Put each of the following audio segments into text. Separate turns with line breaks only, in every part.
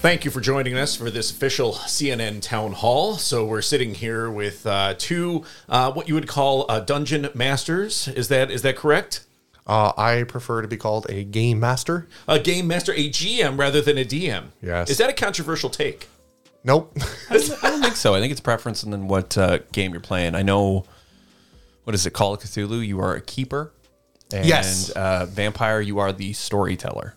Thank you for joining us for this official CNN town hall. So we're sitting here with uh, two uh, what you would call uh, dungeon masters. Is that is that correct?
Uh, I prefer to be called a game master.
A game master, a GM rather than a DM.
Yes.
Is that a controversial take?
Nope.
I don't think so. I think it's preference and then what uh, game you're playing. I know, what is it, Call of Cthulhu? You are a keeper. And,
Yes.
Uh, vampire, you are the storyteller.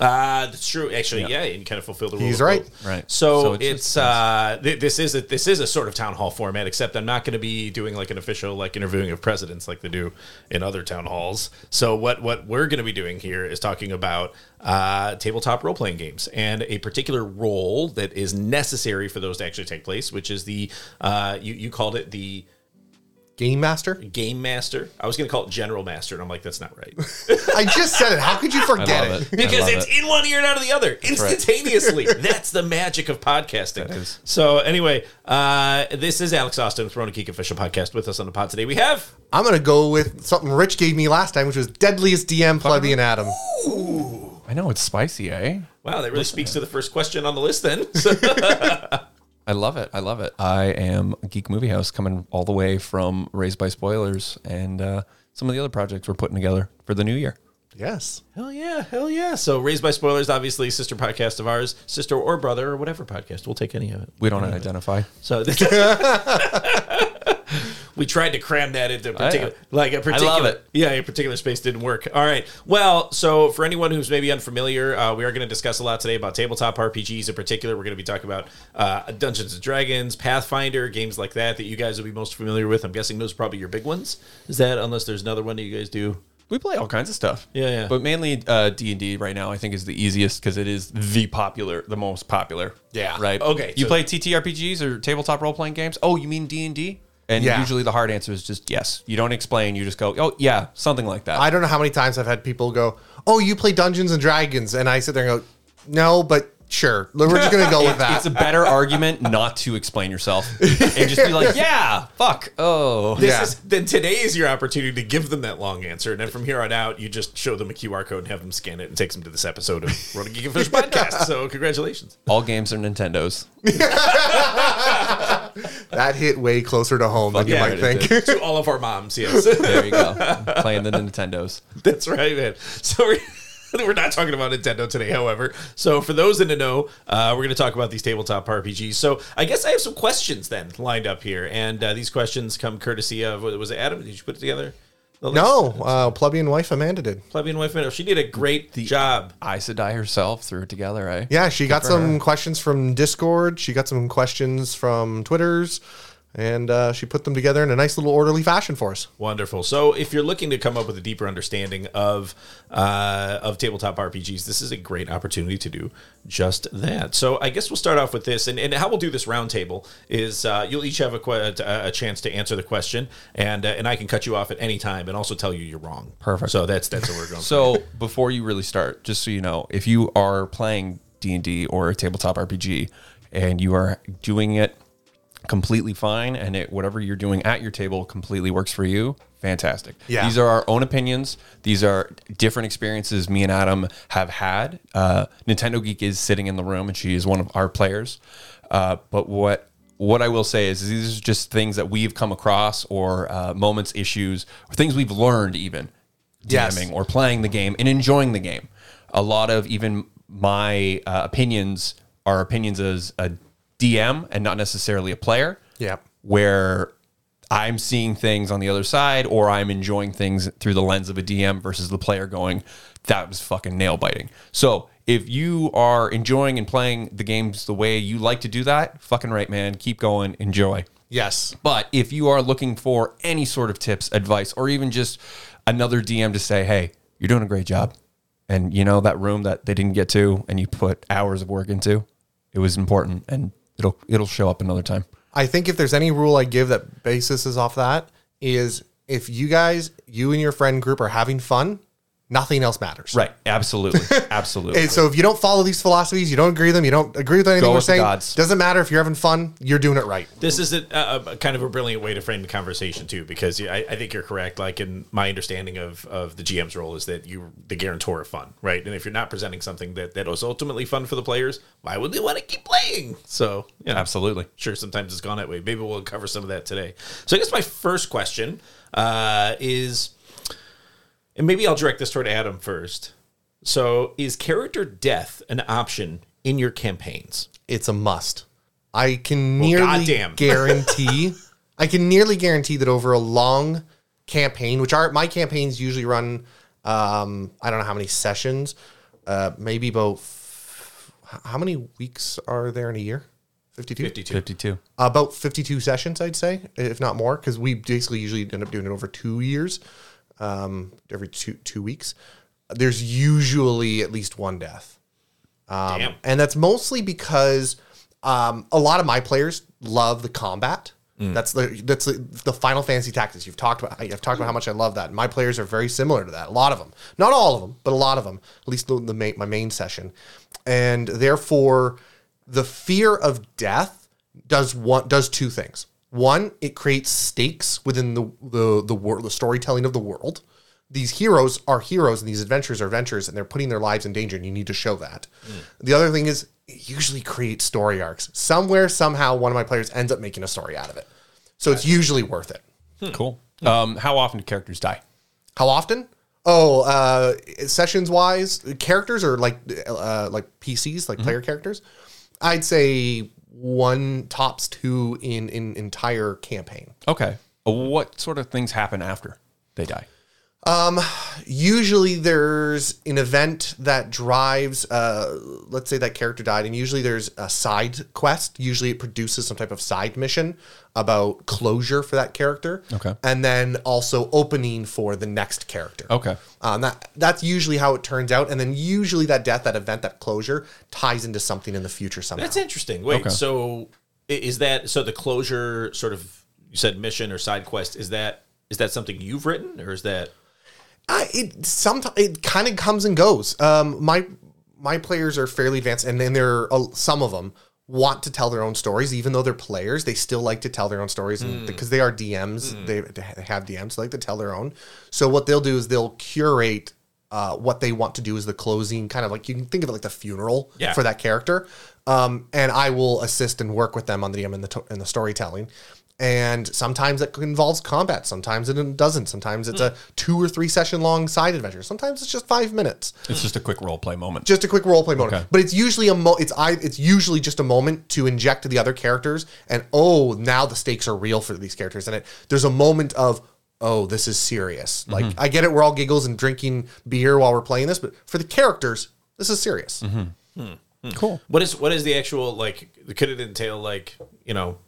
Uh, that's true. Actually, yeah, and you kind of fulfill the rule.
He's
of
right.
both.
Right.
So,
So it's
it's,
just-
uh, th- this is a, this is a sort of town hall format, except I'm not going to be doing like an official like interviewing of presidents like they do in other town halls. So what what we're going to be doing here is talking about uh, tabletop role playing games and a particular role that is necessary for those to actually take place, which is the uh, you you called it the
game master?
game master. I was going to call it general master, and I'm like that's not right.
I just said it. How could you forget
love
it?
it. I
because
love
it's in one ear and out of the other
right.
instantaneously. That's the magic of podcasting.
is.
So anyway, uh, this is Alex Austin with Rona Geek Official Podcast. With us on the pod today, we have
I'm going to go with something Rich gave me last time, which was Deadliest DM Plebeian Adam.
I know, it's spicy, eh?
wow, that really speaks to the first question on the list. Then So-
I love it. I love it. I am Geek Movie House coming all the way from Raised by Spoilers and uh, some of the other projects we're putting together for the new year.
Yes.
hell yeah, hell yeah. So raised by spoilers, obviously sister podcast of ours, sister or brother or whatever podcast. We'll take any of it.
We don't identify.
So we tried to cram that into a particular, like a particular,
it.
yeah, a particular space didn't work. All right. Well, so for anyone who's maybe unfamiliar, uh, we are going to discuss a lot today about tabletop RPGs in particular. We're going to be talking about uh, Dungeons and Dragons, Pathfinder, games like that that you guys will be most familiar with. I'm guessing those are probably your big ones. Is that unless there's another one that you guys do?
We play all kinds of stuff.
Yeah, yeah.
But mainly uh, D&D right now I think is the easiest because it is the popular, the most popular.
Yeah.
Right?
Okay,
You
so-
play TTRPGs or tabletop role-playing games? Oh, you mean D&D? And
Yeah.
usually the hard answer is just yes. You don't explain. You just go, oh, yeah, something like that.
I don't know how many times I've had people go, Oh, you play Dungeons and Dragons. And I sit there and go, No, but sure. We're just going to go with that.
it's a better argument not to explain yourself and just be like, yeah, fuck, oh.
This
Yeah.
is then today is your opportunity to give them that long answer, and then from here on out, you just show them a QR code and have them scan it and takes them to this episode of Road to Geek and Fish podcast. So congratulations.
All games are Nintendo's.
that hit way closer to home than you
yeah,
might
it
think.
did.
to all of our moms. Yes,
There you go. Playing the Nintendo's.
that's right, man. So we're, we're not talking about Nintendo today, however. So for those that don't know, uh, we're going to talk about these tabletop RPGs. So I guess I have some questions then lined up here, and uh, these questions come courtesy of was it Adam? Did you put it together? The
No,
list?
uh, Plebeian wife Amanda did.
plebeian wife. man, Oh, She did a great job.
Aes Sedai herself threw it together, eh?
Yeah, she got some questions from Discord. She got some questions from Twitters, and uh, she put them together in a nice little orderly fashion for us.
Wonderful. So, if you're looking to come up with a deeper understanding of uh, of tabletop RPGs, this is a great opportunity to do just that. So, I guess we'll start off with this, and, and how we'll do this roundtable is uh, you'll each have a, que- a a chance to answer the question, and uh, and I can cut you off at any time, and also tell you you're wrong.
Perfect.
So that's that's what we're going.
So before you really start, just so you know, if you are playing D and D or a tabletop RPG, and you are doing it completely fine, and it whatever you're doing at your table completely works for you, fantastic.
Yeah.
These are our own opinions. These are different experiences me and Adam have had. Uh, Nintendo Geek is sitting in the room, and she is one of our players. Uh, but what what I will say is these are just things that we've come across, or uh, moments, issues, or things we've learned even
Yes.
DMing or playing the game and enjoying the game. A lot of even my uh, opinions are opinions as a DM and not necessarily a player.
Yep.
Where I'm seeing things on the other side or I'm enjoying things through the lens of a DM versus the player going, that was fucking nail biting. So if you are enjoying and playing the games the way you like to do that, fucking right, man. Keep going. Enjoy.
Yes.
But if you are looking for any sort of tips, advice, or even just another DM to say, hey, you're doing a great job. And you know, that room that they didn't get to and you put hours of work into, it was important and it'll it'll show up another time.
I think if there's any rule I give that basis is off that is if you guys, you and your friend group are having fun, Nothing else matters.
Right. Absolutely. Absolutely.
And so if you don't follow these philosophies, you don't agree with them, you don't agree with anything
Go
we're
with the
saying,
gods.
doesn't matter if you're having fun, you're doing it right.
This is a, a, a kind of a brilliant way to frame the conversation too, because I, I think you're correct. Like in my understanding of, of the GM's role is that you the guarantor of fun, right? And if you're not presenting something that that was ultimately fun for the players, why would they want to keep playing? So you know,
Absolutely.
sure, sometimes it's gone that way. Maybe we'll cover some of that today. So I guess my first question uh, is, and maybe I'll direct this toward Adam first. So is character death an option in your campaigns?
It's a must. I can nearly
goddamn.
guarantee I can nearly guarantee that over a long campaign, which are my campaigns usually run um I don't know how many sessions, uh maybe about f- how many weeks are there in a year? 52?
Fifty-two.
52.
about 52 sessions i'd say if not more because we basically usually end up doing it over two years um, every two two weeks there's usually at least one death
Damn.
and that's mostly because um, a lot of my players love the combat. That's the that's the, the Final Fantasy tactics you've talked about. I've talked about how much I love that. And my players are very similar to that. A lot of them, not all of them, but a lot of them. At least the, the main, my main session, and therefore, the fear of death does one does two things. One, it creates stakes within the the the, wor- the storytelling of the world these heroes are heroes and these adventures are adventures and they're putting their lives in danger and you need to show that. The other thing is it usually creates story arcs. Somewhere, somehow, one of my players ends up making a story out of it. So it's usually worth it.
Cool. Um, how often do characters die?
How often? Oh, uh, sessions wise, characters are like uh, like PCs, like player characters. I'd say one tops two in in entire campaign.
Okay. Uh, What sort of things happen after they die?
usually there's an event that drives uh let's say that character died and usually there's a side quest usually it produces some type of side mission about closure for that character
Okay.
and then also opening for the next character
Okay.
um, that that's usually how it turns out and then usually that death that event that closure ties into something in the future somehow
That's interesting. Wait,
Okay.
so i- is that so the closure sort of you said mission or side quest is that is that something you've written or is that
I, it sometimes it kind of comes and goes. Um, my my players are fairly advanced, and then there are uh, some of them want to tell their own stories, even though they're players. They still like to tell their own stories
Hmm.
and because they are DMs. They, they have DMs they like to tell their own. So what they'll do is they'll curate. Uh, what they want to do is the closing, kind of like you can think of it like the funeral
Yeah.
for that character. Um, and I will assist and work with them on the DM and the, to- and the storytelling. And sometimes that involves combat. Sometimes it doesn't. Sometimes it's a two or three session long side adventure. Sometimes it's just five minutes,
It's just a quick role play moment.
just a quick role play moment.
Okay.
But it's usually a mo- it's I it's usually just a moment to inject the other characters. And oh, now the stakes are real for these characters. And it there's a moment of oh, this is serious. Like I get it, we're all giggles and drinking beer while we're playing this, but for the characters, this is serious.
cool.
what is what is the actual like could it entail like, you know,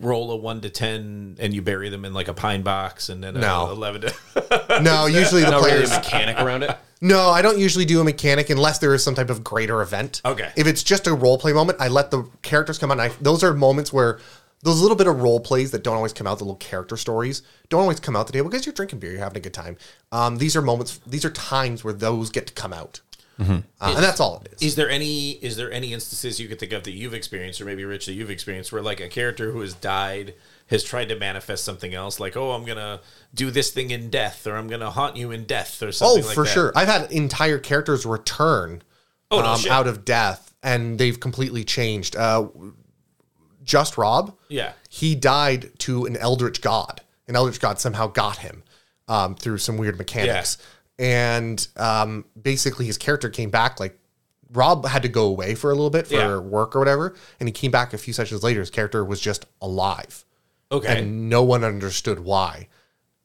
roll a 1 to 10 and you bury them in like a pine box and then a
No.
11 to
No, usually the
Not really a
players.
mechanic around it.
No, I don't usually do a mechanic unless there is some type of greater event.
Okay.
If it's just a role play moment, I let the characters come out. And I, those are moments where those little bit of role plays that don't always come out, the little character stories don't always come out the table because you're drinking beer, you're having a good time. Um, these are moments, these are times where those get to come out, uh, and that's all it is.
Is there any is there any instances you could think of that you've experienced, or maybe Rich that you've experienced, where like a character who has died has tried to manifest something else, like oh I'm gonna do this thing in death, or I'm gonna haunt you in death, or
Oh,
something. like
for
that?
sure. I've had entire characters return
Oh, no
um,
shit.
out of death, and they've completely changed. Uh, just Rob,
Yeah.
he died to an eldritch god. An eldritch god somehow got him um, through some weird mechanics, and um, basically his character came back. Like Rob had to go away for a little bit for
Yeah.
work or whatever, and he came back a few sessions later. His character was just alive
Okay.
and no one understood why.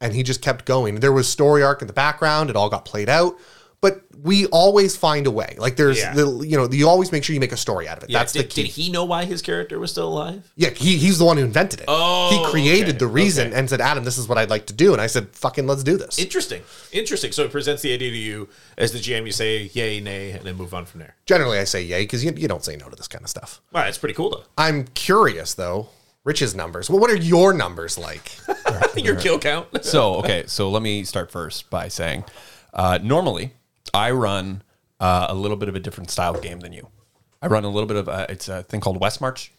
And he just kept going. There was story arc in the background; it all got played out. But we always find a way. Like there's,
Yeah.
the, you know, you always make sure you make a story out of it.
Yeah,
That's
did,
the key.
Did he know why his character was still alive?
yeah, he, he's the one who invented it.
Oh,
he created
okay,
the reason
okay.
and said, "Adam, this is what I'd like to do." And I said, "Fucking, let's do this."
Interesting. Interesting. So it presents the idea to you as the GM. You say yay, nay, and then move on from there.
Generally, I say yay because you, you don't say no to this kind of stuff.
Wow, that's pretty cool, though.
I'm curious though. Rich's numbers. Well, what are your numbers like?
Your kill count.
So, okay. So let me start first by saying Uh, normally, I run uh, a little bit of a different style game than you. I run a little bit of a, it's a thing called West March,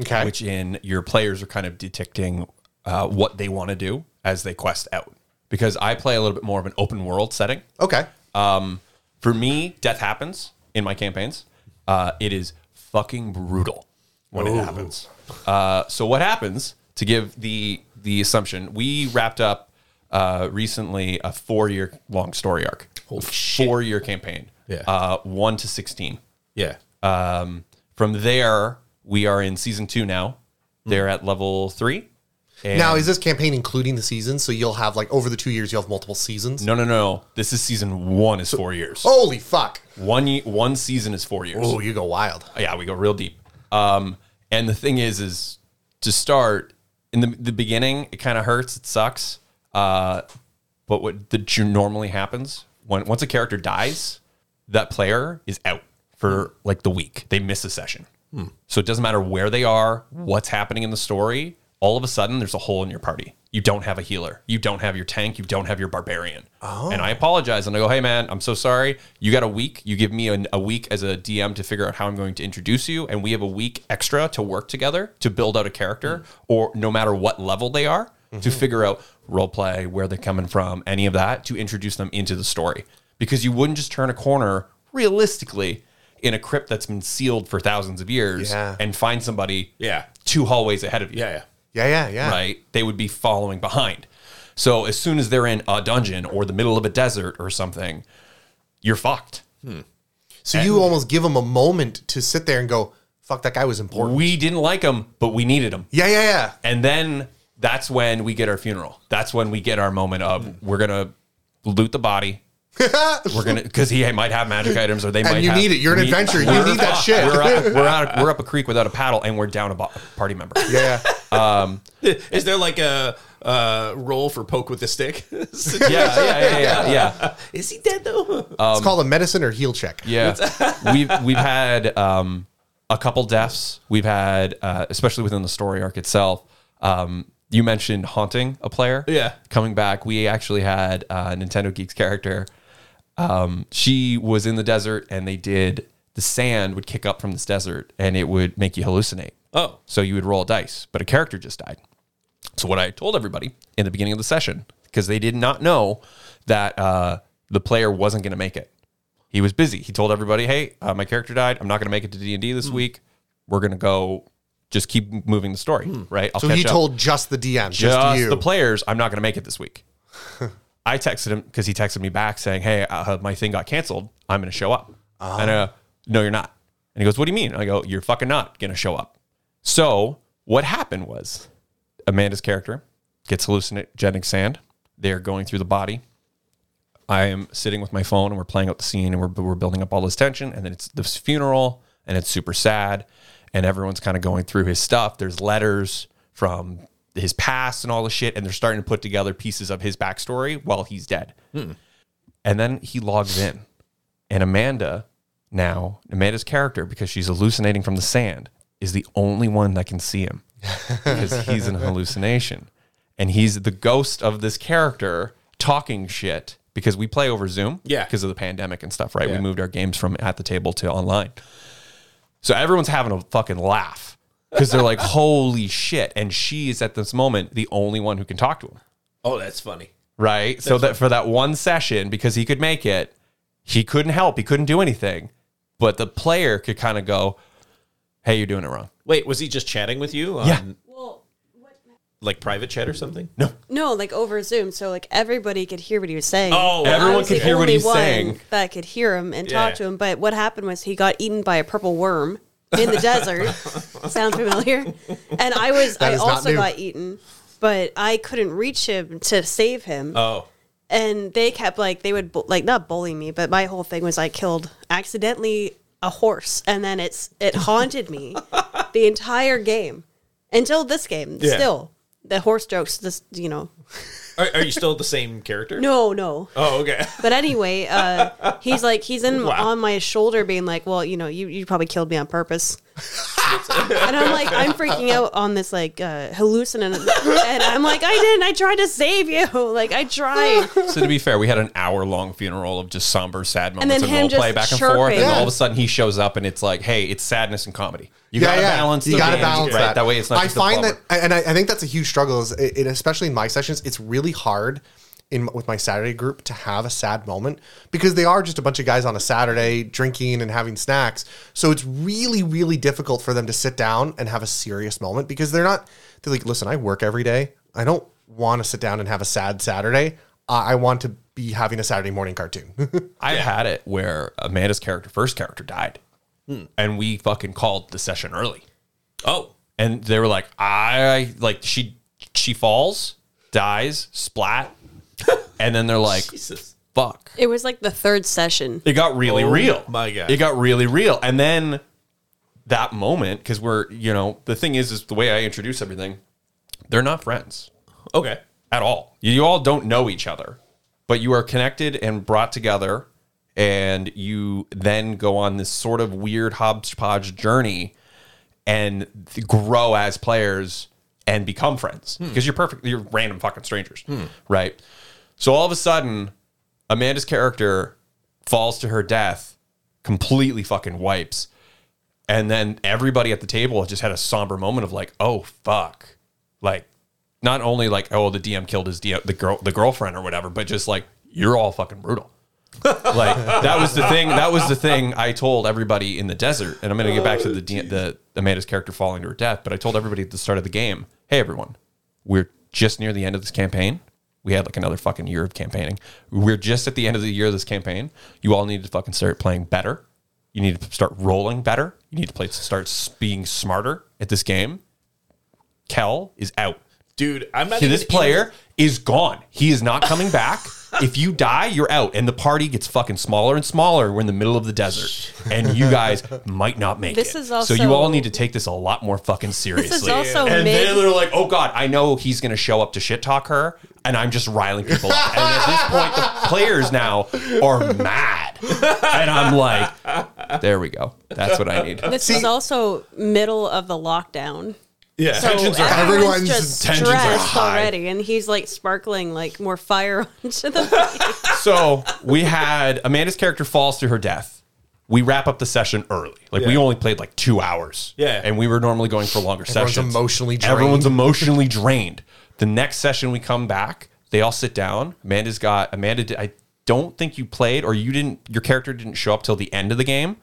Okay.
which in your players are kind of detecting uh, what they want to do as they quest out. Because I play a little bit more of an open world setting.
okay.
uh,
Um, for me, death happens in my campaigns. Uh, it is fucking brutal when it happens. Uh, so what happens? To give the the assumption, we wrapped up uh, recently a four year long story arc, four year campaign,
Yeah.
uh, one to sixteen.
Yeah. Uh,
Um, from there, we are in season two now. They're at level three. And
now, is this campaign including the seasons? So you'll have like over the two years, you'll have multiple seasons.
no, no, no. This is season one. Is four years.
Holy fuck!
One ye- one season is four years.
Oh, you go wild.
yeah, we go real deep. Um, and the thing is, is to start in the, the beginning, it kind of hurts, it sucks. Uh, but what the ju- normally happens when once a character dies, that player is out for like the week. They miss a session, so it doesn't matter where they are, what's happening in the story. All of a sudden, there's a hole in your party. You don't have a healer. You don't have your tank. You don't have your barbarian. And I apologize. And I go, hey, man, I'm so sorry. You got a week. You give me an, a week as a DM to figure out how I'm going to introduce you. And we have a week extra to work together to build out a character, or no matter what level they are, to figure out role play, where they're coming from, any of that, to introduce them into the story. Because you wouldn't just turn a corner realistically in a crypt that's been sealed for thousands of years
Yeah.
and find somebody
Yeah.
two hallways ahead of you
Yeah. Yeah.
Yeah, yeah, yeah.
right? They would be following behind. So as soon as they're in a dungeon or the middle of a desert or something, you're fucked.
So you almost give them a moment to sit there and go, "Fuck, that guy was important."
We didn't like them, but we needed them.
Yeah, yeah, yeah.
And then that's when we get our funeral. That's when we get our moment of we're gonna loot the body. We're gonna because he might have magic items or they might.
you
have-
need it. You're an
we-
adventurer. You
we're
need that
fucked.
shit.
We're, out, we're, out, we're up a creek without a paddle and we're down a bo- party member.
yeah,
Is there like a uh, roll for poke with the stick?
yeah, yeah, yeah, yeah. yeah.
Is he dead though?
it's called a medicine or heal check.
Yeah, we've we've had um, a couple deaths. We've had, uh, especially within the story arc itself. Um, you mentioned haunting a player.
Yeah.
coming back. We actually had uh, Nintendo Geeks character. Um, she was in the desert, and they did the sand would kick up from this desert, and it would make you hallucinate.
Oh.
so you would roll a dice, but a character just died. So what I told everybody in the beginning of the session, because they did not know that uh, the player wasn't going to make it. He was busy. He told everybody, "Hey, uh, my character died. I'm not going to make it to D and D this week. We're going to go. Just keep moving the story, right? I'll
So he told just the DM, just,
just
you.
the players, I'm not going to make it this week. I texted him because he texted me back saying, "Hey, uh, my thing got canceled. I'm going to show up."
Uh-huh.
And I go, "No, you're not." And he goes, "What do you mean?" I go, "You're fucking not going to show up." So what happened was, Amanda's character gets hallucinogenic sand. They're going through the body. I am sitting with my phone and we're playing out the scene and we're, we're building up all this tension. And then it's this funeral and it's super sad. And everyone's kind of going through his stuff. There's letters from his past and all the shit. And they're starting to put together pieces of his backstory while he's dead. And then he logs in. And Amanda, now, Amanda's character, because she's hallucinating from the sand, is the only one that can see him because he's an hallucination. And he's the ghost of this character talking shit because we play over Zoom.
Yeah.
Because of the pandemic and stuff, right? We moved our games from at the table to online. So everyone's having a fucking laugh because they're like, holy shit. And she is at this moment the only one who can talk to him
Oh, that's funny.
right? so that for that one session, because he could make it, he couldn't help, he couldn't do anything, but the player could kind of go, "Hey, you're doing it wrong." Um,
Wait, was he just chatting with you? On,
Yeah.
Well, what?
Like private chat or something?
No,
No, like over Zoom, so like everybody could hear what he was saying.
Oh,
And I
everyone
was
could
the
hear what
only
he's
one
saying.
That could hear him and
Yeah.
talk to him. But what happened was he got eaten by a purple worm in the desert. Sounds familiar? And I was, I
is not
also
new.
got eaten, but I couldn't reach him to save him.
Oh,
and they kept like they would bu- like not bully me, but my whole thing was I killed accidentally a horse, and then it's it haunted me the entire game until this game.
Yeah.
Still, the horse jokes. This you know,
are, are you still the same character?
no, no.
Oh, okay.
But anyway, uh, he's like he's in
Wow.
on my shoulder, being like, "Well, you know, you you probably killed me on purpose." and I'm like, I'm freaking out on this like uh, hallucinant, and I'm like, I didn't. I tried to save you. Like I tried.
So to be fair, we had an hour long funeral of just somber, sad moments
then
and
him
role play
just
back and forth, and
chirping.
all of a sudden he shows up and it's like, hey, it's sadness and comedy. You
yeah,
gotta
yeah.
balance.
You
the
gotta
band,
balance
right?
that.
That way, it's not.
I
just a
find that,
blubber.
and I, I think that's a huge struggle. Is it, it- especially in my sessions, it's really hard in with my Saturday group to have a sad moment because they are just a bunch of guys on a Saturday drinking and having snacks. So it's really, really difficult for them to sit down and have a serious moment because they're not. They're like, listen, I work every day. I don't want to sit down and have a sad Saturday. I I want to be having a Saturday morning cartoon.
I've had it where Amanda's character, first character, died,
Hmm.
and we fucking called the session early.
Oh,
and they were like, I like she she falls, dies, splat, and then they're like,
Jesus.
fuck.
It was like the third session.
It got really
Oh,
real.
my God.
it got really real. And then that moment, because we're you know the thing is is the way I introduce everything, they're not friends
Okay.
at all. You, you all don't know each other, but you are connected and brought together, and you then go on this sort of weird hodgepodge journey and th- grow as players and become friends because you're perfect. You're random fucking strangers, right? So all of a sudden, Amanda's character falls to her death, completely fucking wipes. And then everybody at the table just had a somber moment of like, oh fuck, like not only like oh the DM killed his DM, the girl the girlfriend or whatever, but just like you're all fucking brutal. like that was the thing. That was the thing I told everybody in the desert. And I'm gonna get back to the D- the Amanda's character falling to her death. But I told everybody at the start of the game, hey everyone, we're just near the end of this campaign. We had like another fucking year of campaigning. We're just at the end of the year of this campaign. You all need to fucking start playing better. You need to start rolling better. You need to play start s- being smarter at this game. Kel is out.
Dude, I'm not
Okay,
even
this
in
player is gone. He is not coming back. if you die, you're out, and the party gets fucking smaller and smaller. We're in the middle of the desert, and you guys might not make
This
it.
is
so you
also-
all need to take this a lot more fucking seriously.
also
and
mid-
then they're like, "Oh God, I know he's gonna show up to shit talk her," and I'm just riling people up. And at this point, the players now are mad, and I'm like, "There we go. That's what I need."
This was also middle of the lockdown.
yeah.
So uh,
Tensions are high.
everyone's
Everyone's
just
tensions are
stressed
high.
already, and he's like sparkling like more fire onto the.
so we had Amanda's character falls to her death. We wrap up the session early. Like we
Yeah.
only played like two hours.
Yeah.
And we were normally going for longer
Everyone's
sessions.
emotionally drained.
Everyone's emotionally drained. The next session we come back, they all sit down. Amanda's got Amanda did, I don't think you played or you didn't your character didn't show up till the end of the game.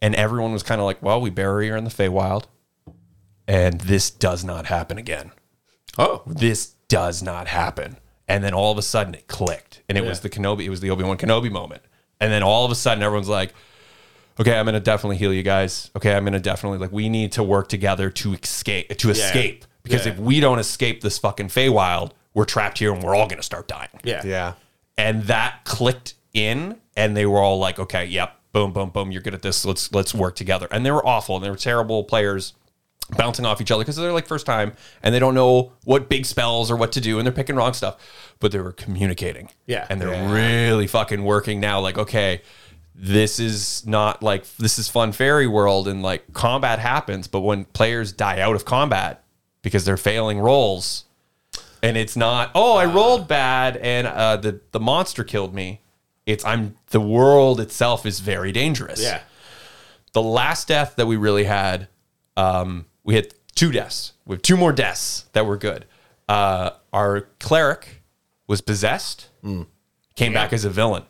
And everyone was kind of like, well, we bury her in the Feywild. And this does not happen again
Oh,
this does not happen. And then all of a sudden it clicked. And it was
Yeah.
the Kenobi, it was the Obi-Wan Kenobi moment. And then all of a sudden everyone's like, okay, I'm gonna definitely heal you guys. Okay, I'm gonna definitely like we need to work together to escape to escape. Because
Yeah.
if we don't escape this fucking Feywild, we're trapped here and we're all gonna start dying.
yeah.
yeah.
And that clicked in and they were all like, okay, yep, boom, boom, boom, you're good at this. Let's let's work together. And they were awful and they were terrible players bouncing off each other because they're like first time and they don't know what big spells or what to do and they're picking wrong stuff. But they were communicating.
Yeah.
And they're really fucking working now. Like, okay, this is not like this is fun fairy world and like combat happens, but when players die out of combat because they're failing rolls and it's not, oh, I rolled bad and uh, the, the monster killed me. It's I'm the world itself is very dangerous
Yeah.
the last death that we really had, um, we had two deaths. We have two more deaths that were good. Uh, our cleric was possessed, came back as a villain.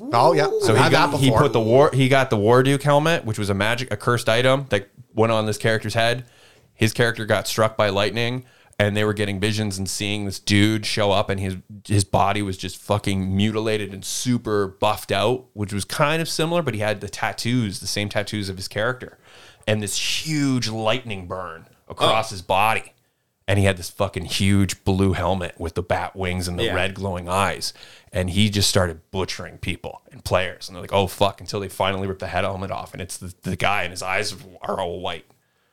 Oh yeah. I've
So he
had
got,
that
he
before.
put the war he got the Warduke helmet, which was a magic a cursed item that went on this character's head. His character got struck by lightning, and they were getting visions and seeing this dude show up, and his his body was just fucking mutilated and super buffed out, which was kind of similar, but he had the tattoos, the same tattoos of his character, and this huge lightning burn across
Oh.
his body. And he had this fucking huge blue helmet with the bat wings and the
Yeah.
red glowing eyes. And he just started butchering people and players. And they're like, oh, fuck, until they finally rip the head helmet off. And it's the, the guy, and his eyes are all white.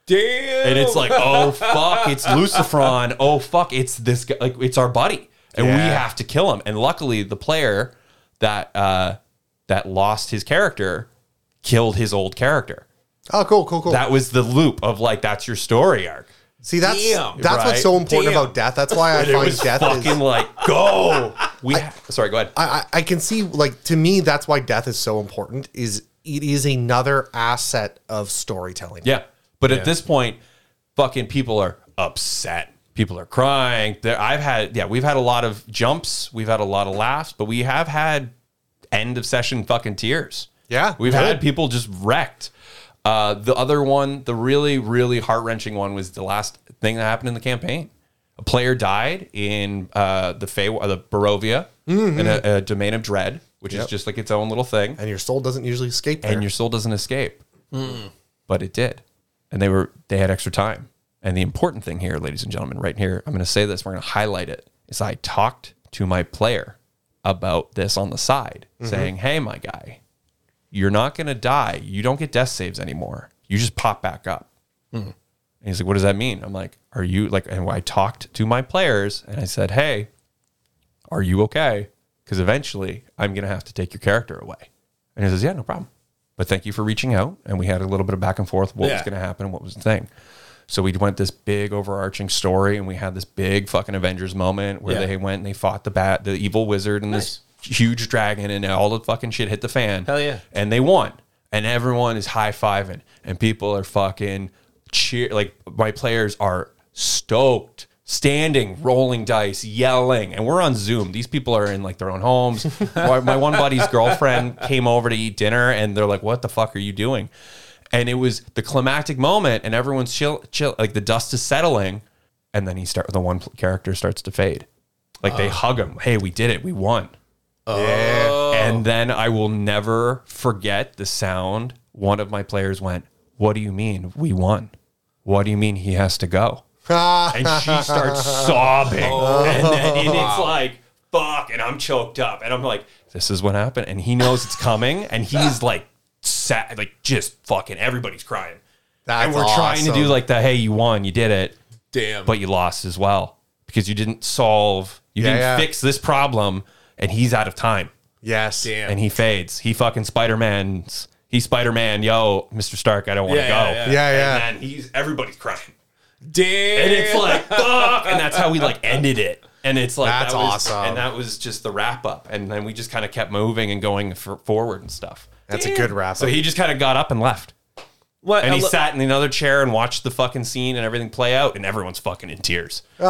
Damn.
And it's like, oh, fuck, it's Lucifron. Oh, fuck, it's this guy. Like, it's our buddy. And we
Yeah.
have to kill him. And luckily, the player that, uh, that lost his character killed his old character.
Oh, cool, cool, cool.
That was the loop of like that's your story arc.
See, that's
Damn.
that's what's
Right.
so important
Damn.
about death. That's why I
It
find
was
death is.
fucking like go. We sorry, go ahead.
I, I I can see like to me that's why death is so important. Is it is another asset of storytelling.
Yeah. But at this point, fucking people are upset. People are crying. There, I've had, yeah, we've had a lot of jumps. We've had a lot of laughs, but we have had end of session fucking tears.
Yeah,
We've
good.
had people just wrecked. Uh, the other one, the really, really heart wrenching one was the last thing that happened in the campaign. A player died in uh, the Fey, uh, the Barovia, in a, a domain of dread, which
Mm-hmm. Yep.
is just like its own little thing
and your soul doesn't usually escape. There.
and your soul doesn't escape. But it did, and they were they had extra time. And the important thing here, ladies and gentlemen, right here, I'm going to say this. We're going to highlight it. Is I talked to my player about this on the side, saying, "Hey, my guy, you're not going to die. You don't get death saves anymore. You just pop back up."
Hmm.
And he's like, "What does that mean?" I'm like, "Are you like?" And I talked to my players, and I said, "Hey, are you okay? Because eventually I'm going to have to take your character away. And he says, yeah, no problem. But thank you for reaching out. And we had a little bit of back and forth what was
Yeah.
going to happen, what was the thing. So we went this big overarching story and we had this big fucking Avengers moment where
Yeah.
they went and they fought the bat, the evil wizard and this huge dragon and all the fucking shit hit the fan.
Hell yeah.
And they won. And everyone is high fiving and people are fucking cheer. Like my players are stoked, standing, rolling dice, yelling. And we're on Zoom. These people are in like their own homes. my, my one buddy's girlfriend came over to eat dinner and they're like, what the fuck are you doing? And it was the climactic moment and everyone's chill, chill. Like the dust is settling. And then he start the one pl- character starts to fade. Like they hug him. Hey, we did it. We won. And then I will never forget the sound one of my players went, What do you mean we won? What do you mean he has to go?
Ah,
And she starts sobbing. And then and
Oh.
it's like, Fuck. And I'm choked up. And I'm like, This is what happened. And he knows it's coming. And he's like, sad, like just fucking everybody's crying.
That's
and we're trying to do
awesome.
like the, Hey, you won. You did it
Damn.
but you lost as well because you didn't solve, you
Yeah,
didn't
yeah.
fix this problem, and he's out of time
yes,
damn.
and he fades. He fucking Spider Man's. He's Spider Man. Yo, Mister Stark, I don't want
Yeah,
to go.
yeah,
yeah, yeah.
And then he's everybody's crying,
Damn.
and it's like fuck, and that's how we like ended it. And it's like
That's
that was,
awesome.
And that was just the wrap up, and then we just kind of kept moving and going for, forward and stuff.
That's a good wrap.
So he just kind of got up and left.
what?
And
I
he
lo-
sat in another chair and watched the fucking scene and everything play out, and everyone's fucking in tears.
oh,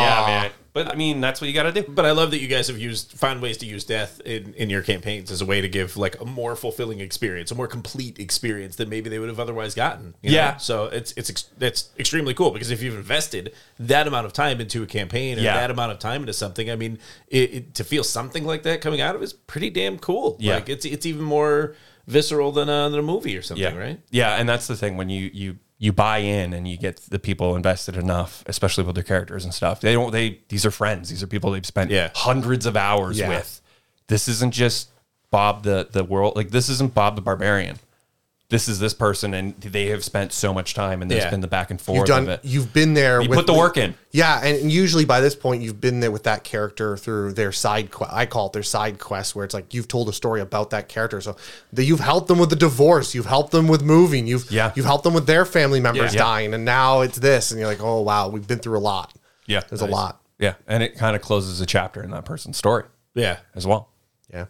Yeah, man. But I mean, that's what you got to do.
But I love that you guys have used found ways to use death in, in your campaigns as a way to give like a more fulfilling experience, a more complete experience than maybe they would have otherwise gotten. you
Yeah.
know? So it's it's ex- it's extremely cool because if you've invested that amount of time into a campaign and
Yeah.
that amount of time into something, I mean, it, it, to feel something like that coming out of it is pretty damn cool.
Yeah.
Like it's it's even more visceral than a, than a movie or something,
yeah
right?
yeah and that's the thing when you you you buy in and you get the people invested enough especially with their characters and stuff they don't they these are friends these are people they've spent
Yeah.
hundreds of hours
Yeah.
with this isn't just bob the the world like this isn't bob the barbarian this is this person and they have spent so much time and there's
Yeah.
been the back and forth
you've
of
done.
it
You've been there.
you put the work in
Yeah, and usually by this point you've been there with that character through their side quest. I call it their side quest, where it's like you've told a story about that character. So that you've helped them with the divorce, you've helped them with moving, you've
Yeah.
you've helped them with their family members
Yeah.
dying, and now it's this, and you're like, oh wow, we've been through a lot.
yeah
there's a lot.
yeah and it kind of closes a chapter in that person's story
Yeah.
as well
Yeah,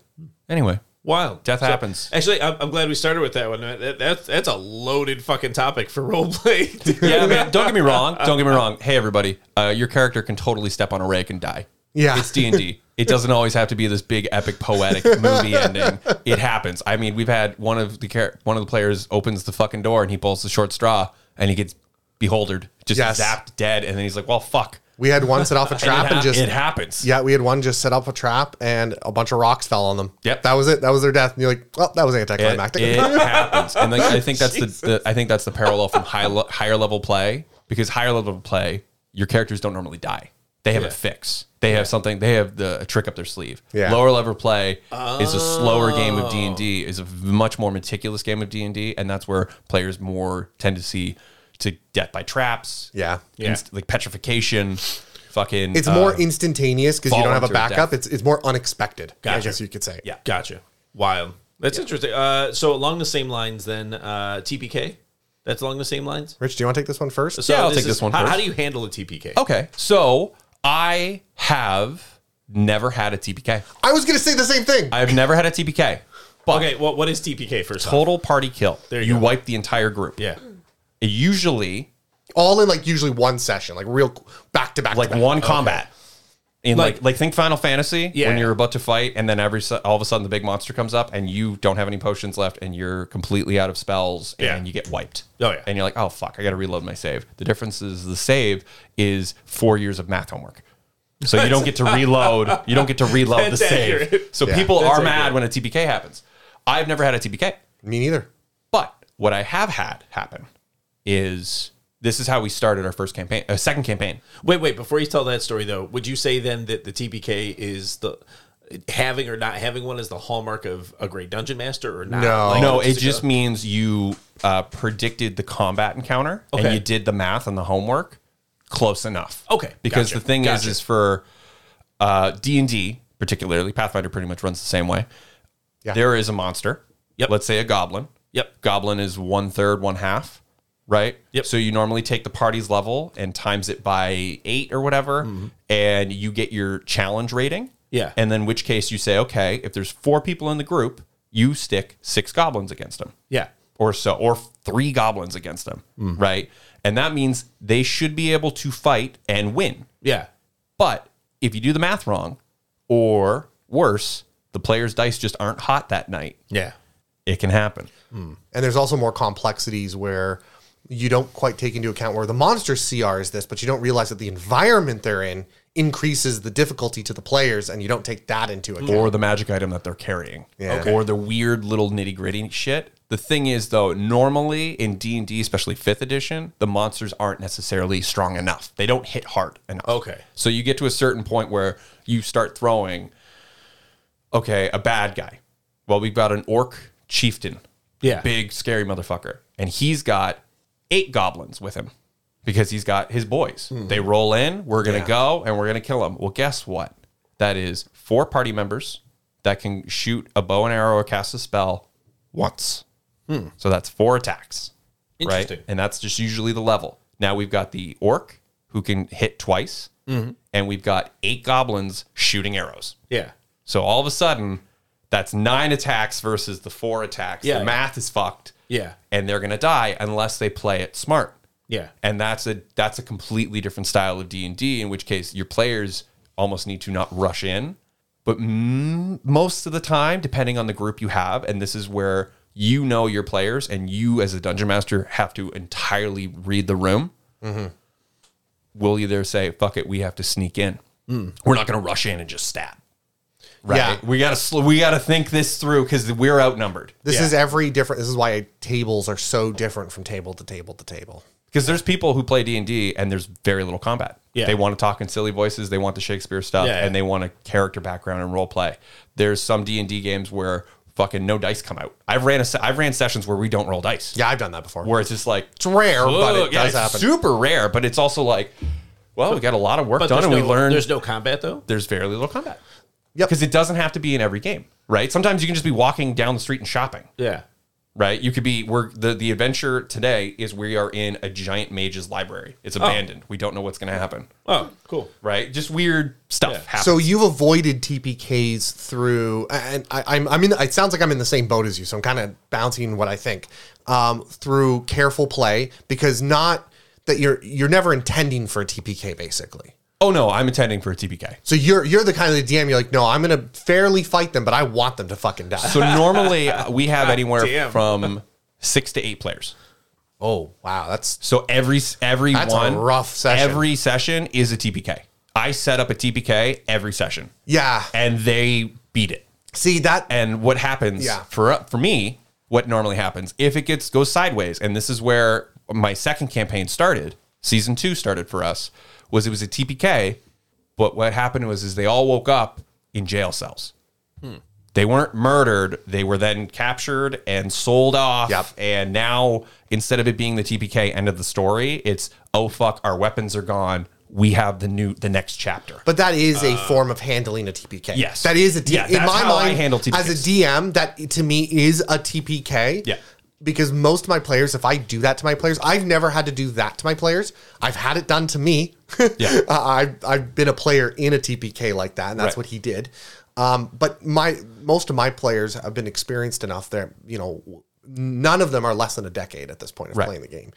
anyway
Wild.
Death happens.
Actually, I'm, I'm glad we started with that one. That, that's that's a loaded fucking topic for roleplay. dude.
yeah, man. Don't get me wrong. Don't get me wrong. Hey, everybody, uh, your character can totally step on a rake and die.
Yeah.
it's D and D. It doesn't always have to be this big epic poetic movie ending. It happens. I mean, we've had one of the char- one of the players opens the fucking door and he pulls the short straw and he gets beholdered, just
Yes.
zapped dead, and then he's like, "Well, fuck."
we had one set off a trap
it,
and,
hap-
just
it happens.
yeah, we had one just set up a trap and a bunch of rocks fell on them.
Yep.
that was it. That was their death. And you're like, well, that was
it,
anticlimactic.
it happens, and like, I think that's the, the I think that's the parallel from high le- higher level play because higher level play, your characters don't normally die. They have a fix. They have something. They have the a trick up their sleeve.
Yeah. Oh.
Lower level play is a slower game of D and D. Is a v- much more meticulous game of D and D, and that's where players more tendency to death by traps.
yeah,
inst- like petrification. Fucking.
it's
uh,
more instantaneous because you don't have a
voluntary death.
backup. It's it's more unexpected. I
Gotcha.
guess you could say.
Yeah.
Gotcha. Wild. That's interesting. Uh, so along the same lines, then uh, TPK. That's along the same lines.
Rich, do you want to take this one first?
So
Yeah, I'll take
is,
this one
How,
first. Oh,
how do you handle a TPK?
uh, Okay. So I have never had a TPK.
I was going to say the same thing.
I've never had a TPK. But
Okay. What what is TPK first? off?
total party kill.
There you
you
go.
wipe the entire group.
Yeah.
Usually
All in like usually one session, like real back to back.
like one combat. In like,
Like-
like think Final Fantasy
Yeah.
when you're about to fight and then every su- all of a sudden the big monster comes up and you don't have any potions left and you're completely out of spells and
Yeah.
you get wiped.
Oh, yeah.
And you're like, "Oh fuck, I got to reload my save." The difference is the save is 4 years of math homework. So you don't get to reload. You don't get to reload the
That's
save.
accurate.
So
Yeah.
people
That's
are mad
accurate.
when a TPK happens. I've never had a TPK.
Me neither.
But what I have had happen is this is how we started our first campaign, uh, second campaign.
Wait, wait. Before you tell that story, though, would you say then that the TPK is the having or not having one is the hallmark of a great dungeon master or not?
No.
Like,
no,
is
it just means you uh, predicted the combat encounter
Okay.
and you did the math and the homework close enough.
Okay,
because
gotcha,
the thing is,
gotcha.
is for uh, D and D particularly, Pathfinder pretty much runs the same way.
Yeah.
There is a monster.
Yep.
Let's say a goblin.
Yep.
Goblin is one third, one half, right?
Yep.
So you normally take the party's level and times it by eight or whatever,
Mm-hmm.
and you get your challenge rating.
Yeah.
And then, which case you say, okay, if there's four people in the group, you stick six goblins against them
yeah.
or so, or three goblins against them, right? And that means they should be able to fight and win.
Yeah.
But if you do the math wrong, or worse, the players' dice just aren't hot that night,
Yeah.
it can happen.
And there's also more complexities where you don't quite take into account where the monster's CR is this, but you don't realize that the environment they're in increases the difficulty to the players, and you don't take that into account.
Or the magic item that they're carrying,
Yeah.
or the weird little nitty gritty shit. The thing is, though, normally in D and D, especially fifth edition, the monsters aren't necessarily strong enough. They don't hit hard enough.
Okay.
So you get to a certain point where you start throwing, okay, a bad guy. Well, we've got an orc chieftain.
Yeah.
Big, scary motherfucker. And he's got eight goblins with him because he's got his boys.
Hmm.
They roll in, we're going to go, and we're going to kill him. Well, guess what? That is four party members that can shoot a bow and arrow or cast a spell once. So that's four attacks
Hmm. Interesting.
right? And that's just usually the level. Now we've got the orc who can hit twice,
Mm-hmm.
and we've got eight goblins shooting arrows.
Yeah.
So all of a sudden, that's nine attacks versus the four attacks.
Yeah.
The math is fucked.
Yeah.
And they're gonna die unless they play it smart.
Yeah.
And that's a that's a completely different style of D and D. In which case, your players almost need to not rush in, but mm, most of the time, depending on the group you have, and this is where you know your players, and you as a dungeon master have to entirely read the room.
Mm-hmm.
Will either say "fuck it," we have to sneak in. We're not going to rush in and just stab. Right?
Yeah.
We gotta sl- we gotta think this through because we're outnumbered.
This is every different. This is why tables are so different from table to table to table.
because there's people who play D and D and there's very little combat.
Yeah.
They want to talk in silly voices. They want the Shakespeare stuff,
Yeah, yeah.
and they want a character background and role play. There's some D and D games where fucking no dice come out. I've ran a se- I've ran sessions where we don't roll dice.
Yeah, I've done that before.
where it's just like
it's rare, but
"Ugh,"
it
yeah,
does
it's
happen.
super rare, but it's also like, well, we got a lot of work
But
done,
there's
and
no,
we learned
there's no combat though.
there's very little combat.
Yep.
because it doesn't have to be in every game, right? Sometimes you can just be walking down the street and shopping
Yeah.
right? You could be we're the the adventure today is we are in a giant mage's library. It's
Oh.
abandoned. We don't know what's going to happen.
Oh, cool.
Right? Just weird stuff happens.
So you've avoided TPKs through, and I, I'm, I'm in. It sounds like I'm in the same boat as you, so I'm kind of bouncing what I think um, through careful play because not that you're you're never intending for a TPK basically.
oh no, I'm attending for a TPK.
So you're you're the kind of the DM. You're like, no, I'm gonna fairly fight them, but I want them to fucking die.
So normally uh, we have anywhere
damn.
from 6 to 8 players.
oh wow, that's
So every every
That's a
one
rough session.
Every session is a TPK. I set up a TPK every session
yeah.
and they beat it.
See that
and what happens
Yeah.
for uh, for me what normally happens if it gets goes sideways and this is where my second campaign started season 2 started for us was it was a TPK but what happened was is they all woke up in jail cells
Hmm.
they weren't murdered they were then captured and sold off
Yep.
and now instead of it being the TPK end of the story it's oh fuck our weapons are gone we have the new the next chapter.
But that is a form of handling a TPK.
Uh, yes.
that is a D-
Yeah,
in
that's
my
how I
mind.
handle
as
TPKs.
a DM, that to me is a TPK.
Yeah.
because most of my players, if I do that to my players, I've never had to do that to my players. I've had it done to me.
Yeah.
Uh, I've I've been a player in a TPK like that, and that's
Right.
what he did. Um, but my most of my players have been experienced enough that you know none of them are less than a decade at this point of
Right.
playing the game,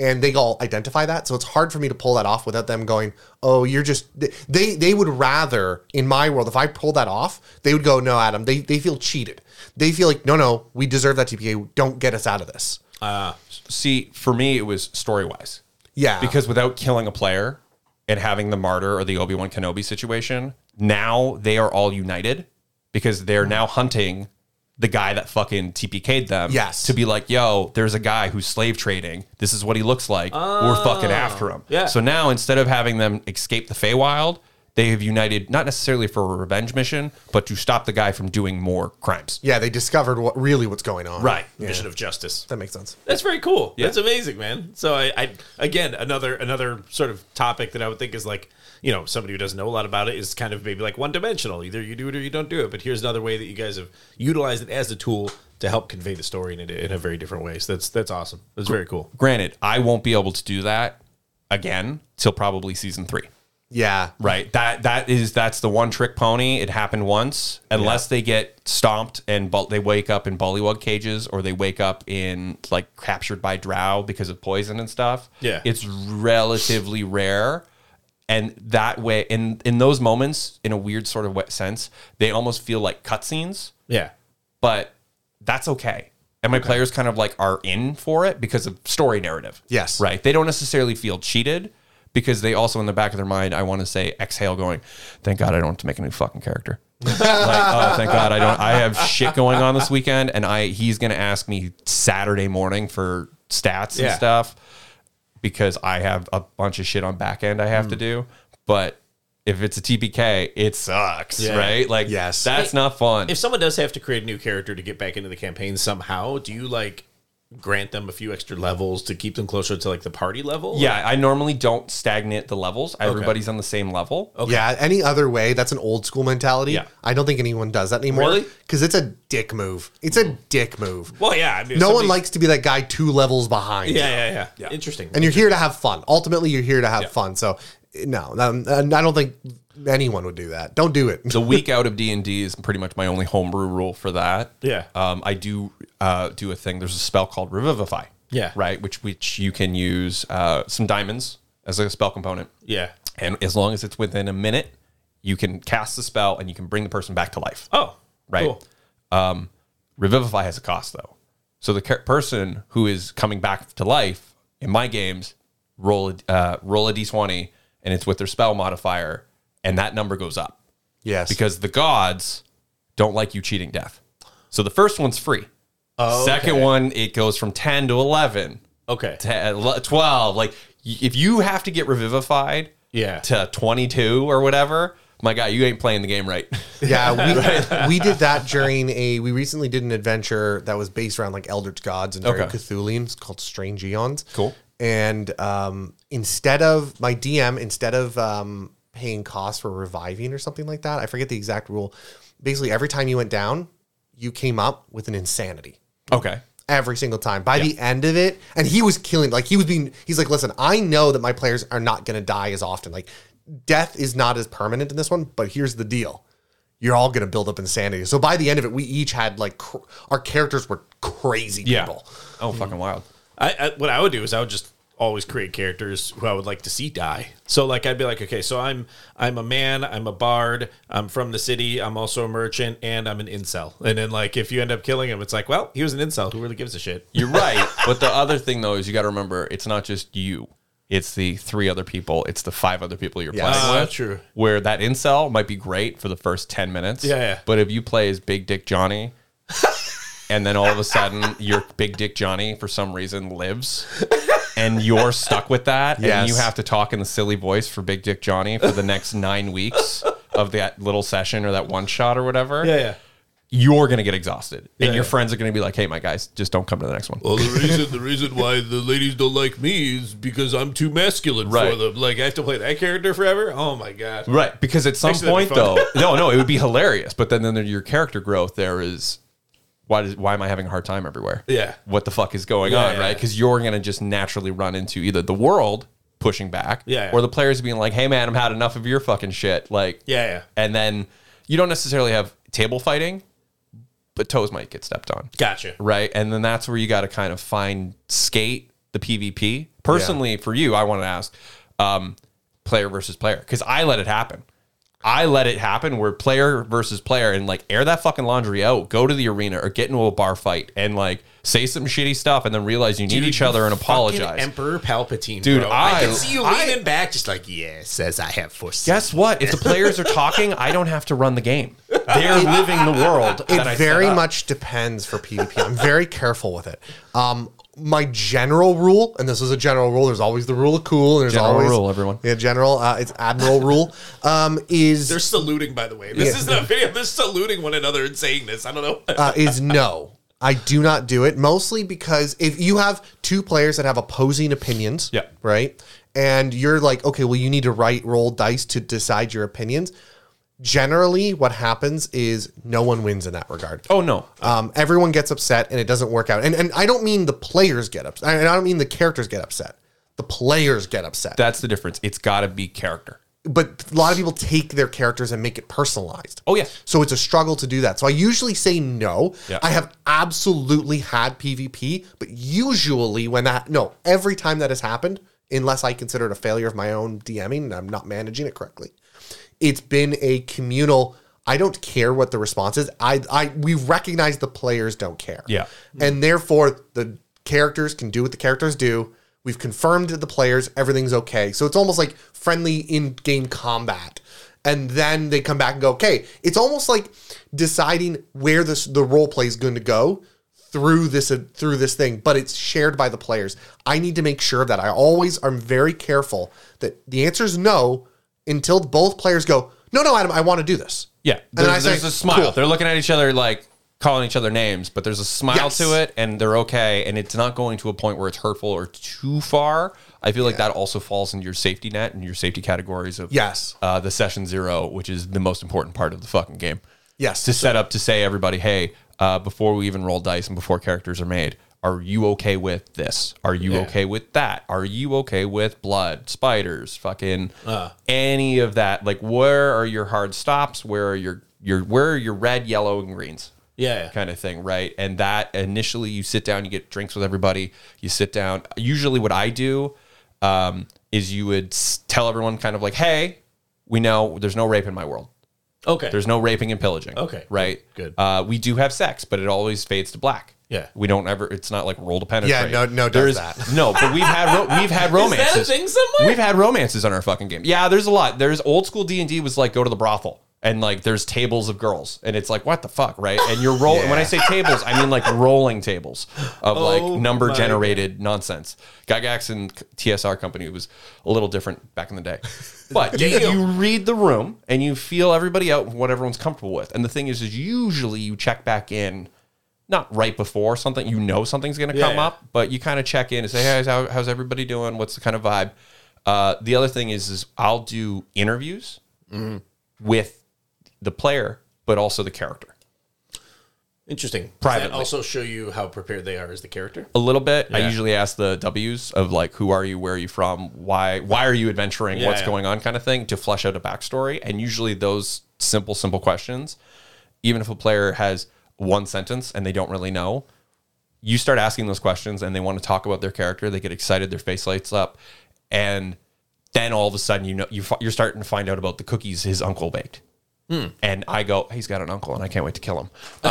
and they all identify that. So it's hard for me to pull that off without them going, "Oh, you're just." They they would rather in my world if I pull that off, they would go, "No, Adam." They they feel cheated. They feel like, "No, no, we deserve that TPK. Don't get us out of this."
See, for me, it was story wise.
Yeah.
Because without killing a player and having the martyr or the Obi Wan Kenobi situation, now they are all united because they're now hunting the guy that fucking TPK'd them.
Yes.
To be like, yo, there's a guy who's slave trading. This is what he looks like. We're fucking after him.
yeah.
So now instead of having them escape the Feywild, they have united not necessarily for a revenge mission, but to stop the guy from doing more crimes.
Yeah, they discovered what really what's going on.
Right.
Mission of Justice.
That makes sense.
That's very cool. That's amazing, man. So I, I again another another sort of topic that I would think is like you know somebody who doesn't know a lot about it is kind of maybe like one dimensional. Either you do it or you don't do it. But here's another way that you guys have utilized it as a tool to help convey the story in a, in a very different way. So that's that's awesome. That's very cool.
Granted, I won't be able to do that again till probably season three.
Yeah.
Right. That that is that's the one trick pony. It happened once. Unless they get stomped and bu- they wake up in bullywug cages or they wake up in like captured by drow because of poison and stuff.
Yeah.
It's relatively rare. And that way in in those moments in a weird sort of wet sense, they almost feel like cutscenes
Yeah.
but that's okay. And my players kind of like are in for it because of story narrative.
Yes.
Right. They don't necessarily feel cheated because they also in the back of their mind, I want to say exhale going, thank God I don't have to make a new fucking character. like, oh, thank God I don't, I have shit going on this weekend and I, he's going to ask me Saturday morning for stats and
Yeah.
stuff because I have a bunch of shit on back end I have to do. But if it's a TPK, it sucks.
Yeah.
Right. Like,
Yes.
that's not fun.
If someone does have to create a new character to get back into the campaign somehow, do you like grant them a few extra levels to keep them closer to like the party level?
Yeah, I normally don't stagnate the levels. Everybody's on the same level.
Yeah, any other way, that's an old school mentality.
Yeah.
I don't think anyone does that anymore.
Really?
Because it's a dick move. It's a dick move.
Well, yeah. I mean, if
no one
somebody-
likes to be that guy two levels behind.
Yeah, yeah, yeah. Interesting.
And you're here to have fun. Ultimately, you're here to have fun. So, no, um, I don't think anyone would do that. Don't do it.
The week out of D and D is pretty much my only homebrew rule for that.
Yeah.
um, I do uh, do a thing. There's a spell called Revivify.
Yeah.
right, which which you can use uh, some diamonds as a spell component.
yeah.
and as long as it's within a minute, you can cast the spell and you can bring the person back to life.
Oh,
right?
cool.
Um, revivify has a cost though, so the ca- person who is coming back to life in my games roll a, uh, roll a d20, and it's with their spell modifier, and that number goes up
yes.
because the gods don't like you cheating death. So the first one's free. Second one, it goes from ten to eleven,
Okay.
to ele- twelve. Like y- if you have to get revivified,
Yeah.
to twenty-two or whatever, my guy, you ain't playing the game right.
Yeah, we, we did that during a. We recently did an adventure that was based around like Eldritch gods and very
Okay.
Cthulian. It's called Strange Eons.
Cool.
And um, instead of my DM, instead of um, paying costs for reviving or something like that, I forget the exact rule. Basically, every time you went down, you came up with an insanity
okay.
every single time. By the end of it, and he was killing. Like he was being. He's like, listen, I know that my players are not going to die as often. Like death is not as permanent in this one. But here's the deal: you're all going to build up insanity. So by the end of it, we each had like cr- our characters were crazy people.
Oh, fucking wild.
I, I what I would do is I would just always create characters who I would like to see die. So like I'd be like, okay, so I'm I'm a man, I'm a bard, I'm from the city, I'm also a merchant, and I'm an incel. And then like if you end up killing him, it's like, well, he was an incel. Who really gives a shit?
You're right. but the other thing though is you got to remember it's not just you. It's the three other people. It's the five other people you're
Yes.
playing
Ah,
with.
true.
Where that incel might be great for the first ten minutes.
Yeah, yeah.
But if you play as Big Dick Johnny, and then all of a sudden your Big Dick Johnny for some reason lives, and you're stuck with that,
Yes.
and you have to talk in the silly voice for Big Dick Johnny for the next nine weeks of that little session or that one shot or whatever
Yeah, yeah.
you're going to get exhausted, and
Yeah,
your
yeah.
friends are going to be like, "Hey, my guys, just don't come to the next one."
Well, the reason the reason why the ladies don't like me is because I'm too masculine for
Right.
them. Like I have to play that character forever. Oh my god!
Right, because at some
Actually, that'd
point
be
though, no, no, it would be hilarious. But then, then there- your character growth there is why does why am I having a hard time everywhere?
Yeah.
what the fuck is going
Yeah,
on?
yeah.
Right, because you're gonna just naturally run into either the world pushing back,
Yeah, yeah.
or the players being like, "Hey man, I'm had enough of your fucking shit." Like,
Yeah, yeah.
and then you don't necessarily have table fighting, but toes might get stepped on
Gotcha.
right? And then that's where you got to kind of find skate the PvP. Personally, for you, I want to ask um, player versus player because I let it happen. I let it happen where player versus player and like air that fucking laundry out, go to the arena or get into a bar fight and like say some shitty stuff and then realize you need
Dude,
each other and
you fucking
apologize.
Emperor Palpatine,
Dude,
Bro. I,
I-
can see you
I-
leaning back, just like yeah, says I have foreseen.
Guess what? If the players are talking, I don't have to run the game. They're living the world. that I
It
set
very
up.
much depends for PvP. I'm very careful with it. Um, my general rule, and this is a general rule. There's always the rule of cool. And there's
General
always
rule, everyone.
Yeah, general. Uh, it's admiral rule. Um, is
They're saluting, by the way. This
Yeah.
is the video. They're saluting one another and saying this. I don't know.
uh, is no. I do not do it mostly because if you have two players that have opposing opinions,
Yeah.
right, and you're like, okay, well, you need to write roll dice to decide your opinions. Generally, what happens is no one wins in that regard.
Oh no.
Um, everyone gets upset and it doesn't work out. And and I don't mean the players get upset. And I don't mean the characters get upset. The players get upset.
That's the difference. It's got to be character.
but a lot of people take their characters and make it personalized.
Oh, yeah.
So it's a struggle to do that. So I usually say no.
Yeah.
I have absolutely had PvP, but usually when that no, every time that has happened, unless I consider it a failure of my own DMing and I'm not managing it correctly, it's been a communal. I don't care what the response is. I I we recognize the players don't care.
Yeah.
And therefore, the characters can do what the characters do. We've confirmed to the players everything's okay. So it's almost like friendly in game combat. And then they come back and go, okay. It's almost like deciding where this the role play is going to go through this through this thing, but it's shared by the players. I need to make sure that I always am very careful that the answer is no until both players go, no, no, Adam, I want to do this.
Yeah,
then
there's,
I
there's
say,
a smile.
"Cool."
They're looking at each other like calling each other names, but there's a smile
Yes.
to it, and they're okay, and it's not going to a point where it's hurtful or too far. I feel like that also falls into your safety net and your safety categories of
Yes.
uh, the session zero, which is the most important part of the fucking game.
Yes.
to set up to say everybody, hey, uh, before we even roll dice and before characters are made. Are you okay with this? Are you okay with that? Are you okay with blood, spiders, fucking any of that? Like, where are your hard stops? Where are your your where are your red, yellow, and greens?
Yeah, yeah.
kind of thing, right? And that initially, you sit down, you get drinks with everybody, you sit down. Usually, what I do um, is you would s- tell everyone, kind of like, "Hey, we know there's no rape in my world.
okay.
There's no raping and pillaging.
Okay,
Right?
good, good.
Uh, we do have sex, but it always fades to black.
Yeah.
We don't ever, it's not like roll to penetrate.
no- no does that.
No, but we've had, ro- we've had romances.
thing somewhere?
We've had romances on our fucking game. Yeah, there's a lot. There's old school D&D was like, go to the brothel. And like, there's tables of girls. And it's like, what the fuck, right? And you're rolling, when I say tables, I mean like rolling tables of
Oh
like number
my
generated generated nonsense. Gygax and TSR company was a little different back in the day. But you, you read the room and you feel everybody out with what everyone's comfortable with. And the thing is, is usually you check back in, not right before something, you know something's going to
Yeah,
come
yeah.
up, but you kind of check in and say, hey, how, how's everybody doing? What's the kind of vibe? Uh, the other thing is, is I'll do interviews
Mm-hmm.
with the player, but also the character.
Interesting. Does that
Privately.
also show you how prepared they are as the character.
a little bit.
Yeah.
I usually ask the W's of like, who are you, where are you from, why, why are you adventuring,
Yeah,
what's
yeah.
going on, kind of thing, to flesh out a backstory. And usually those simple, simple questions, even if a player has one sentence and they don't really know, you start asking those questions and they want to talk about their character. They get excited, their face lights up, and then all of a sudden you know you fi- you're starting to find out about the cookies his uncle baked. And I go, he's got an uncle, and I can't wait to kill him.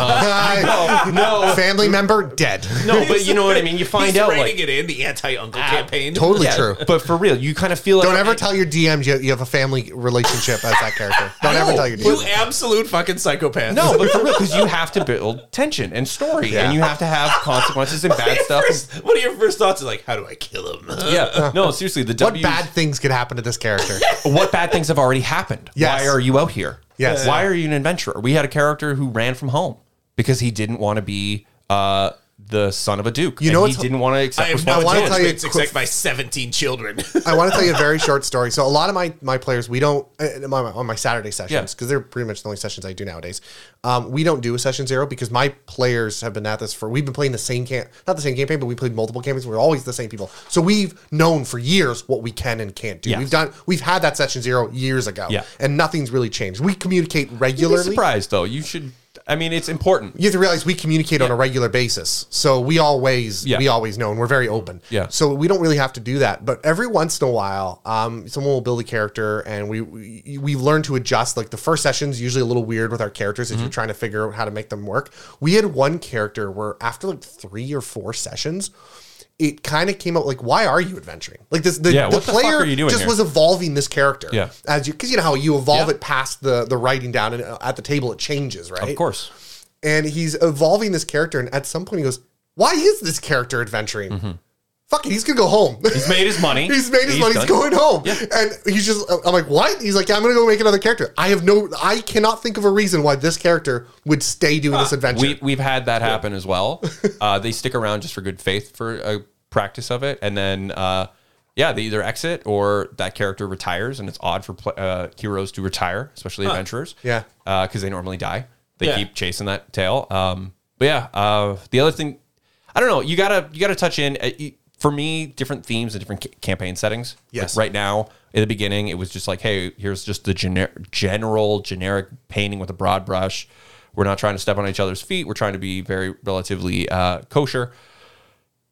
no. Family member dead.
No, Oh, but you know what I mean. You find
He's
out,
writing
like,
it
Ah,
in the anti-uncle campaign.
Totally
Yeah,
true.
But for real, you kind of feel like
Don't ever tell your DMs you, you have a family relationship as that character. Don't ever tell your
You
DMs.
absolute fucking psychopath.
No, but for real, because you have to build tension and story,
Yeah.
and you have to have consequences and bad stuff.
First, what are your first thoughts? Is like, how do I kill him?
Yeah, no, seriously, the
Uh, What
W's,
bad things could happen to this character?
what bad things have already happened?
Yes.
Why are you out here?
Yes.
Why are you an adventurer? We had a character who ran from home. because he didn't want to be uh, the son of a duke.
You
And
know
he
what's-
didn't want to
I
accept
have no
I wanna tell you
attachments
a quick-
except my 17 children.
I want to tell you a very short story. So a lot of my my players, we don't uh, my, on my Saturday sessions
Yeah.
because they're pretty much the only sessions I do nowadays. Um, we don't do a session zero because my players have been at this for. We've been playing the same camp, not the same campaign, but we played multiple campaigns. We're always the same people, so we've known for years what we can and can't do.
Yes.
We've done we've had that session zero years ago,
Yeah.
and nothing's really changed. We communicate
You'd be
regularly.
surprised though. You should. I mean, it's important.
you have to realize we communicate on a regular basis. So we always
Yeah.
we always know and we're very open.
Yeah.
So we don't really have to do that. But every once in a while, um, someone will build a character and we we, we learn to adjust. Like the first session's usually a little weird with our characters as
Mm-hmm.
you're trying to figure out how to make them work. We had one character where after like three or four sessions, it kind of came out like, why are you adventuring? Like this, the,
Yeah,
the
what the fuck
player
are you doing
just
here?
was evolving this character.
Yeah.
As you, because you know how you evolve
Yeah.
it past the the writing down and uh, at the table it changes, right?
Of course.
and he's evolving this character. And at some point, he goes, "Why is this character adventuring? Fuck it, he's gonna go home.
Mm-hmm. He's made his money.
he's made his money. He's
done-
going home." And he's just, uh, I'm like, "What?" He's like, "I'm gonna go make another character. I have no, I cannot think of a reason why this character would stay doing this adventure."
Ah, We, we've had that happen as well. Uh, they stick around just for good faith for a practice of it. And then, uh, yeah, they either exit or that character retires. And it's odd for pl- uh, heroes to retire, especially adventurers.
Yeah.
Because they normally die. They
Yeah.
keep chasing that tail. Um, but yeah, uh, the other thing, I don't know. You gotta you gotta touch in. uh, you- For me, different themes and different ca- campaign settings. Like
Yes.
right right now in the beginning it was just like hey here's just the gener- general generic painting with a broad brush we're not trying to step on each other's feet we're trying to be very relatively uh, kosher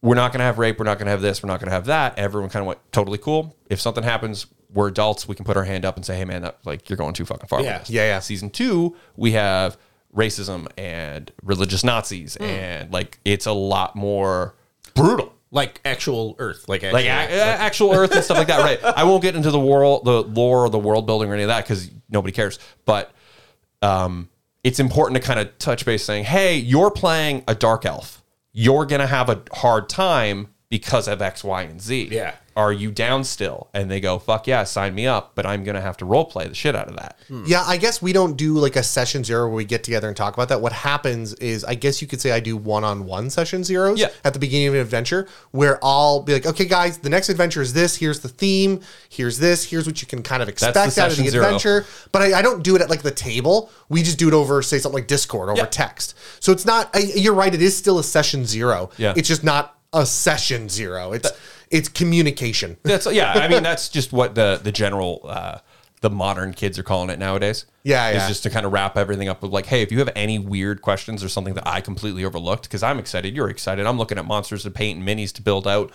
we're not going to have rape we're not going to have this we're not going to have that everyone kind of went totally cool if something happens we're adults we can put our hand up and say hey man that like you're going too fucking far with
Yeah.
this."
Yeah, yeah.
season two we have racism and religious nazis
Hmm.
and like it's a lot more brutal
like actual Earth. Like uh, actual,
like a- a- actual Earth and stuff like that. Right. I won't get into the world, the lore, or the world building, or any of that because nobody cares. But um, it's important to kind of touch base, saying, "Hey, you're playing a dark elf. You're gonna have a hard time because of X, Y, and Z.
Yeah.
Are you down still?" And they go, "Fuck yeah, sign me up." But I'm gonna have to role play the shit out of that.
Yeah, I guess we don't do like a session zero where we get together and talk about that. What happens is, I guess you could say I do one on one session zeros
Yeah.
at the beginning of an adventure where I'll be like, okay, guys, the next adventure is this. Here's the theme. Here's this. Here's what you can kind of expect out of
session
the
zero.
adventure. But I, I don't do it at like the table. We just do it over, say, something like Discord, over
Yeah.
text. So it's not, I, you're right. It is still a session zero.
Yeah.
It's just not a session zero. It's, it's communication.
That's yeah. I mean, that's just what the the general uh, the modern kids are calling it nowadays.
Yeah,
is
yeah.
just to kind of wrap everything up with like, hey, if you have any weird questions or something that I completely overlooked, because I'm excited, you're excited, I'm looking at monsters to paint and minis to build out,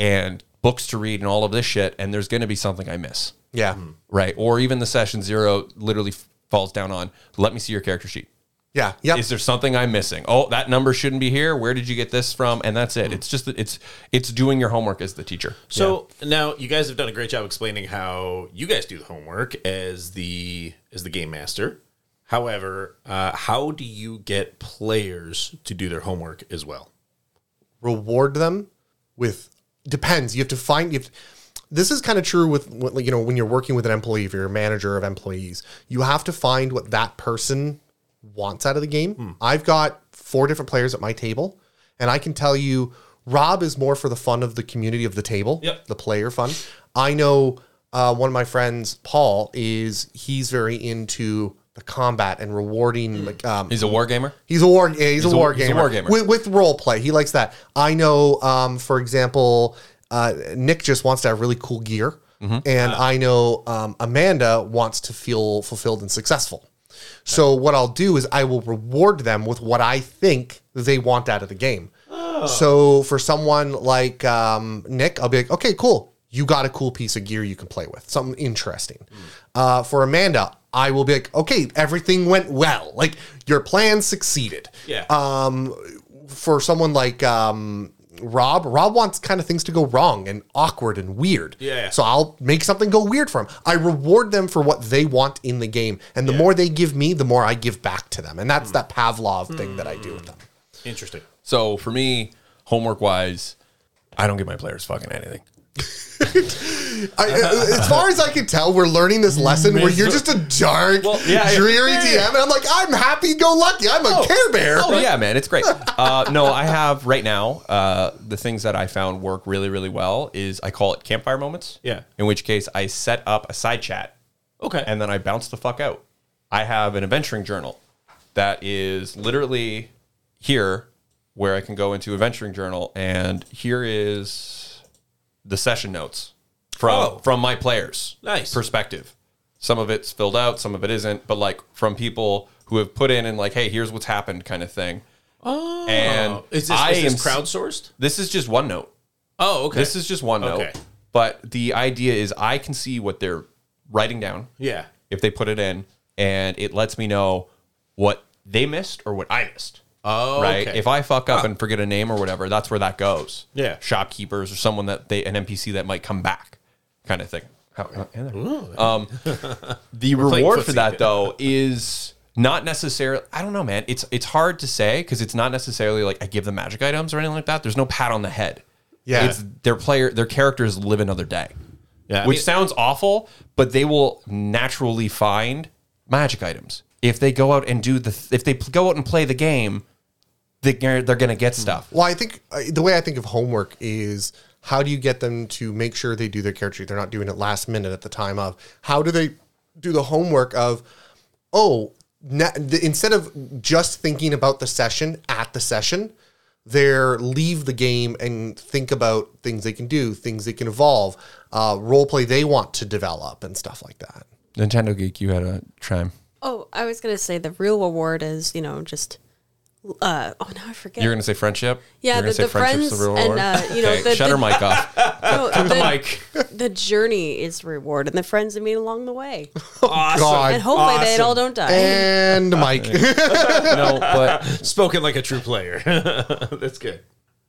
and books to read and all of this shit, and there's going to be something I miss,
Yeah.
right? Or even the session zero literally f- falls down on. Let me see your character sheet.
Yeah. Yep.
Is there something I'm missing? Oh, that number shouldn't be here. Where did you get this from? And that's it. It's just that it's it's doing your homework as the teacher.
So now you guys have done a great job explaining how you guys do the homework as the as the game master. However, uh, how do you get players to do their homework as well?
reward them with depends you have to find if this is kind of true with what, like, you know when you're working with an employee if you're a manager of employees you have to find what that person wants out of the game i've got four different players at my table and i can tell you rob is more for the fun of the community of the table
Yep.
the player fun i know uh, one of my friends paul is he's very into the combat and rewarding like um,
He's a war gamer.
He's a war. Yeah, he's, a,
a-
war
he's a
gamer.
war gamer.
With, with role play, he likes that. I know. Um, for example, uh, Nick just wants to have really cool gear, and I know um, Amanda wants to feel fulfilled and successful. So what I'll do is I will reward them with what I think they want out of the game. So for someone like um, Nick, I'll be like, okay, cool. You got a cool piece of gear you can play with, something interesting. Uh, for Amanda, I will be like, okay, everything went well. Like your plan succeeded.
Yeah.
Uh,
For someone like um, Rob, Rob wants kind of things to go wrong and awkward and weird.
Yeah.
So I'll make something go weird for them. I reward them for what they want in the game, and the more they give me, the more I give back to them, and
Hmm.
that's that Pavlov thing that I do with them.
Interesting.
So for me, homework wise, I don't give my players fucking anything.
I, uh, as far as I can tell, we're learning this lesson where you're just a dark,
Well, yeah, yeah.
dreary
Yeah, yeah.
DM, and I'm like, I'm happy go lucky. I'm a Care Bear.
Oh yeah, man, it's great. Uh, no, I have right now uh, the things that I found work really, really well is I call it campfire moments.
Yeah.
In which case, I set up a side chat
Okay.
and then I bounce the fuck out. I have an adventuring journal that is literally here where I can go into adventuring journal and here is the session notes from
Oh.
from my players
Nice.
perspective. Some of it's filled out, some of it isn't, but like from people who have put in and like, hey, here's what's happened kind of thing. Oh, and
oh, is this,
I
is
am
this crowdsourced?
This is just OneNote.
Oh, okay.
This is just OneNote.
Okay.
But the idea is I can see what they're writing down
yeah.
if they put it in, and it lets me know what they missed or what I missed.
Oh,
right.
okay.
If I fuck up and forget a name or whatever, that's where that goes.
Yeah.
Shopkeepers or someone that they an NPC that might come back, kind of thing. How- um, the reward for
footsie
that
bit.
though is not necessarily. I don't know, man. It's it's hard to say because it's not necessarily like I give them magic items or anything like that. There's no pat on the head.
Yeah.
it's their player, their characters live another day
Yeah. I
which
mean-
sounds awful, but they will naturally find magic items if they go out and do the. If they pl- go out and play the game, they, they're going to get stuff.
Well, I think uh, the way I think of homework is how do you get them to make sure they do their character? sheet? They're not doing it last minute at the time of. How do they do the homework of? Oh, na- the, instead of just thinking about the session at the session, they're leave the game and think about things they can do, things they can evolve, uh, role play they want to develop, and stuff like that.
Nintendo Geek, you had a chime.
Oh, I was gonna say the real reward is you know just. Uh, oh now I forget.
You're going to say friendship.
Yeah,
You're gonna
the- the friends and, uh, you know,
Okay,
the-
shut her
the-
mic off.
No,
The
Oh, the-
mic.
the journey is reward, and the friends I meet along the way,
Awesome.
God.
and hopefully they
Awesome.
all don't die.
Uh,
And Mike,
No, but
Spoken like a true player. That's good.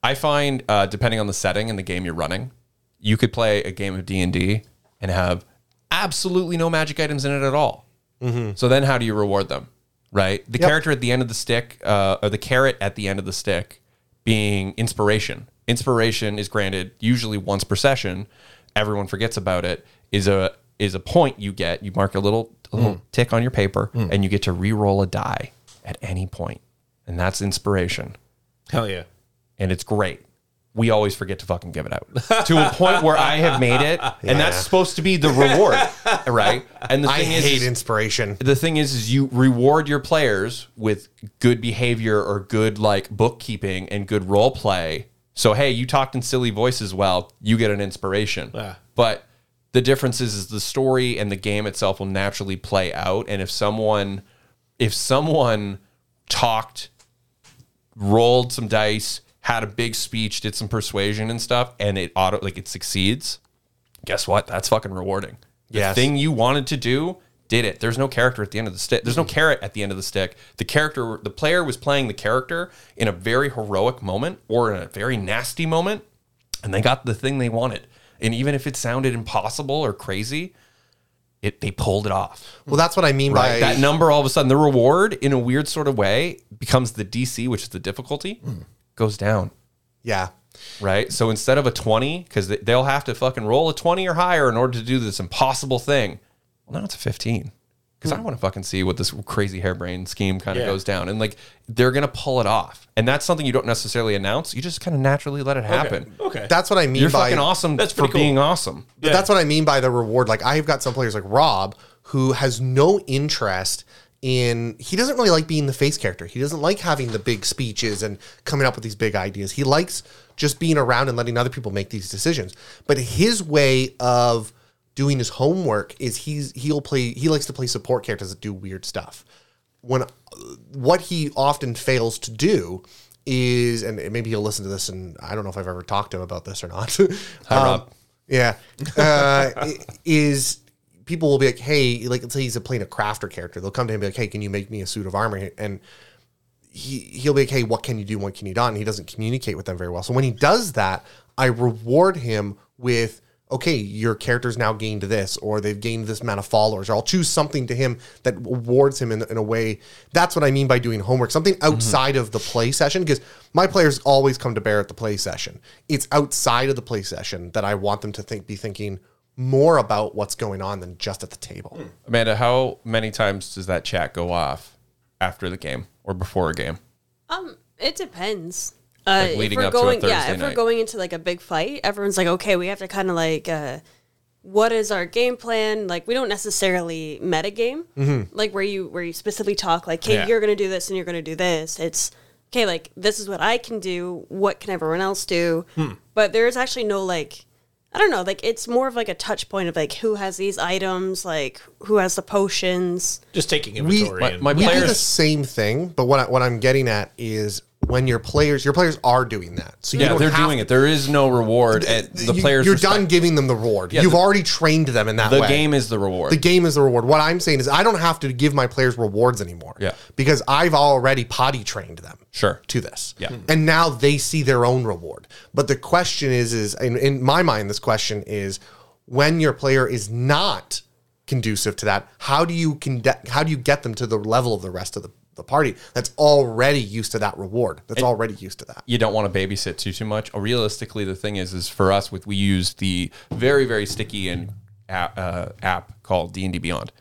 I find uh, depending on the setting and the game you're running, you could play a game of D and D and have absolutely no magic items in it at all. So then, how do you reward them? Right, the character at the end of the stick, uh, or the carrot at the end of the stick, being inspiration. Inspiration is granted usually once per session. Everyone forgets about it. Is a is a point you get. You mark a little a little tick on your paper, and you get to re-roll a die at any point, and that's inspiration
Hell yeah.
and it's great. We always forget to fucking give it out to a point where I have made it, and that's supposed to be the reward, right? And the
I
thing is,
hate inspiration.
the thing is, is you reward your players with good behavior or good like bookkeeping and good role play. So hey, you talked in silly voices. Well, you get an inspiration.
Yeah.
But the difference is, is the story and the game itself will naturally play out. And if someone, if someone talked rolled some dice, had a big speech, did some persuasion and stuff, and it auto like it succeeds. Guess what? That's fucking rewarding. The
Yes.
thing you wanted to do did it. There's no character at the end of the stick. There's no carrot at the end of the stick. The character, the player was playing the character in a very heroic moment or in a very nasty moment, and they got the thing they wanted. And even if it sounded impossible or crazy, it they pulled it off
Well, that's what I mean by
that number all of a sudden the reward in a weird sort of way becomes the dc which is the difficulty
Hmm.
goes down
yeah.
right so instead of a 20 because they'll have to fucking roll a 20 or higher in order to do this impossible thing well now it's a 15 because i want to fucking see what this crazy hairbrain scheme kind of
Hmm. Yeah.
goes down and like they're gonna pull it off and that's something you don't necessarily announce you just kind of naturally let it happen
Okay.
That's what I mean
you're
by
fucking awesome
That's
for
pretty cool.
being awesome
But that's what I mean by the reward. Like I've got some players like Rob who has no interest in he doesn't really like being the face character. He doesn't like having the big speeches and coming up with these big ideas. He likes just being around and letting other people make these decisions. But his way of doing his homework is he's he'll play he likes to play support characters that do weird stuff when what he often fails to do is, and maybe he'll listen to this, and I don't know if I've ever talked to him about this or not. Um, Yeah, uh, i- is people will be like, hey, like let's say he's a playing a crafter character, they'll come to him and be like, hey, can you make me a suit of armor? And he he'll be like, hey, what can you do? What can you not? And he doesn't communicate with them very well. So when he does that, I reward him with, okay, your character's now gained this, or they've gained this amount of followers, or I'll choose something to him that awards him in, in a way. That's what I mean by doing homework, something outside of the play session, because my players always come to bear at the play session. It's outside of the play session that I want them to think, be thinking more about what's going on than just at the table.
Amanda, how many times does that chat go off after the game or before a game?
Um, it depends. Uh,
Like, leading
if we're
up to a
going, yeah,
Thursday
if
night.
we're going into like a big fight, everyone's like, okay, we have to kind of like, uh, what is our game plan? Like, we don't necessarily metagame,
Mm-hmm.
like where you where you specifically talk like, okay,
Yeah.
you're gonna do this and you're gonna do this. It's okay, like this is what I can do. What can everyone else do?
Hmm.
But there is actually no like. I don't know, like it's more of like a touch point of like who has these items, like who has the potions.
Just taking inventory.
My,
and,
my
we do the
players,
same thing, but what, I, what I'm getting at is when your players, your players are doing that. So you
yeah,
don't
they're
have
doing it. There is no reward. At the
you,
players,
You're
respect.
done giving them the reward. You've
the-
already trained them in that
The
way.
game is the reward.
the game is the reward. What I'm saying is I don't have to give my players rewards anymore.
Yeah.
Because I've already potty trained them.
Sure.
To this.
Yeah.
And now they see their own reward. But the question is, is in, in my mind, this question is when your player is not conducive to that, how do you conde- how do you get them to the level of the rest of the, the party that's already used to that reward? That's already used to that.
you don't want to babysit too too much. Or realistically, the thing is, is for us with we use the very very sticky and app, uh, app called D and D Beyond,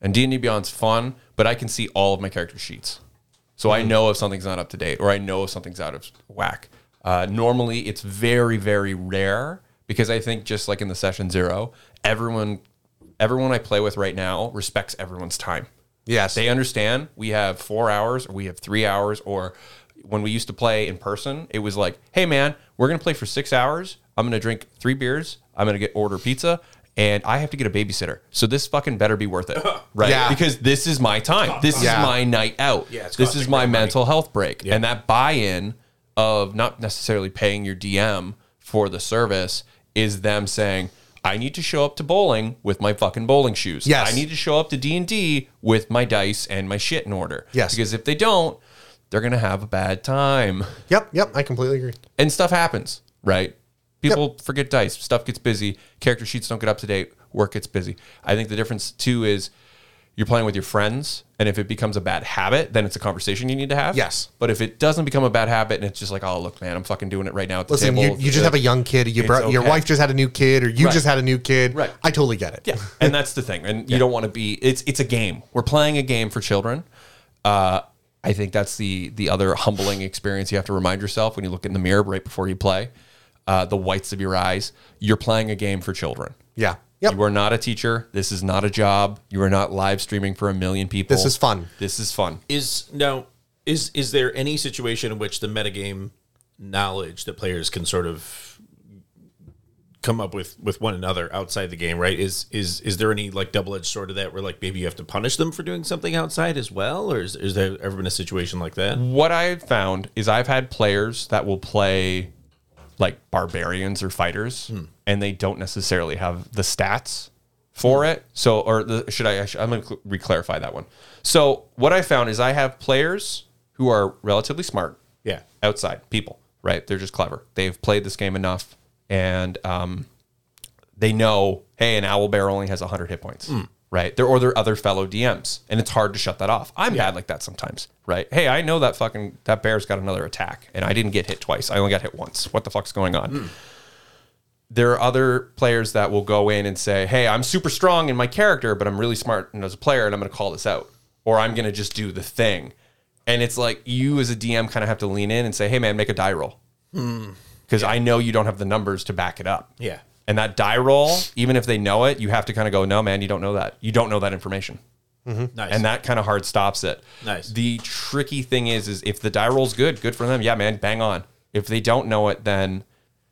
and D and D Beyond's fun, but I can see all of my character sheets, so
Hmm.
I know if something's not up to date or I know if something's out of whack. Uh, normally, it's very very rare because I think just like in the session zero, everyone everyone I play with right now respects everyone's time.
Yes.
They understand we have four hours or we have three hours, or when we used to play in person, it was like, hey, man, we're going to play for six hours. I'm going to drink three beers. I'm going to get order pizza. And I have to get a babysitter. So this fucking better be worth it. Right.
Yeah.
Because this is my time. This
Yeah.
is my night out.
Yeah, it's
this
costing
is my
great money.
mental health break. And that buy in of not necessarily paying your DM for the service is them saying, I need to show up to bowling with my fucking bowling shoes.
Yes.
I need to show up to D&D with my dice and my shit in order.
Yes.
Because if they don't, they're going to have a bad time.
Yep, yep, I completely agree.
And stuff happens, right? People forget dice. Stuff gets busy. Character sheets don't get up to date. Work gets busy. I think the difference, too, is you're playing with your friends. And if it becomes a bad habit, then it's a conversation you need to have.
Yes.
But if it doesn't become a bad habit and it's just like, oh, look, man, I'm fucking doing it right now at the
Listen,
table.
you, you just have a young kid. You bro- Your
okay.
wife just had a new kid, or you
Right.
just had a new kid.
Right.
I totally get it.
Yeah, and that's the thing. And you don't want to be. It's it's a game. We're playing a game for children. Uh, I think that's the the other humbling experience you have to remind yourself when you look in the mirror right before you play. Uh, the whites of your eyes. You're playing a game for children.
Yeah. Yep.
You are not a teacher. This is not a job. You are not live streaming for a million people.
This is fun.
This is fun.
is now is is there any situation in which the metagame knowledge that players can sort of come up with with one another outside the game right is is is there any like double-edged sword to that where like maybe you have to punish them for doing something outside as well or is, is there ever been a situation like that
what I've found is I've had players that will play like barbarians or fighters, and they don't necessarily have the stats for it. So, or the, should I? I should- I'm going to reclarify that one. So, what I found is I have players who are relatively smart,
Yeah.
outside people, right? They're just clever. They've played this game enough, and um, they know, hey, an owl bear only has 100 hit points, right? They're, or their other fellow DMs, and it's hard to shut that off. I'm bad like that sometimes, right? Hey, I know that fucking that bear's got another attack, and I didn't get hit twice. I only got hit once. What the fuck's going on? There are other players that will go in and say, hey, I'm super strong in my character, but I'm really smart and as a player, and I'm going to call this out, or I'm going to just do the thing. And it's like you as a DM kind of have to lean in and say, hey, man, make a die roll because I know you don't have the numbers to back it up.
Hmm. Yeah.
And that die roll, even if they know it, you have to kind of go, no, man, you don't know that. You don't know that information.
nice
Mm-hmm. And that kind of hard stops it.
Nice.
The tricky thing is, is if the die roll's good, good for them. Yeah, man, bang on. If they don't know it, then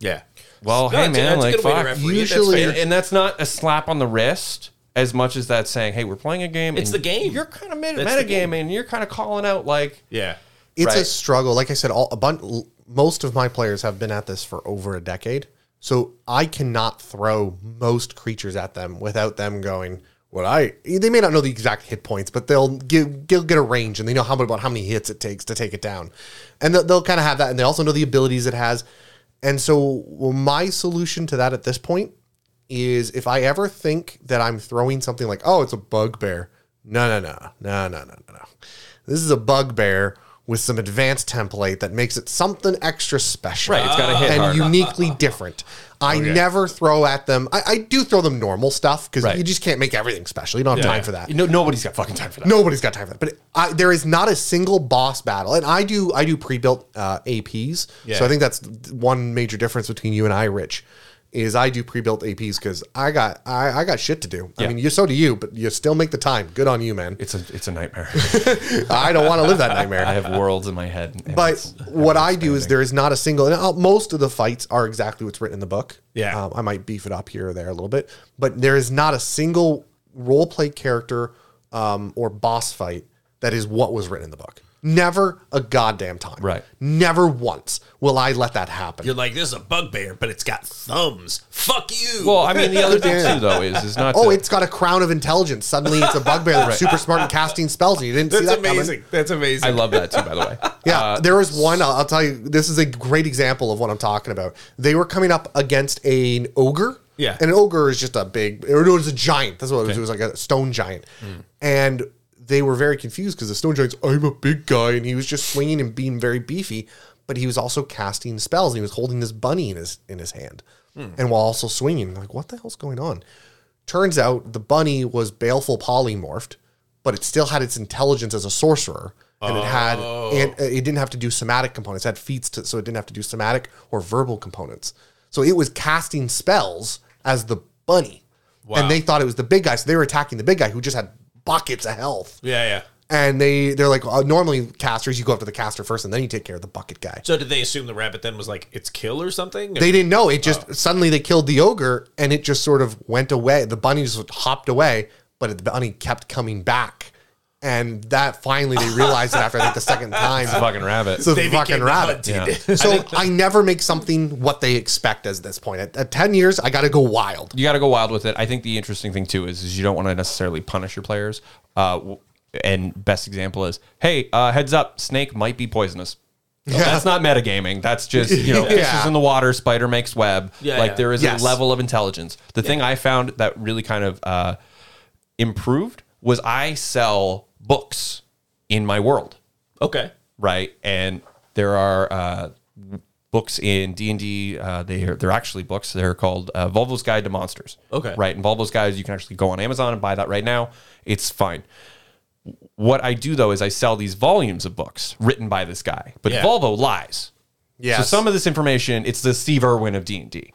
yeah
well,
No,
hey
it's a-
man,
it's a
like
good way to
fuck.
referee it, that's
Usually-
fair.
and, and that's not a slap on the wrist as much as that's saying, hey, we're playing a game.
It's
and
the game.
You're kind of
That's the game.
metagaming. You're kind of calling out like,
yeah
It's a
Right.
struggle. Like I said, all, a bunch. Most of my players have been at this for over a decade, so I cannot throw most creatures at them without them going. What I they may not know the exact hit points, but they'll give, they'll get a range and they know how about how many hits it takes to take it down, and they'll, they'll kind of have that, and they also know the abilities it has, and so well, my solution to that at this point is if I ever think that I'm throwing something like, oh, it's a bugbear. No, no, no, no, no, no, no, no. This is a bugbear with some advanced template that makes it something extra special.
Right, it's gotta hit
and
hard.
uniquely different. I never throw at them. I, I do throw them normal stuff because
Right.
you just can't make everything special. You don't have
Yeah.
time for that.
No, nobody's got fucking time for that.
Nobody's got time for that. But I, there is not a single boss battle, and I do I do pre-built uh, APs.
Yeah.
So I think that's one major difference between you and I, Rich, is I do pre-built APs because I got I, I got shit to do. I
Yeah.
mean, you so do you, but you still make the time. Good on you, man.
It's a it's a nightmare.
I don't want to live that nightmare.
I have worlds in my head. and
But
it's-
what I do is there is not a single, and I'll- most of the fights are exactly what's written in the book.
Yeah.
Um, I might beef it up here or there a little bit, but there is not a single role play character um, or boss fight that is what was written in the book. Never a goddamn time.
Right.
Never once will I let that happen.
You're like, this is a bugbear, but it's got thumbs. Fuck you.
well, I mean, the other thing too, though, is is not.
Oh,
to-
it's got a crown of intelligence. Suddenly, it's a bugbear that's super smart and casting spells, and you didn't see
that's
that
amazing.
coming.
That's amazing.
I love that too. By the way,
Yeah, there was one. I'll, I'll tell you. This is a great example of what I'm talking about. They were coming up against an ogre.
Yeah.
and an ogre is just a big. Or it was a giant. That's what it was. It was like a stone giant, and they were very confused because the stone giant's I'm a big guy, and he was just swinging and being very beefy, but he was also casting spells. And he was holding this bunny in his in his hand, and while also swinging, like what the hell's going on? Turns out the bunny was baleful polymorphed, but it still had its intelligence as a sorcerer, and it had and uh, it didn't have to do somatic components. It had feats, to, so it didn't have to do somatic or verbal components. So it was casting spells as the bunny,
Wow.
and they thought it was the big guy. So they were attacking the big guy who just had buckets of health.
yeah, yeah.
And they they're like uh, normally casters, you go after the caster first, and then you take care of the bucket guy.
So did they assume the rabbit then was like, it's kill or something?
They didn't know. It
Oh.
just suddenly they killed the ogre and it just sort of went away. The bunny just hopped away, but the bunny kept coming back. And that finally they realized it after I think the second time.
fucking rabbit.
It's a
They became
fucking
the
rabbit.
hunted.
So I, never make something what they expect as this point. At, at 10 years, I got to go wild.
you got to go wild with it. I think the interesting thing too is, is you don't want to necessarily punish your players. Uh, w- and best example is, hey, uh, heads up, snake might be poisonous. That's not metagaming. That's just you know
Yeah.
fishes in the water, spider makes web.
Yeah,
like
yeah.
there is
Yes.
a level of intelligence. The thing I found that really kind of uh, improved was I sell books in my world
Okay.
right? And there are uh, books in D and D. uh, They are, they're actually books. They're called uh, Volvo's Guide to Monsters.
Okay.
right. And Volvo's Guide, you can actually go on Amazon and buy that right now. It's fine. What I do though is I sell these volumes of books written by this guy, but
Yeah.
Volvo lies. So
Yes.
some of this information, it's the Steve Irwin of D and D,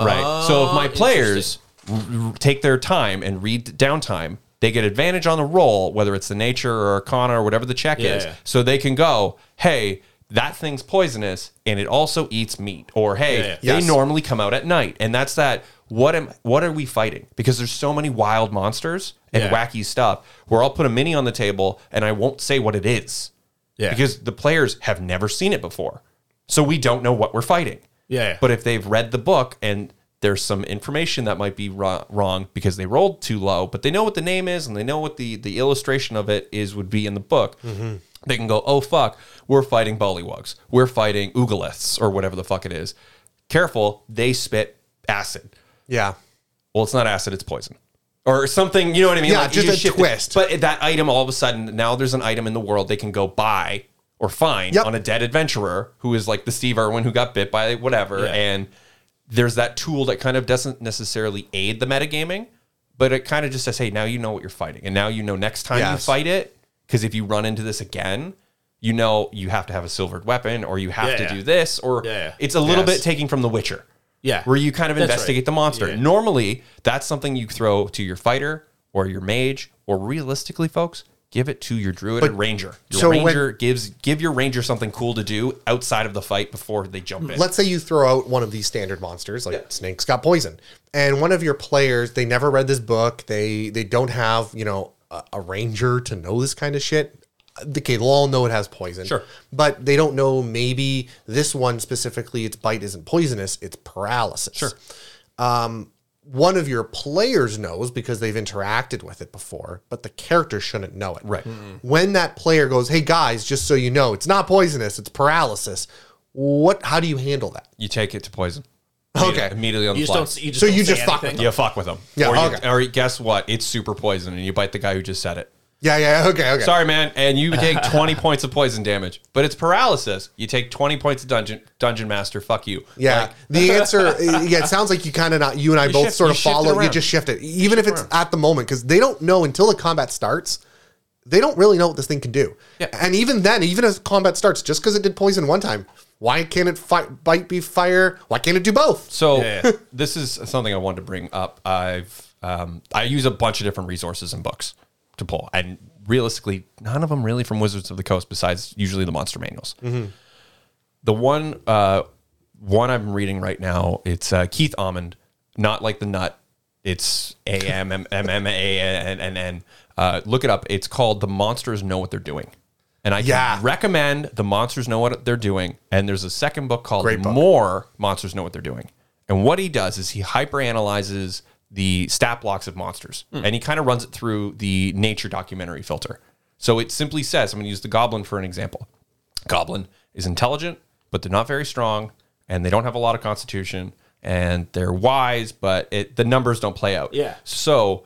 right? so
Oh,
if my players r- r- take their time and read downtime, they get advantage on the roll, whether it's the nature or arcana or whatever the check
Yeah,
is.
yeah.
So they can go, hey, that thing's poisonous and it also eats meat, or hey,
Yeah, yeah.
they
Yes.
normally come out at night, and that's that. What am? What are we fighting? Because there's so many wild monsters and
Yeah.
wacky stuff. Where I'll put a mini on the table and I won't say what it is
Yeah.
because the players have never seen it before. So we don't know what we're fighting.
Yeah, yeah.
But if they've read the book and there's some information that might be ro- wrong because they rolled too low, but they know what the name is and they know what the, the illustration of it is would be in the book.
Mm-hmm.
They can go, oh fuck, we're fighting bullywugs, we're fighting oogaliths or whatever the fuck it is. Careful, they spit acid
Yeah.
well, it's not acid, it's poison. Or something, you know what I mean?
Yeah,
you
just a
shift it.
twist.
But that item, all of a sudden, now there's an item in the world they can go buy or find
Yep.
on a dead adventurer who is like the Steve Irwin who got bit by whatever.
Yeah.
And there's that tool that kind of doesn't necessarily aid the metagaming, but it kind of just says, hey, now you know what you're fighting. And now you know next time you
Yes.
fight it, because if you run into this again, you know you have to have a silvered weapon or you have
Yeah,
to
yeah.
do this or
Yeah, yeah.
it's a little
Yes.
bit taking from The Witcher.
Yeah.
Where you kind of
That's right.
investigate the monster.
Yeah.
Normally, that's something you throw to your fighter or your mage, or realistically, folks, give it to your druid or ranger. Your
so when-
ranger gives give your ranger something cool to do outside of the fight before they jump in.
Let's say you throw out one of these standard monsters, like snakes got poison, and one of your players they never read this book. They they don't have you know a, a ranger to know this kind of shit. Okay, they'll all know it has poison,
Sure.
but they don't know maybe this one specifically. Its bite isn't poisonous; it's paralysis. Sure. Um, one of your players knows because they've interacted with it before, but the character shouldn't know it.
Right.
When that player goes, "Hey guys, just so you know, it's not poisonous; it's paralysis." What? How do you handle that?
you take it to poison.
Okay.
Immediately on the
You just
fly.
don't. see- You just
So
don't
you
say
just fuck
anything.
with
you fuck with them.
Yeah,
Or, you-
okay.
or guess what? It's super poison, and you bite the guy who just said it.
Yeah, yeah, okay, okay.
Sorry, man. And you take 20 points of poison damage, but it's paralysis. You take 20 points of dungeon dungeon master. Fuck you.
Yeah,
Like,
the answer. Yeah, it sounds like you kind of not. You and I both
shift-
sort
you
of
shift it
follow. You
around.
just shift it, even if
shift
it's
around.
at the moment, because they don't know until the combat starts. They don't really know what this thing can do.
Yeah.
And even then, even if combat starts, just because it did poison one time, why can't it fi- bite be fire? Why can't it do both?
So
Yeah, yeah.
this is something I wanted to bring up. I've um, I use a bunch of different resources and books to pull, and realistically, none of them really from Wizards of the Coast, besides usually the monster manuals.
Mm-hmm.
The one uh, one I'm reading right now, it's uh, Keith Almond, not like the nut. It's A M M M M A N N N. Uh, Look it up. It's called "The Monsters Know What They're Doing," and I can
Yeah.
recommend "The Monsters Know What They're Doing." And there's a second book called
Great book.
more monsters know what they're doing. And what he does is he hyperanalyzes the stat blocks of monsters and he kind of runs it through the nature documentary filter. So it simply says, I'm going to use the goblin for an example. Goblin is intelligent, but they're not very strong and they don't have a lot of constitution and they're wise, but it, the numbers don't play out.
Yeah.
So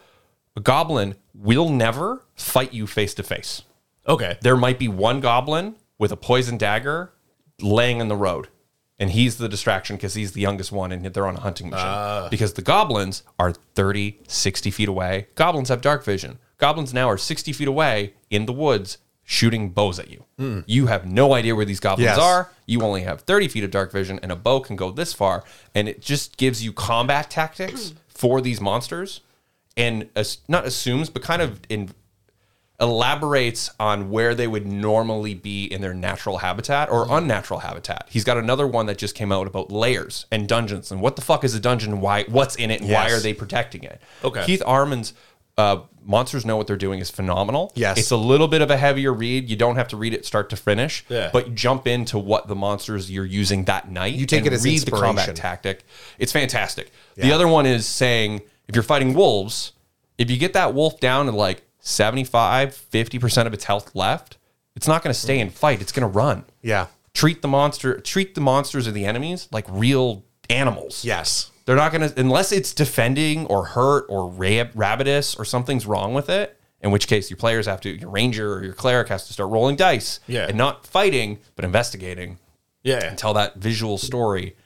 a goblin will never fight you face to face
Okay.
there might be one goblin with a poison dagger laying in the road. And he's the distraction because he's the youngest one and they're on a hunting mission. because the goblins are 30, 60 feet away. Goblins have dark vision. Goblins now are 60 feet away in the woods shooting bows at you. You have no idea where these goblins
Yes.
are. You only have 30 feet of dark vision and a bow can go this far. And it just gives you combat tactics for these monsters and as, not assumes, but kind of in, elaborates on where they would normally be in their natural habitat or unnatural habitat. He's got another one that just came out about layers and dungeons and what the fuck is a dungeon? and Why? What's in it? And why
Yes.
are they protecting it?
Okay.
Keith Arman's uh, Monsters Know What They're Doing is phenomenal.
Yes.
It's a little bit of a heavier read. You don't have to read it start to finish,
Yeah.
but jump into what the monsters you're using that night. You
take it as
read the combat
inspiration.
tactic. It's fantastic. The other one is saying if you're fighting wolves, if you get that wolf down to like 75, 50% of its health left, it's not going to stay and fight. It's going to run.
Yeah.
Treat the monster, treat the monsters or the enemies like real animals.
Yes.
They're not going to, unless it's defending or hurt or rab- rabidous or something's wrong with it, in which case your players have to, your ranger or your cleric has to start rolling dice
Yeah.
and not fighting, but investigating
Yeah.
and tell that visual story,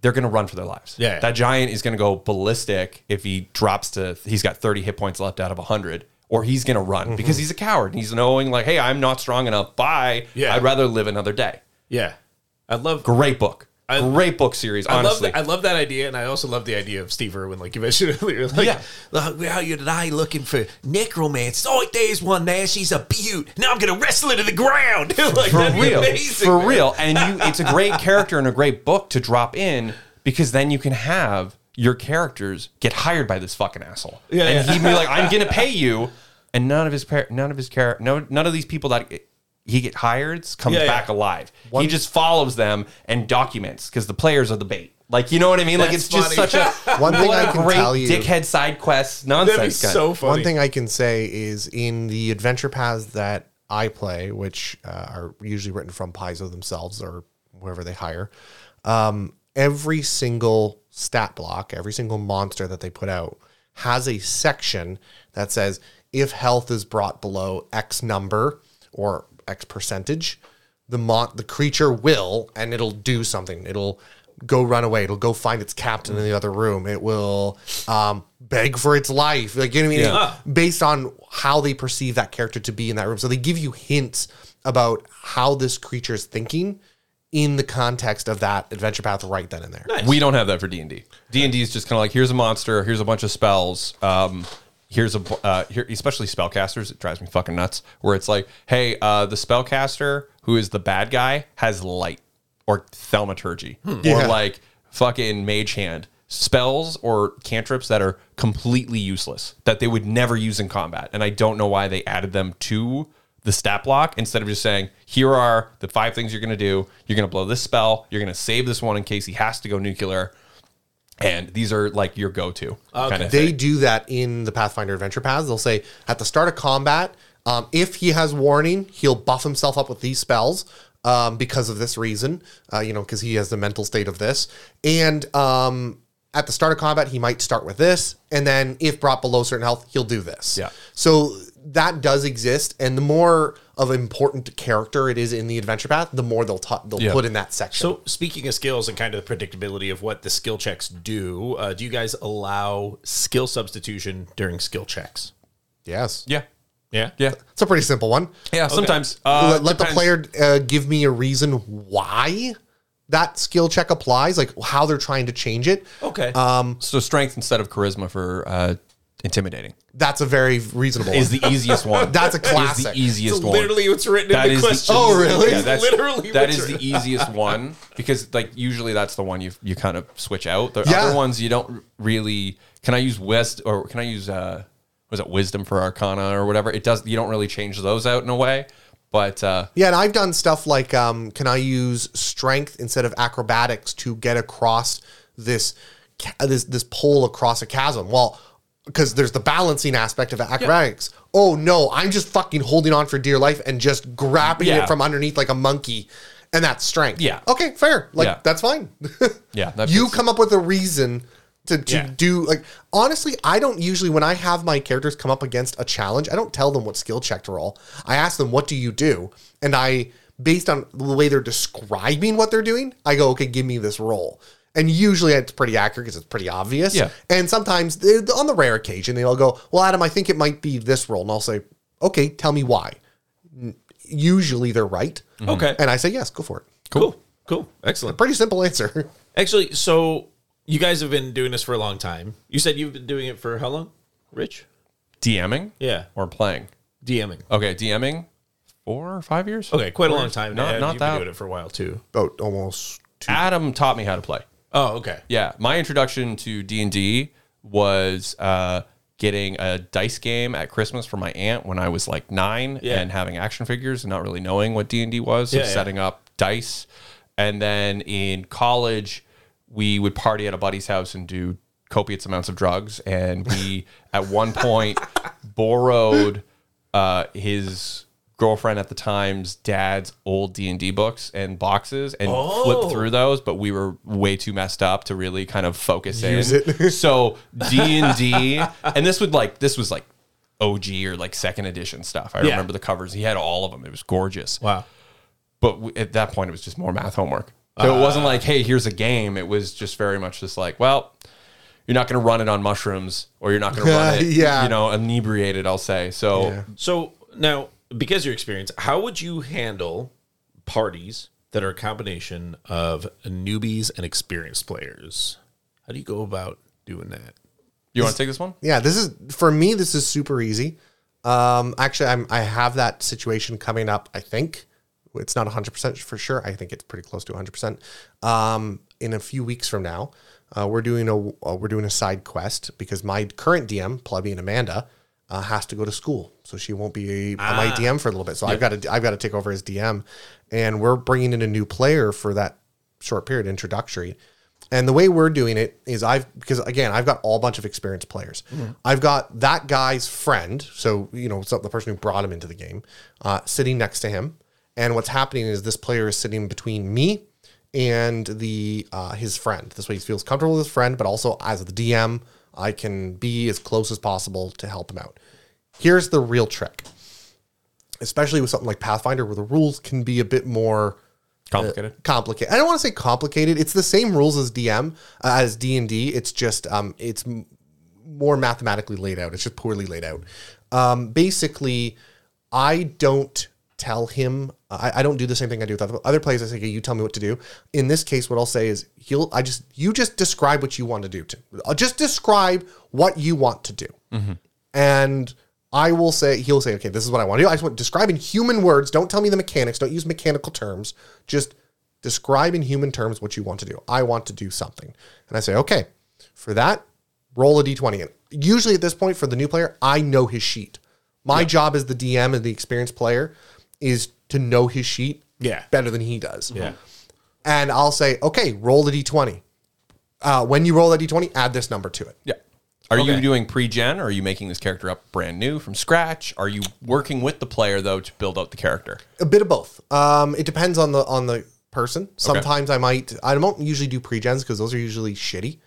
they're going to run for their lives.
Yeah.
That giant is going to go ballistic if he drops to, he's got 30 hit points left out of 100, or he's going to run
Mm-hmm.
because he's a coward. And he's knowing, like, hey, I'm not strong enough. Bye.
Yeah.
I'd rather live another day.
Yeah. I love.
Great book.
I-
Great book series,
I love,
honestly.
that, I love that idea, and I also love the idea of Steve Irwin, like you mentioned earlier. Like,
Yeah.
"Look, how you and I looking for necromances? Oh, there's one there. She's a beaut. Now I'm gonna wrestle her to the ground. like
for
that'd be
real,
amazing,
for
man.
real. And you, it's a great character and a great book to drop in because then you can have your characters get hired by this fucking asshole.
Yeah,
and
yeah.
he'd be like, "I'm gonna pay you," and none of his par- none of his char- no, none of these people that. he get hired comes
Yeah, yeah.
back alive. he just follows them and documents because the players are the bait. Like you know what I mean? Like
That's
it's just
funny.
such a
One thing
what
I
a
can
great
tell you-
dickhead side quest nonsense.
That'd be
guy.
so funny.
One thing I can say is in the adventure paths that I play, which uh, are usually written from Paizo themselves or wherever they hire, um, every single stat block, every single monster that they put out has a section that says if health is brought below X number or X percentage, the mon- the creature will and it'll do something. It'll go run away. It'll go find its captain in the other room. It will um, beg for its life. Like you know what I mean?
Yeah.
Based on how they perceive that character to be in that room. So they give you hints about how this creature is thinking in the context of that adventure path right then and there.
We don't have that for D and D. D and D is just kind of like here's a monster, here's a bunch of spells, um, here's a bu- uh, here, especially spellcasters. It drives me fucking nuts. Where it's like, hey, uh, the spellcaster who is the bad guy has light or thaumaturgy
Yeah.
or like fucking mage hand spells or cantrips that are completely useless that they would never use in combat. And I don't know why they added them to the stat block instead of just saying, here are the five things you're going to do. You're going to blow this spell. You're going to save this one in case he has to go nuclear. And these are like your go to kind of
They
thing.
do that in the Pathfinder Adventure Paths. They'll say at the start of combat, um, if he has warning, he'll buff himself up with these spells. um, because of this reason, uh, you know, because he has the mental state of this. And um, at the start of combat, he might start with this, and then if brought below certain health, he'll do this.
Yeah.
So that does exist, and the more of important character it is in the adventure path, the more they'll t- they'll
Yeah.
put in that section.
So, speaking of skills and kind of the predictability of what the skill checks do, uh, do you guys allow skill substitution during skill checks?
yes,
Yeah.
Yeah.
Yeah.
it's a pretty simple one.
Yeah. Sometimes. Uh,
let, let the
depends.
player uh, give me a reason why that skill check applies, like how they're trying to change it.
Okay.
Um,
So strength instead of charisma for uh, intimidating
That's a very reasonable.
is
one.
the easiest one.
That's a
Is
classic.
the easiest
It's
one.
literally what's written
That
in
is
the question.
Oh, really?
Yeah, that's
literally
that
what's
is the
written.
easiest one because like usually that's the one you you kind of switch out. The
Yeah.
other ones you don't really. Can I use west or can I use uh was it wisdom for arcana or whatever? It does. You don't really change those out in a way, but uh,
yeah, and I've done stuff like, um, can I use strength instead of acrobatics to get across this ca- this this pole across a chasm? Well, because there's the balancing aspect of acrobatics. Oh no, I'm just fucking holding on for dear life and just grabbing
Yeah.
it from underneath like a monkey, and that's strength.
Yeah.
Okay, fair. Like
Yeah.
that's fine.
yeah, that
you
fits.
come up with a reason to, to
Yeah.
do like honestly i don't usually when i have my characters come up against a challenge i don't tell them what skill check to roll i ask them what do you do and i based on the way they're describing what they're doing i go okay give me this roll and usually it's pretty accurate because it's pretty obvious
Yeah.
and sometimes they- on the rare occasion they'll go well adam i think it might be this roll and i'll say okay tell me why N- usually they're right
okay.
and i say yes go for it
cool. Cool. Excellent.
pretty simple answer
Actually, so you guys have been doing this for a long time. You said you've been doing it for how long, Rich?
DMing
Yeah.
or playing.
DMing.
Okay, DMing four or five years.
Okay, quite a long time.
Not-
now.
not
You've
that-
been doing it for a while too.
oh almost
Adam taught me how to play.
Oh, okay.
Yeah, my introduction to D and D was uh, getting a dice game at Christmas from my aunt when I was like nine,
Yeah.
and having action figures and not really knowing what D and D was, so
Yeah, yeah.
setting up dice. And then in college, we would party at a buddy's house and do copious amounts of drugs, and we at one point borrowed uh, his girlfriend at the time's dad's old D&D books and boxes and flipped through those but we were way too messed up to really kind of focus
Use
in so D&D and this would like this was like OG or like second edition stuff I
Yeah.
remember the covers he had all of them it was gorgeous
Wow.
but w- at that point it was just more math homework so it wasn't like hey here's a game it was just very much just like well you're not going to run it on mushrooms or you're not going to run it
Yeah.
you know inebriated I'll say so
So now, because of your experience, how would you handle parties that are a combination of newbies and experienced players? How do you go about doing that?
you want to take this one
yeah this is for me this is super easy um actually i'm i have that situation coming up i think it's not 100% for sure i think it's pretty close to 100% um in a few weeks from now uh, we're doing a uh, we're doing a side quest because my current dm plebeian amanda uh, has to go to school so she won't be my dm for a little bit so i've got to i've got to take over as dm and we're bringing in a new player for that short period introductory and the way we're doing it is I've because again I've got all bunch of experienced players. I've got that guy's friend, so you know so the person who brought him into the game, uh, sitting next to him. And what's happening is this player is sitting between me and the uh, his friend. This way he feels comfortable with his friend, but also as the DM, I can be as close as possible to help him out. Here's the real trick, especially with something like Pathfinder, where the rules can be a bit more
complicated
complicated. I don't want to say complicated. It's the same rules as DM uh, as D and D. It's just um, it's m- more mathematically laid out. It's just poorly laid out. Um, basically, I don't tell him. I, I don't do the same thing I do with other, other players. I say, okay, you tell me what to do. In this case, what I'll say is, he'll. I just you just describe what you want to do. To uh, just describe what you want to do and I will say he'll say, okay, this is what I want to do. I just want describe in human words. Don't tell me the mechanics. Don't use mechanical terms. Just describe in human terms what you want to do. I want to do something, and I say, okay, for that, roll a d20. And usually at this point for the new player, I know his sheet. My job as the DM and the experienced player is to know his sheet
Yeah.
better than he does.
Yeah.
And I'll say, okay, roll the d20. Uh, when you roll that d20, add this number to it.
yeah Are you
Okay.
doing pre-gen? Or are you making this character up brand new from scratch? Are you working with the player though to build out the character?
a bit of both. Um, it depends on the on the person. Sometimes I might. I don't usually do pre-gens because those are usually shitty.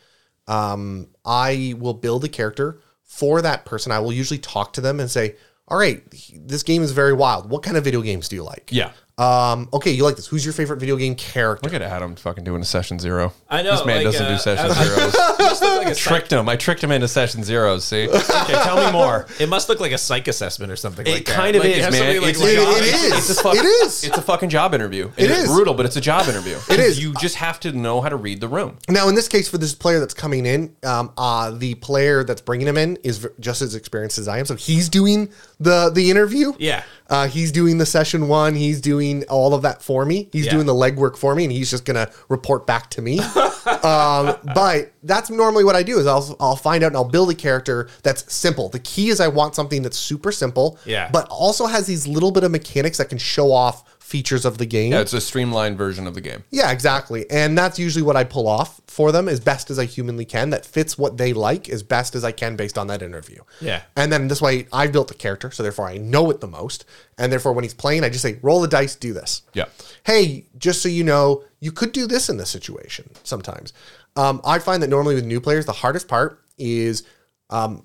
Um, I will build a character for that person. I will usually talk to them and say, "All right, this game is very wild. What kind of video games do you like?
Yeah.
Um, okay, you like this. Who's your favorite video game character?
Look at Adam fucking doing a session zero.
I know,
This man
like,
doesn't
uh,
do session
I-
zeros.
must look like a psych-
tricked him. I tricked him into session zeros. See? Okay, tell me more.
it must look like a psych assessment or something.
It
like that.
kind of
Like, you
is,
have
man.
somebody, like,
It's-
look
It-
up-
it is.
It's a fuck-
it is.
It's a fucking job interview. And
It
it's
is.
brutal, but it's a job interview.
It is.
You just have to know how to read the room.
Now, in this case, for this player that's coming in, um, uh, the player that's bringing him in is v- just as experienced as I am, so he's doing the the interview.
Yeah.
uh, he's doing the session one. He's doing all of that for me. He's
Yeah.
doing the legwork for me, and he's just gonna report back to me. um, but that's normally what I do is I'll I'll find out and I'll build a character that's simple. The key is I want something that's super simple,
Yeah.
but also has these little bit of mechanics that can show off features of the game.
Yeah, it's a streamlined version of the game.
Yeah, exactly. And that's usually what I pull off for them as best as I humanly can. That fits what they like as best as I can based on that interview.
Yeah.
And then this way I've built the character, so therefore I know it the most. And therefore when he's playing, I just say, roll the dice, do this.
Yeah.
Hey, just so you know, you could do this in this situation sometimes. Um, I find that normally with new players, the hardest part is um,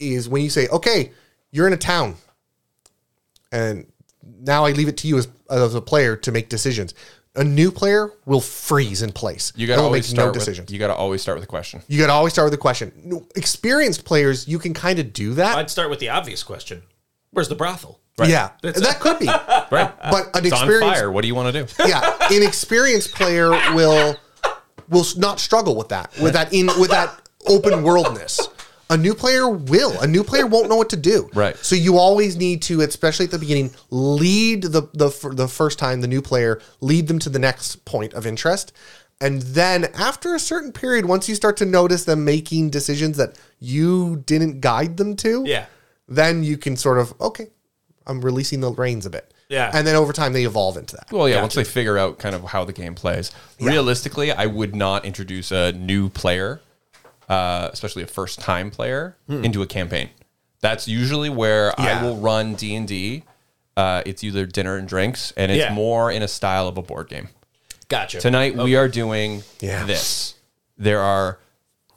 is when you say, okay, you're in a town and now I leave it to you as, as a player to make decisions. A new player will freeze in place.
You got to
They will
always
make
start
no
with,
decisions.
You got to always start with a question.
You got to always start with a question. No, Experienced players, you can kind of do that.
I'd start with the obvious question: Where's the brothel?
Yeah, that could be. But
Right.
an
It's on
experienced,
fire. What do you want to do?
yeah, an experienced player will will s- not struggle with that, with that in with that open worldness. A new player will. A new player won't know what to do.
Right.
So you always need to, especially at the beginning, lead the the fir- the first time the new player lead them to the next point of interest, and then after a certain period, once you start to notice them making decisions that you didn't guide them to,
Yeah.
then you can sort of okay, I'm releasing the reins a bit.
Yeah.
And then over time they evolve into that.
Well, yeah, once they figure out kind of how the game plays. Realistically, I would not introduce a new player, uh, especially a first-time player, into a campaign. That's usually where
Yeah.
I will run D and D. uh, It's either dinner and drinks, and it's
Yeah.
more in a style of a board game.
Gotcha.
Tonight we are doing
Yeah.
this. There are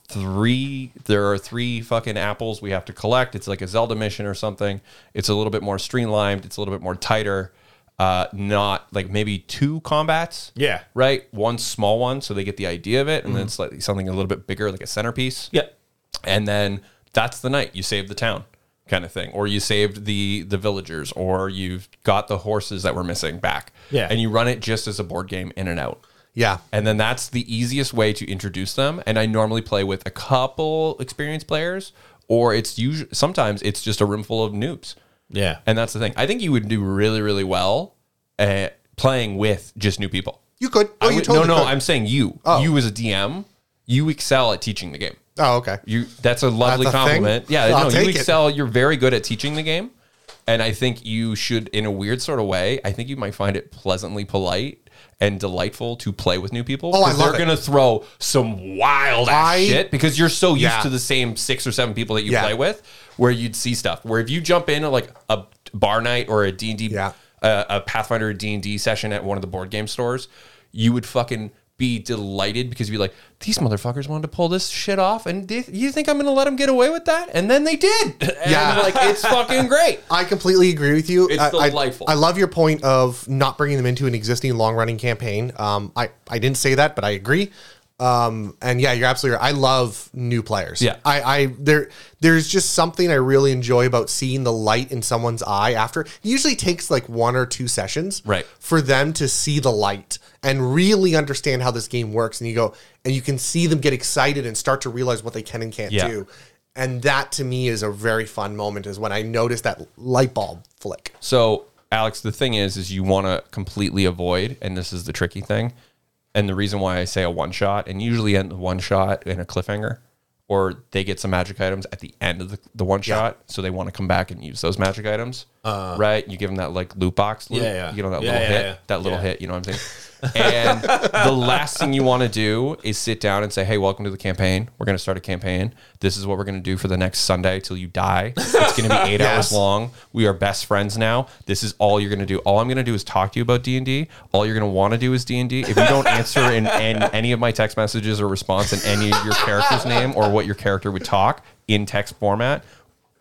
three there are three fucking apples we have to collect. It's like a Zelda mission or something. It's a little bit more streamlined, it's a little bit more tighter. Uh, not like maybe two combats.
Yeah. Mm-hmm.
Right? One small one, so they get the idea of it, and then slightly something a little bit bigger, like a centerpiece
Yep.
and then that's the night you saved the town kind of thing or you saved the the villagers or you've got the horses that were missing back
Yeah.
and you run it just as a board game in and out
Yeah.
and then that's the easiest way to introduce them and i normally play with a couple experienced players or it's usually sometimes it's just a room full of noobs
Yeah.
and that's the thing i think you would do really really well uh, playing with just new people
You could.
I
Oh, you
would-
totally Oh.
no no
could.
i'm saying you you as a dm you excel at teaching the game
oh, okay.
you that's a lovely
That's a thing?
compliment. Yeah,
I'll
no, you
take it.
excel. You're very good at teaching the game, and I think you should, in a weird sort of way, I think you might find it pleasantly polite and delightful to play with new people.
Oh, I
'cause
love
They're
it.
gonna throw some wild ass
I-
shit because you're so used
Yeah.
to the same six or seven people that you
Yeah.
play with, where you'd see stuff. Where if you jump in at like a bar night or a D and D
Yeah.
a, a Pathfinder D and D session at one of the board game stores, you would fucking be delighted because you'd be like, "These motherfuckers wanted to pull this shit off, and they, you think I'm gonna let them get away with that?" And then they did. And
Yeah.
like it's fucking great.
I completely agree with you.
It's
I, I-
delightful.
I, love your point of not bringing them into an existing long running campaign. Um, I, I didn't say that, but I agree. Um, and yeah, you're absolutely right. I love new players.
Yeah.
I, I there there's just something I really enjoy about seeing the light in someone's eye after it usually takes like one or two sessions
Right.
for them to see the light and really understand how this game works. And you go and you can see them get excited and start to realize what they can and can't
Yeah.
do. And that to me is a very fun moment is when I notice that light bulb flick.
So, Alex, the thing is, is you want to completely avoid, and this is the tricky thing, and the reason why I say a one shot, and usually end the one shot in a cliffhanger, or they get some magic items at the end of the, the one shot, so they want to come back and use those magic items. right? You give them that like loot box, loop,
Uh. Yeah, yeah.
you know that
Yeah,
little
yeah,
hit,
yeah.
that little
Yeah.
hit. You know what I'm saying? and the last thing you want to do is sit down and say, "Hey, welcome to the campaign. We're going to start a campaign. This is what we're going to do for the next Sunday till you die. It's going to be eight hours long. We are best friends now. This is all you're going to do. All I'm going to do is talk to you about D and D. All you're going to want to do is D and D. If you don't answer in, in any of my text messages or response in any of your character's name or what your character would talk in text format."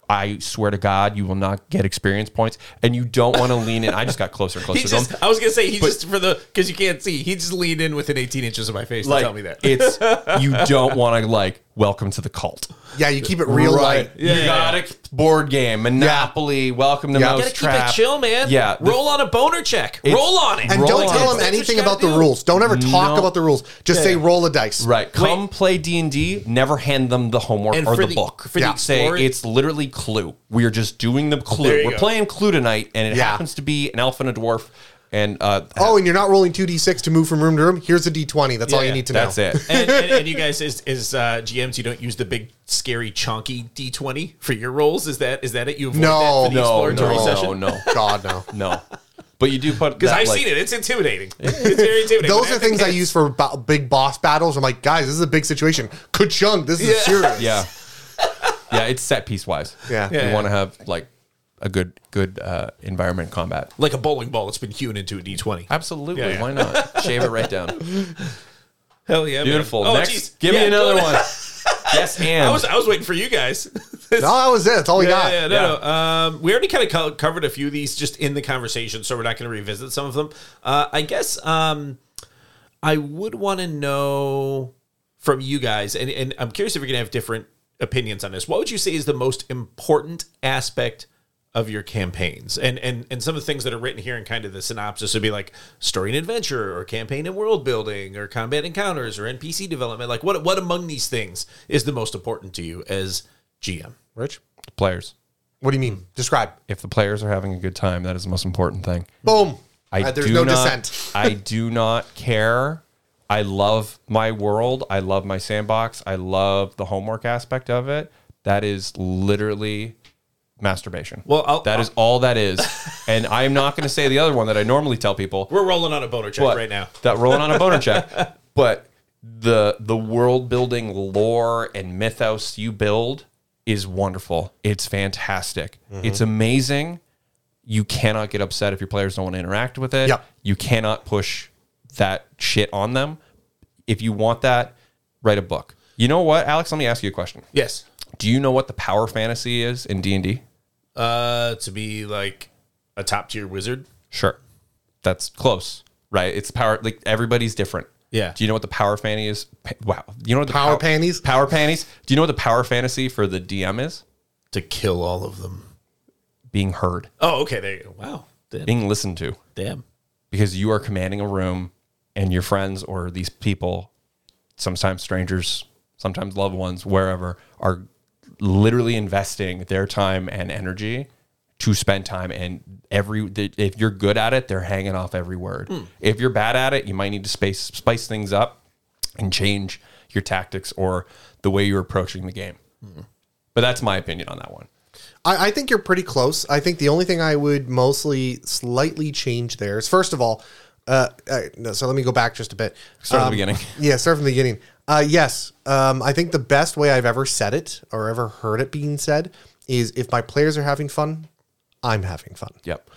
I swear to God, you will not get experience points, and you don't want to lean in. I just got closer and
He
closer to them.
just, I was gonna say he just for the because you can't see he just leaned in within 18 inches of my face
Like
to tell me that.
it's you don't want to like welcome to the cult.
Yeah, you keep it real light.
Yeah,
you
yeah,
got
yeah.
a board game, Monopoly. Welcome to
Yeah.
Mouse
gotta keep
Trap.
it chill, man.
Yeah, the-
roll on a boner check. Roll on it.
And
Roll
don't
a
tell
dice.
them
That's
anything
what you
about
gotta
the
do.
rules. Don't ever talk
No.
about the rules. Just say roll a dice.
Right, come play D and D. Never hand them the homework
And
or
for
the,
the-
book.
for the
Yeah. say
explorer- Oh,
it's literally Clue. We are just doing the
There
Clue.
you
We're
go.
playing Clue tonight, and it
Yeah.
happens to be an elf and a dwarf. And uh,
Oh, and you're not rolling 2d6 to move from room to room. Here's a d20. That's all you
yeah.
need to
that's
know.
it.
and, and, and you guys is is uh, GMs, you don't use the big scary chonky D twenty for your rolls. Is that is that it? You avoid
No,
that for the
no,
exploratory
no,
session.
no, no,
God, no.
no. But you do put
Because
that,
I've
like-
seen it. It's intimidating. It's very intimidating.
Those
When
are things I use for bo- big boss battles. I'm like, guys, this is a big situation. Ka-chunk, this is serious.
Yeah. Yeah, it's set piece wise.
Yeah.
You
Yeah,
want to have like a good good uh, environment combat.
Like a bowling ball that's been hewn into a D twenty.
Absolutely.
Yeah, yeah.
Why not? Shave it right down.
Hell yeah! man.
Beautiful.
Oh,
Next,
geez.
give
Yeah,
me another
go-
one. yes, and
I was I was waiting for you guys.
No, that was it. That's all we
Yeah,
got.
yeah, no, no. Um, we already kind of co- covered a few of these just in the conversation, so we're not going to revisit some of them. Uh, I guess um, I would want to know from you guys, and, and I'm curious if you're going to have different opinions on this. What would you say is the most important aspect of your campaigns? And and and some of the things that are written here in kind of the synopsis would be like story and adventure, or campaign and world building, or combat encounters, or NPC development. Like what what among these things is the most important to you as GM?
Rich,
players.
what do you mean? Describe.
If the players are having a good time, that is the most important thing.
Boom.
I
Uh, there's
do
no
not,
dissent.
I do not care. I love my world. I love my sandbox. I love the homework aspect of it. That is literally masturbation.
Well, I'll-
that is all that is. and I'm not going to say the other one that I normally tell people.
We're rolling on a boner check
but-
right now.
That rolling on a boner check. But the the world building lore and mythos you build is wonderful. It's fantastic.
Mm-hmm.
It's amazing. You cannot get upset if your players don't want to interact with it.
Yep.
You cannot push that shit on them. If you want that, write a book. You know what, Alex? Let me ask you a question.
Yes.
Do you know what the power fantasy is in D and D?
Uh, to be like a top tier wizard.
Sure. That's close, right? It's power. Like everybody's different.
Yeah.
Do you know what the power fantasy is? Pa- Wow. You know what the
Power
pow-
panties?
Power panties. Do you know what the power fantasy for the DM is?
To kill all of them.
Being heard,
Oh, okay. There you go. Wow. Damn.
being listened to,
Damn.
because you are commanding a room, and your friends or these people, sometimes strangers, sometimes loved ones, wherever, are literally investing their time and energy to spend time and every th- if you're good at it they're hanging off every word if you're bad at it you might need to space spice things up and change your tactics or the way you're approaching the game but that's my opinion on that one
I, I think you're pretty close. I think the only thing I would mostly slightly change there is first of all, uh, uh, no, so let me go back just a bit.
Start at the
Um,
beginning.
Yeah, start from the beginning. Uh, yes, um, I think the best way I've ever said it or ever heard it being said is if my players are having fun, I'm having fun.
yep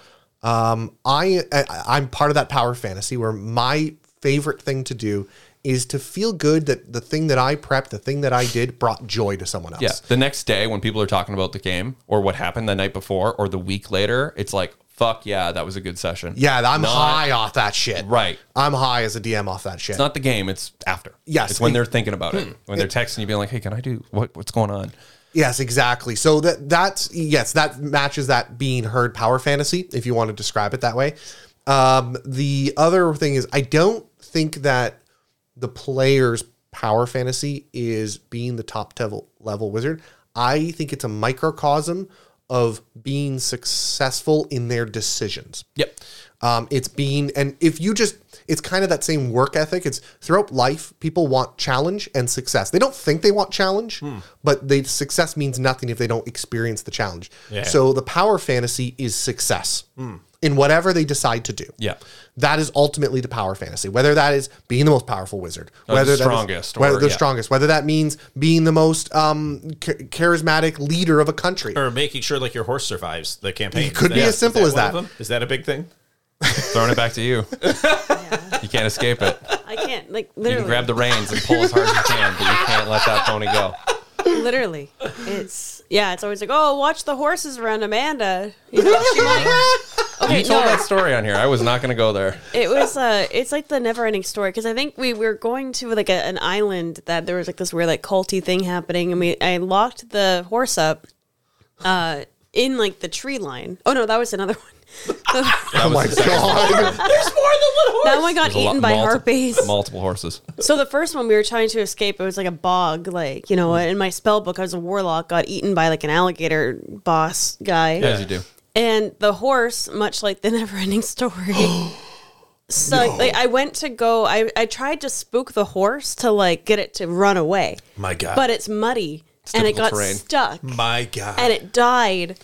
Um, I, I I'm part of that power fantasy where my favorite thing to do is to feel good that the thing that I prepped, the thing that I did, brought joy to someone else.
yeah the next day when people are talking about the game or what happened the night before or the week later it's like fuck yeah that was a good session
Yeah, I'm
Not-
high off that shit.
right
I'm high as a DM off that shit.
It's not the game. It's after.
Yes.
It's when
It-
they're thinking about it. When they're texting you, being like, "Hey, can I do what? What's going on?"
yes, exactly. So that that's yes, that matches that being heard power fantasy, if you want to describe it that way. Um, the other thing is, I don't think that the player's power fantasy is being the top tevel- level wizard. I think it's a microcosm of being successful in their decisions.
Yep.
Um, it's being, and if you just, it's kind of that same work ethic. It's throughout life, people want challenge and success. They don't think they want challenge,
Hmm.
but they success means nothing if they don't experience the challenge.
Yeah.
So the power fantasy is success in whatever they decide to do.
Hmm. Yeah.
That is ultimately the power fantasy. Whether that is being the most powerful wizard,
the
whether that is-
strongest
whether
or-
the
yeah.
strongest, whether that means being the most um, cha- charismatic leader of a country.
Er,
or making sure like your horse survives the campaign.
It could
Is
be
that-
as simple
is
as
one
that.
of them? Is that a big thing?
Throwing it back to you. You can't escape it.
I can't like
You can
literally,
grab the reins and pull as hard as you can, but you can't let that pony go.
literally. It's yeah. It's always like, oh, watch the horses around Amanda. You know, she might. Okay,
You told
no,
that story on here. I was not going to go there.
it was uh, it's like the never-ending story because I think we were going to like a, an island that there was like this weird like culty thing happening, and we I locked the horse up, uh, in like the tree line. Oh no, that was another one.
That
Oh
was
my
the second-
god!
that one got
There's a lot-
eaten by
multi-
harpies.
Multiple horses.
So the first one we were trying to escape, it was like a bog, like you know. In my spell book, I was a warlock, got eaten by like an alligator boss guy,
As you do.
and the horse, much like the never-ending story. So like, like, I went to go, I I tried to spook the horse to like get it to run away,
My God.
but it's muddy and it got
difficult terrain. Mm.
stuck
My God,
and it died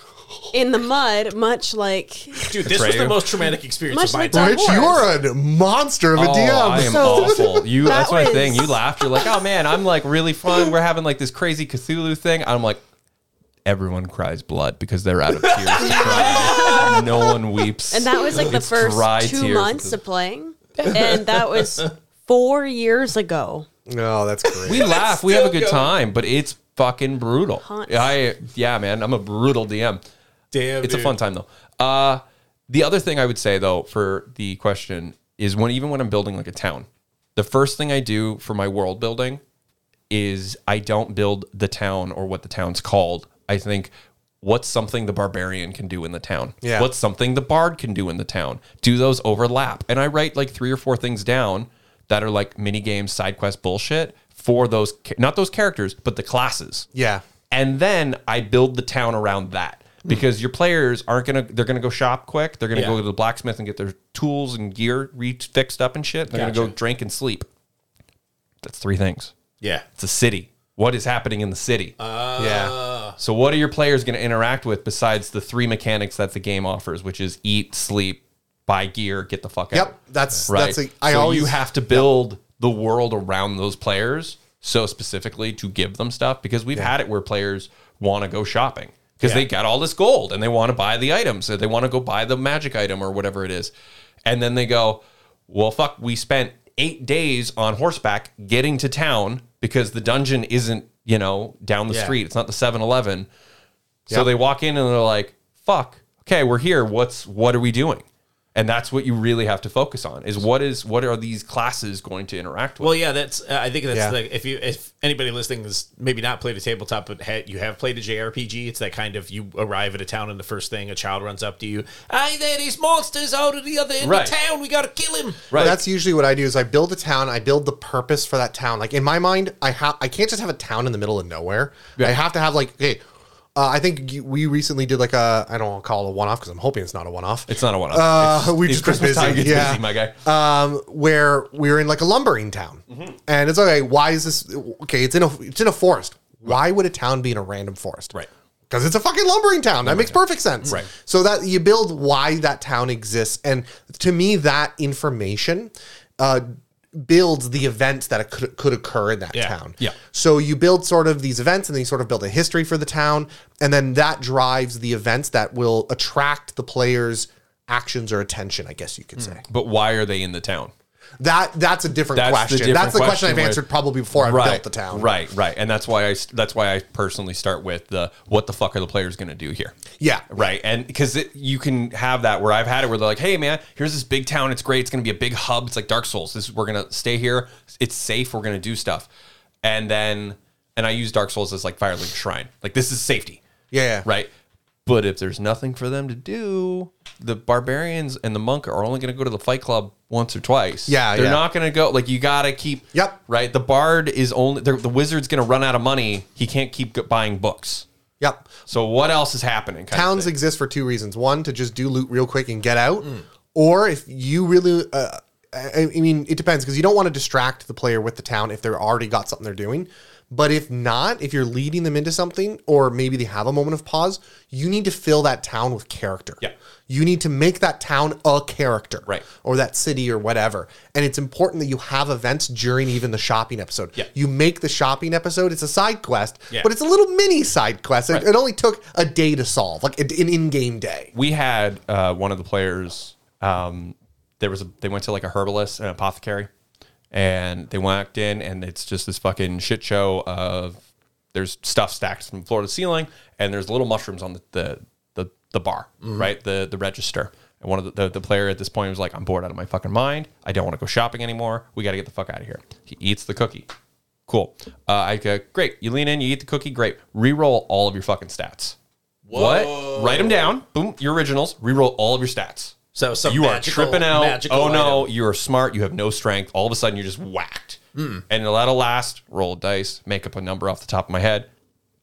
in the mud, much like
dude, this was
Atreyu.
the most traumatic experience
Much
of my
like
life.
that.
Rich, you are a monster of a
Oh,
DM.
I am
So-
awful. You.
That
That's my
was-
thing. You laughed. You're like, oh man, I'm like really fun. We're having like this crazy Cthulhu thing. I'm like, everyone cries blood because they're out of tears. to cry. no one weeps.
And that was like the
It's
first
dry
two
tears.
months of playing. And that was four years ago.
Oh, that's great.
we laugh. We have a good time, but it's fucking brutal.
Haunts.
I yeah, man. I'm a brutal DM.
Damn,
It's a
dude.
fun time though. Uh, the other thing I would say though for the question is when even when I'm building like a town, the first thing I do for my world building is I don't build the town or what the town's called. I think what's something the barbarian can do in the town.
Yeah.
What's something the bard can do in the town. Do those overlap? And I write like three or four things down that are like mini games, side quest bullshit for those ca- not those characters, but the classes
yeah.
and then I build the town around that because your players aren't gonna they're gonna go shop quick. They're gonna
Hmm. Yeah.
go to the blacksmith and get their tools and gear re- fixed up and shit. They're gonna
Gotcha.
go drink and sleep. That's three things.
Yeah,
It's a city. What is happening in the city?
yeah.
so what are your players gonna interact with besides the three mechanics that the game offers, which is eat, sleep, buy gear, get the fuck out.
Yep. That's
Right.
that's. A, I
so
always
you have to build the world around those players so specifically to give them stuff because we've had it where players want to go shopping because they got all this gold and they want to buy the items or they want to go buy the magic item or whatever it is. And then they go, well, fuck, we spent eight days on horseback getting to town because the dungeon isn't, you know, down the
Yeah.
street. It's not the 7 Eleven. So
Yep.
they walk in and they're like, "Fuck, okay, we're here. What's what are we doing?" And that's what you really have to focus on is what is what are these classes going to interact with?
Well, yeah, that's. Uh, I think that's
Yeah.
like if you if anybody listening has maybe not played a tabletop, but ha- you have played a JRPG, it's that kind of you arrive at a town and the first thing a child runs up to you, "Hey, there, these monsters out of the other end
Right.
of town. We gotta kill him."
right.
That's usually what I do is I build a town, I build the purpose for that town. Like in my mind, I ha- I can't just have a town in the middle of nowhere. I have to have like okay, uh, I think you- we recently did like a I don't want to call it a one off because I'm hoping it's not a one off.
it's not a one off.
Uh, we just been
Christmas time
busy,
gets
yeah.
busy, my guy.
um, where we were in like a lumbering town, and it's okay. Why is this okay? It's in a it's in a forest. Why would a town be in a random forest?
Right.
Because it's a fucking lumbering town. That makes perfect sense.
Right.
So that you build why that town exists, and to me, that information uh, builds the events that could could occur in that
Yeah.
town.
Yeah.
So you build sort of these events, and then you sort of build a history for the town, and then that drives the events that will attract the players' actions or attention. I guess you could say.
but why are they in the town?
That that's a different
That's the
question.
different
that's the question,
question
I've
where-
answered probably before I
right,
built the town.
Right, right. And that's why I s- that's why I personally start with the what the fuck are the players going to do here?
Yeah.
Right. And because you can have that where I've had it where they're like, hey, man, here's this big town. It's great. It's going to be a big hub. It's like Dark Souls. This We're going to stay here. It's safe. We're going to do stuff. And then, and I use Dark Souls as like Firelink Shrine. Like, this is safety.
Yeah, yeah.
Right. But if there's nothing for them to do, the barbarians and the monk are only going to go to the fight club once or twice.
Yeah,
They're
yeah.
not going to go. Like, you got to keep.
Yep.
Right. The bard is only, the the wizard's going to run out of money. He can't keep g- buying books.
Yep.
So what else is happening? kind of
Towns
thing.
exist for two reasons. One, to just do loot real quick and get out, or if you really, uh, I I mean, it depends because you don't want to distract the player with the town if they're already got something they're doing. But if not, if you're leading them into something, or maybe they have a moment of pause, you need to fill that town with character.
Yeah.
You need to make that town a character.
Right.
Or that city or whatever. And it's important that you have events during even the shopping episode.
Yeah.
You make the shopping episode, it's a side quest,
Yeah.
but it's a little mini side quest. It-
Right.
It, only took a day to solve, like an an in-game day.
we had uh, one of the players. Um, there was a, they went to like a herbalist, an apothecary, and they walked in, and it's just this fucking shit show of there's stuff stacked from floor to ceiling, and there's little mushrooms on the the the, the bar, right? The the register. And one of the, the the player at this point was like, "I'm bored out of my fucking mind. I don't want to go shopping anymore. We got to get the fuck out of here." He eats the cookie. Cool. Uh, I go, great. You lean in, you eat the cookie. Great. Reroll all of your fucking stats. What? Write them down. Boom. Your originals. Reroll all of your stats.
So some
you are
magical-
tripping out.
magical
Oh no,
item.
you are smart. You have no strength. All of a sudden, you're just whacked.
Hmm.
And that'll last. Roll dice. Make up a number off the top of my head.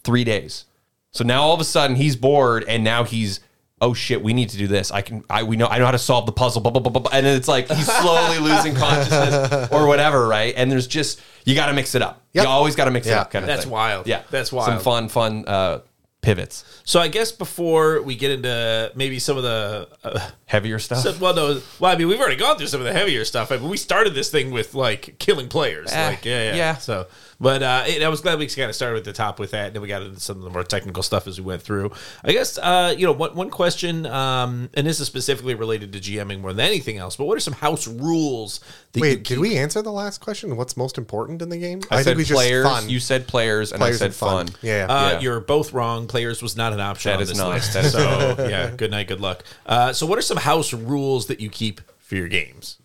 Three days. So now all of a sudden he's bored, and now he's oh shit. We need to do this. I can. I we know. I know how to solve the puzzle. Blah blah blah blah. blah. And then it's like he's slowly losing consciousness or whatever, right? And there's just you got to mix it up.
Yep.
You always got to mix it
Yeah.
up. Kind of
That's
thing.
wild.
Yeah,
That's
Some
wild.
fun, fun uh, pivots.
So I guess before we get into maybe some of the uh,
Heavier stuff.
so- well, no, well, I mean we've already gone through some of the heavier stuff. I mean we started this thing with like killing players,
Eh,
like yeah, yeah.
yeah.
So, but uh, it, I was glad we kind of started at the top with that, and then we got into some of the more technical stuff as we went through. I guess uh, you know one one question, um, and this is specifically related to GMing more than anything else. But what are some house rules? That you
Wait,
keep-
did we answer the last question? What's most important in the game?
I, said
we
players. You said players, and
Players
I said
and fun.
fun.
Yeah.
Uh,
Yeah.
You're both wrong. Players was not an option.
That
on
is
this
not.
List.
That is
so yeah. Good night. Good luck. Uh, so, what are some house rules that you keep for your games?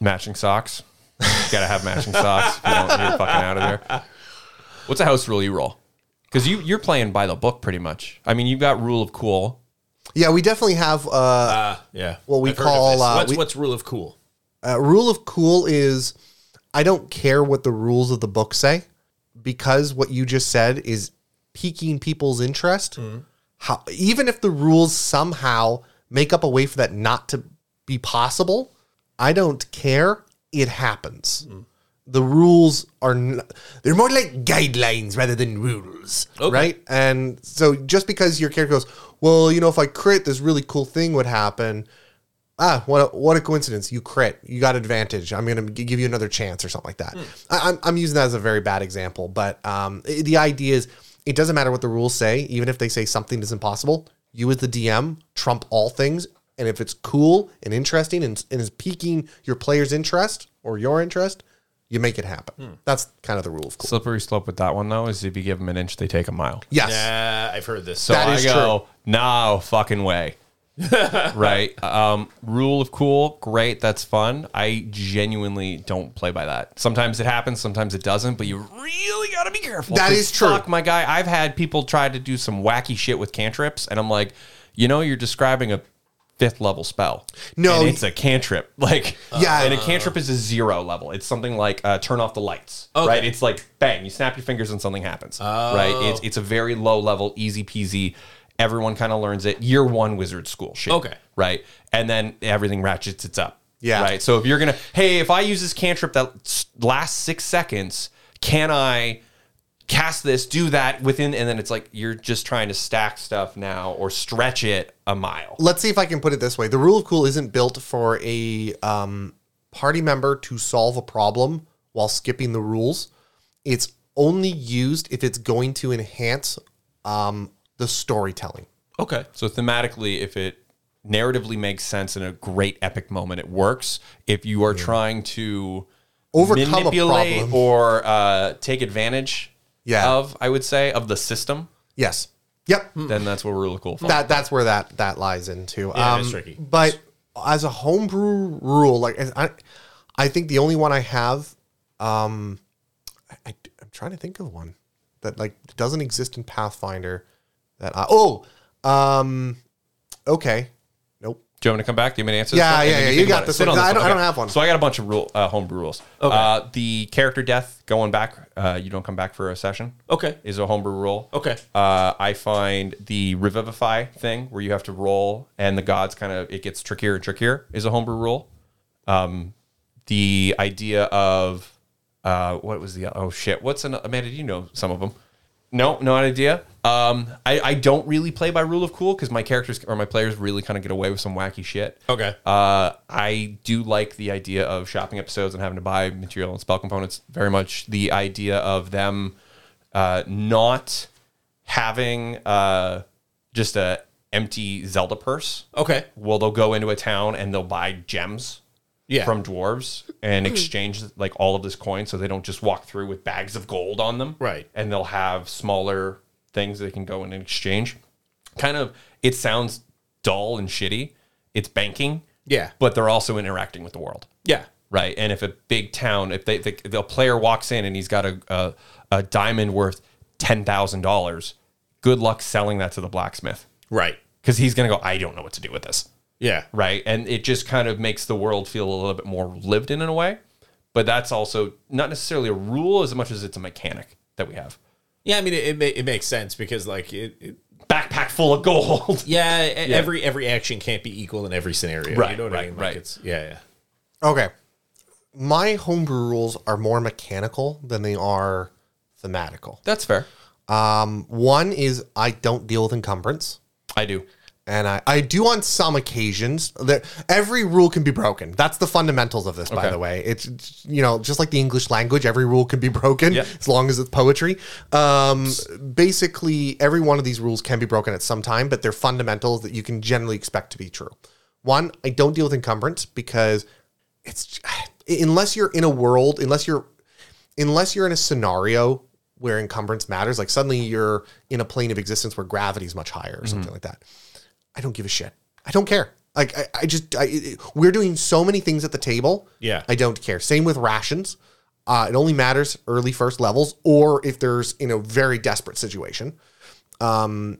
Matching socks. You gotta have matching socks. If you don't, you're fucking out of there. What's a house rule you roll? Because you you're playing by the book pretty much. I mean, you've got rule of cool.
yeah, we definitely have. Uh,
Yeah.
Well, we
I've heard of
call,
this.
uh,
what's,
we-
what's rule of cool?
uh, rule of cool is I don't care what the rules of the book say because what you just said is piquing people's interest. How, even if the rules somehow make up a way for that not to be possible, I don't care. It happens. The rules are n- they're more like guidelines rather than rules, right? And so just because your character goes, well, you know, if I crit, this really cool thing would happen ah, what a, what a coincidence! You crit, you got advantage. I'm gonna g- give you another chance or something like that. I, I'm I'm using that as a very bad example, but um, i- the idea is it doesn't matter what the rules say, even if they say something is impossible. You as the DM trump all things, and if it's cool and interesting and, and is piquing your player's interest or your interest, you make it happen. That's kind of the rule of cool.
Slippery slope with that one though is if you give them an inch, they take a mile.
Yes.
Yeah, I've heard this.
So
That
I
is
go, no fucking way. right. Um, rule of cool, great, that's fun. I genuinely don't play by that. Sometimes it happens, sometimes it doesn't, but you really gotta be careful.
That
'Cause
is true.
Fuck my guy. I've had people try to do some wacky shit with cantrips, and I'm like, you know, you're describing a fifth level spell.
No.
And it's a cantrip. Like
Yeah.
and a cantrip is a zero level. It's something like uh, turn off the lights.
Okay.
Right? It's like bang, you snap your fingers and something happens. Right? It's
Oh.
it's a very low level, easy peasy. Everyone kind of learns it. Year one wizard school shit.
Okay.
Right. And then everything ratchets it's up.
Yeah.
Right. So if you're gonna, hey, if I use this cantrip that s- lasts six seconds, can I cast this, do that within? And then it's like you're just trying to stack stuff now or stretch it a mile.
let's see if I can put it this way. The rule of cool isn't built for a um, party member to solve a problem while skipping the rules. It's only used if it's going to enhance um, the storytelling.
okay.
So thematically, if it narratively makes sense in a great epic moment, it works. If you are trying to
Overcome a
manipulate
problem.
or uh, take advantage
Yeah.
of, I would say, of the system,
Yes. Yep.
then that's what rule of cool. falls.
That that's where that that lies into.
Yeah, it
um,
is tricky.
But as a homebrew rule, like as I, I think the only one I have, um, I, am trying to think of one that like doesn't exist in Pathfinder. That I oh um, okay, nope.
Do you want me to come back? Do you want me to answer?
Yeah,
this one? And
yeah,
then
yeah, you
think
got
about it.
this
Sit
one.
on
I don't- I don't
Okay.
have one.
So I got a bunch of rule uh, homebrew rules.
Okay.
Uh, the character death going back. Uh, you don't come back for a session.
Okay.
Is a homebrew rule.
Okay.
Uh, I find the revivify thing where you have to roll and the gods kind of it gets trickier and trickier is a homebrew rule. Um, the idea of uh, what was the oh shit what's an Amanda do you know some of them? No, no idea. Um, I, I don't really play by rule of cool because my characters or my players really kind of get away with some wacky shit.
Okay.
Uh, I do like the idea of shopping episodes and having to buy material and spell components very much. The idea of them uh, not having uh, just a empty Zelda purse.
okay.
Well, they'll go into a town and they'll buy gems
Yeah.
from dwarves and exchange like all of this coin so they don't just walk through with bags of gold on them.
Right.
And they'll have smaller things they can go in and exchange. Kind of, it sounds dull and shitty. It's banking.
Yeah.
But they're also interacting with the world.
yeah.
Right. And if a big town, if they, they the player walks in and he's got a, a, a diamond worth $10,000, good luck selling that to the blacksmith
Right.
because he's going to go, I don't know what to do with this
Yeah.
right? And it just kind of makes the world feel a little bit more lived in in a way. But that's also not necessarily a rule as much as it's a mechanic that we have.
Yeah. I mean, it, it, ma- it makes sense because like it, it
Backpack full of gold.
yeah, e- every every action can't be equal in every scenario. You
Right,
know what I
right,
mean? Like
right.
It's yeah. Yeah.
Okay. My homebrew rules are more mechanical than they are thematical.
that's fair.
Um, one is I don't deal with encumbrance.
I do.
And I, I do on some occasions. There, every rule can be broken. That's the fundamentals of this, by
Okay.
the way. It's you know just like the English language, every rule can be broken
Yep.
as long as it's poetry. Um, basically, every one of these rules can be broken at some time, but they're fundamentals that you can generally expect to be true. One, I don't deal with encumbrance because it's unless you're in a world, unless you're unless you're in a scenario where encumbrance matters, like suddenly you're in a plane of existence where gravity is much higher or something like that. I don't give a shit. I don't care. Like I, I just I, it- we're doing so many things at the table.
Yeah.
I don't care. Same with rations. Uh, it only matters early first levels or if there's in a very desperate situation.
But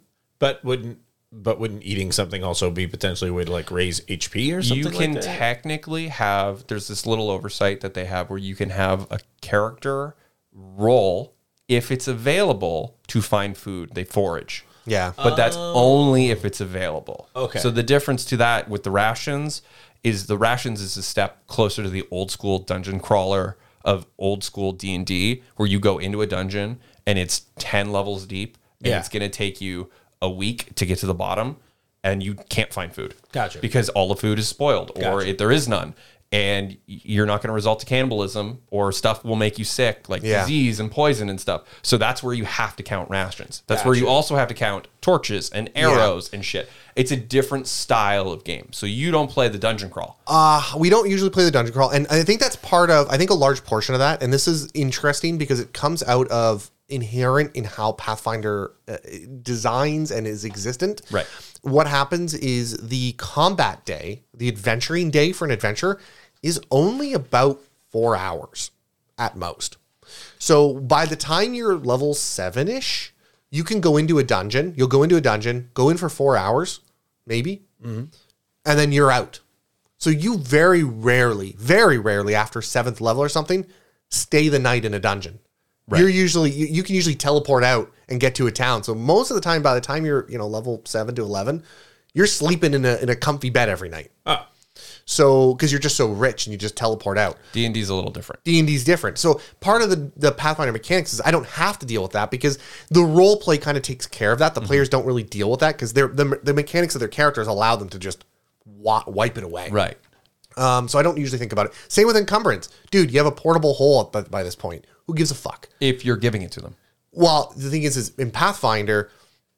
wouldn't but wouldn't eating something also be potentially a way to like raise HP or something?
you can
like that?
technically have there's this little oversight that they have where you can have a character roll if it's available to find food they forage
Yeah.
but that's only if it's available
Oh. Okay.
so the difference to that with the rations is the rations is a step closer to the old school dungeon crawler of old school d&d where you go into a dungeon and it's 10 levels deep and
Yeah.
it's going to take you a week to get to the bottom and you can't find food
Gotcha.
because all the food is spoiled or
Gotcha.
it, there is none and y- you're not going to result to cannibalism or stuff will make you sick like
Yeah.
disease and poison and stuff so that's where you have to count rations that's where you also have to count torches and arrows and shit it's a different style of game so you don't play the dungeon crawl
Uh, we don't usually play the dungeon crawl, and I think that's part of. I think a large portion of that, and this is interesting because it comes out of inherent in how Pathfinder uh, designs and is existent.
Right.
What happens is the combat day, the adventuring day for an adventure, is only about four hours at most. So by the time you're level seven ish, you can go into a dungeon. You'll go into a dungeon, go in for four hours, maybe, and then you're out. So you very rarely, very rarely after seventh level or something, stay the night in a dungeon. You're usually you, you can usually teleport out and get to a town. So most of the time, by the time you're you know level seven to eleven, you're sleeping in a in a comfy bed every night.
Oh.
So because you're just so rich and you just teleport out.
d&d is a little different
D and D is different. So part of the the Pathfinder mechanics is I don't have to deal with that because the role play kind of takes care of that. The players don't really deal with that because they're the, the mechanics of their characters allow them to just wa- wipe it away.
right
Um, so I don't usually think about it. Same with encumbrance, dude. You have a portable hole by, by this point. Who gives a fuck?
if you're giving it to them
Well, the thing is, is in Pathfinder,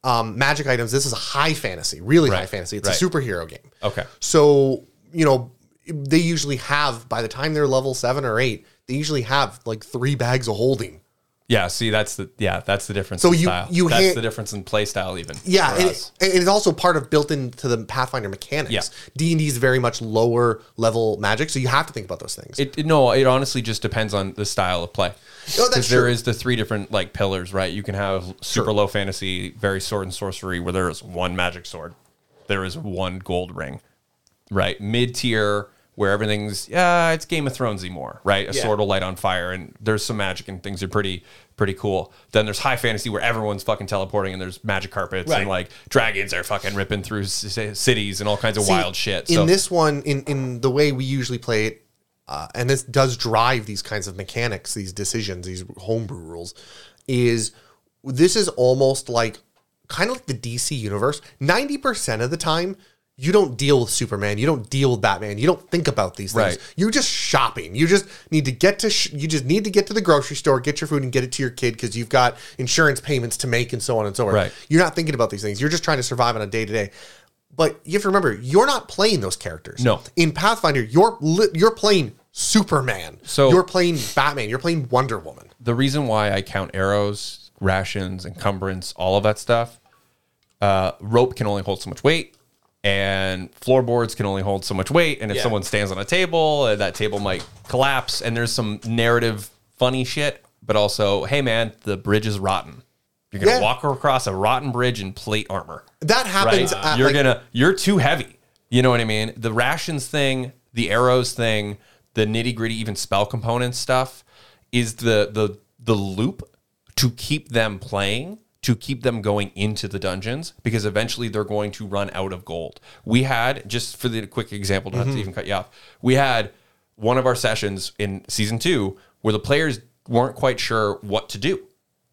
um, magic items. This is a high fantasy, really high fantasy. It's
right.
a superhero game.
okay
So, you know, they usually have, by the time they're level seven or eight, they usually have like three bags of holding.
yeah see that's the yeah that's the difference
So
in
you-
style.
you
that's
ha-
the difference in play style even
Yeah,
for
and,
us.
it, and it's also part of built into the Pathfinder
Yeah.
mechanics. D and D is very much lower level magic, so you have to think about those things.
It, it- no, it honestly just depends on the style of play.
Oh, that's
Because there
true.
is the three different like pillars, right? You can have super low fantasy, very sword and sorcery, where there is one magic sword, there is one gold ring, right? Mid tier where everything's yeah, it's Game of Thronesy more, right? A sword will light on fire, and there's some magic and things are pretty pretty cool. Then there's high fantasy where everyone's fucking teleporting and there's magic carpets
Right.
and like dragons are fucking ripping through c- cities and all kinds of
See,
wild shit.
In
So
this one, in in the way we usually play it, uh, and this does drive these kinds of mechanics, these decisions, these homebrew rules, is this is almost like kind of like the DC universe. Ninety percent of the time. You don't deal with Superman. You don't deal with Batman. You don't think about these things.
Right.
You're just shopping. You just need to get to. Sh- you just need to get to the grocery store, get your food, and get it to your kid because you've got insurance payments to make and so on and so forth.
Right.
You're not thinking about these things. You're just trying to survive on a day to day. But you have to remember, you're not playing those characters.
No.
In Pathfinder, you're li- you're playing Superman.
So-
you're playing Batman. You're playing Wonder Woman.
the reason why I count arrows, rations, encumbrance, all of that stuff, uh, rope can only hold so much weight, and floorboards can only hold so much weight. And if
Yeah.
someone stands on a table, uh, that table might collapse. And there's some narrative funny shit, but also, hey man, the bridge is rotten. You're gonna
Yeah.
walk across a rotten bridge in plate armor
That happens.
right?
at,
you're
like-
gonna you're too heavy. You know what I mean? The rations thing, the arrows thing, the nitty gritty, even spell component stuff is the the the loop to keep them playing, to keep them going into the dungeons, because eventually they're going to run out of gold. We had just for the quick example, not
Mm-hmm.
to even cut you off. We had one of our sessions in season two where the players weren't quite sure what to do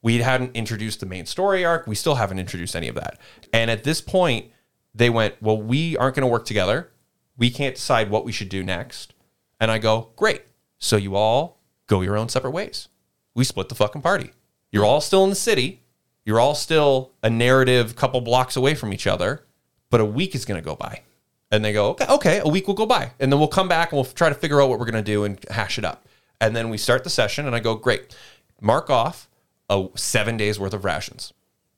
we hadn't introduced the main story arc. We still haven't introduced any of that. And at this point, they went, Well, we aren't going to work together. We can't decide what we should do next. And I go, Great. So you all go your own separate ways. We split the fucking party. You're all still in the city. You're all still a narrative couple blocks away from each other, but a week is going to go by. And they go, okay, okay, a week will go by. And then we'll come back and we'll try to figure out what we're going to do and hash it up. And then we start the session and I go, great, mark off a seven days worth of rations.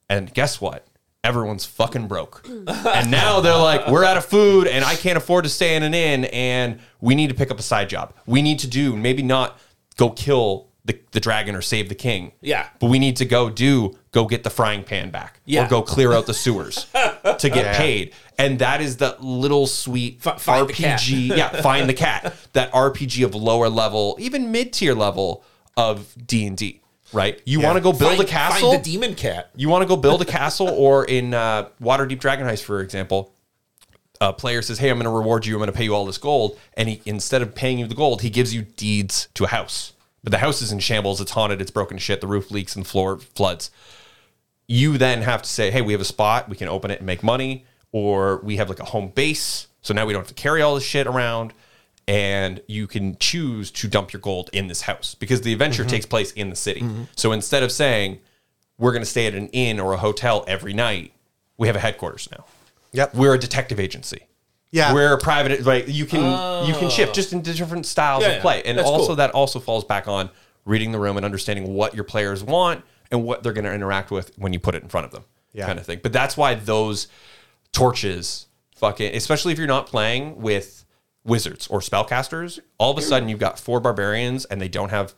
And guess what? Everyone's fucking broke. and now they're like, we're out of food and I can't afford to stay in an inn and we need to pick up a side job. We need to do, maybe not go kill the, the dragon or save the king.
Yeah.
But we need to go do, go get the frying pan back
Yeah.
or go clear out the sewers to get
Yeah.
paid. And that is the little sweet
F- find the cat.
RPG. yeah, find the cat. That RPG of lower level, even mid tier level of D and D. Right? You want to go build
Find-
a castle?
Find the demon cat.
you want to go build a castle, or in uh, Waterdeep Dragon Heist, for example, a player says, "Hey, I'm going to reward you. I'm going to pay you all this gold." And he, instead of paying you the gold, he gives you deeds to a house. But the house is in shambles. It's haunted. It's broken to shit. The roof leaks and floor floods. You then have to say, "Hey, we have a spot. We can open it and make money, or we have like a home base. So now we don't have to carry all this shit around." And you can choose to dump your gold in this house because the adventure takes place in the city. So instead of saying we're going to stay at an inn or a hotel every night, we have a headquarters now
Yep.
we're a detective agency.
Yeah.
We're a private like you can you can shift just into different styles
Oh. Yeah, yeah.
of play. And
That's
also
cool.
that also falls back on reading the room and understanding what your players want and what they're going to interact with when you put it in front of them.
Yeah.
Kind of thing. But that's why those torches fucking especially if you're not playing with wizards or spellcasters, all of a sudden you've got four barbarians and they don't have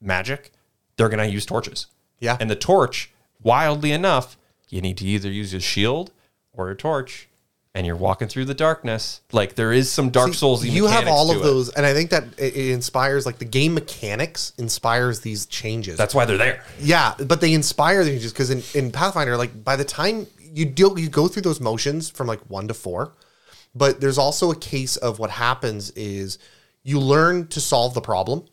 magic, they're going to use torches.
Yeah.
And the torch, wildly enough, you need to either use a shield or a torch, and you're walking through the darkness. Like there is some Dark Souls.
you have all of those, and I think that it, it inspires like the game mechanics inspires these changes.
That's why they're there.
yeah, but they inspire the changes because in, in Pathfinder, like by the time you deal, you go through those motions from like one to four, but there's also a case of what happens is you learn to solve the problem.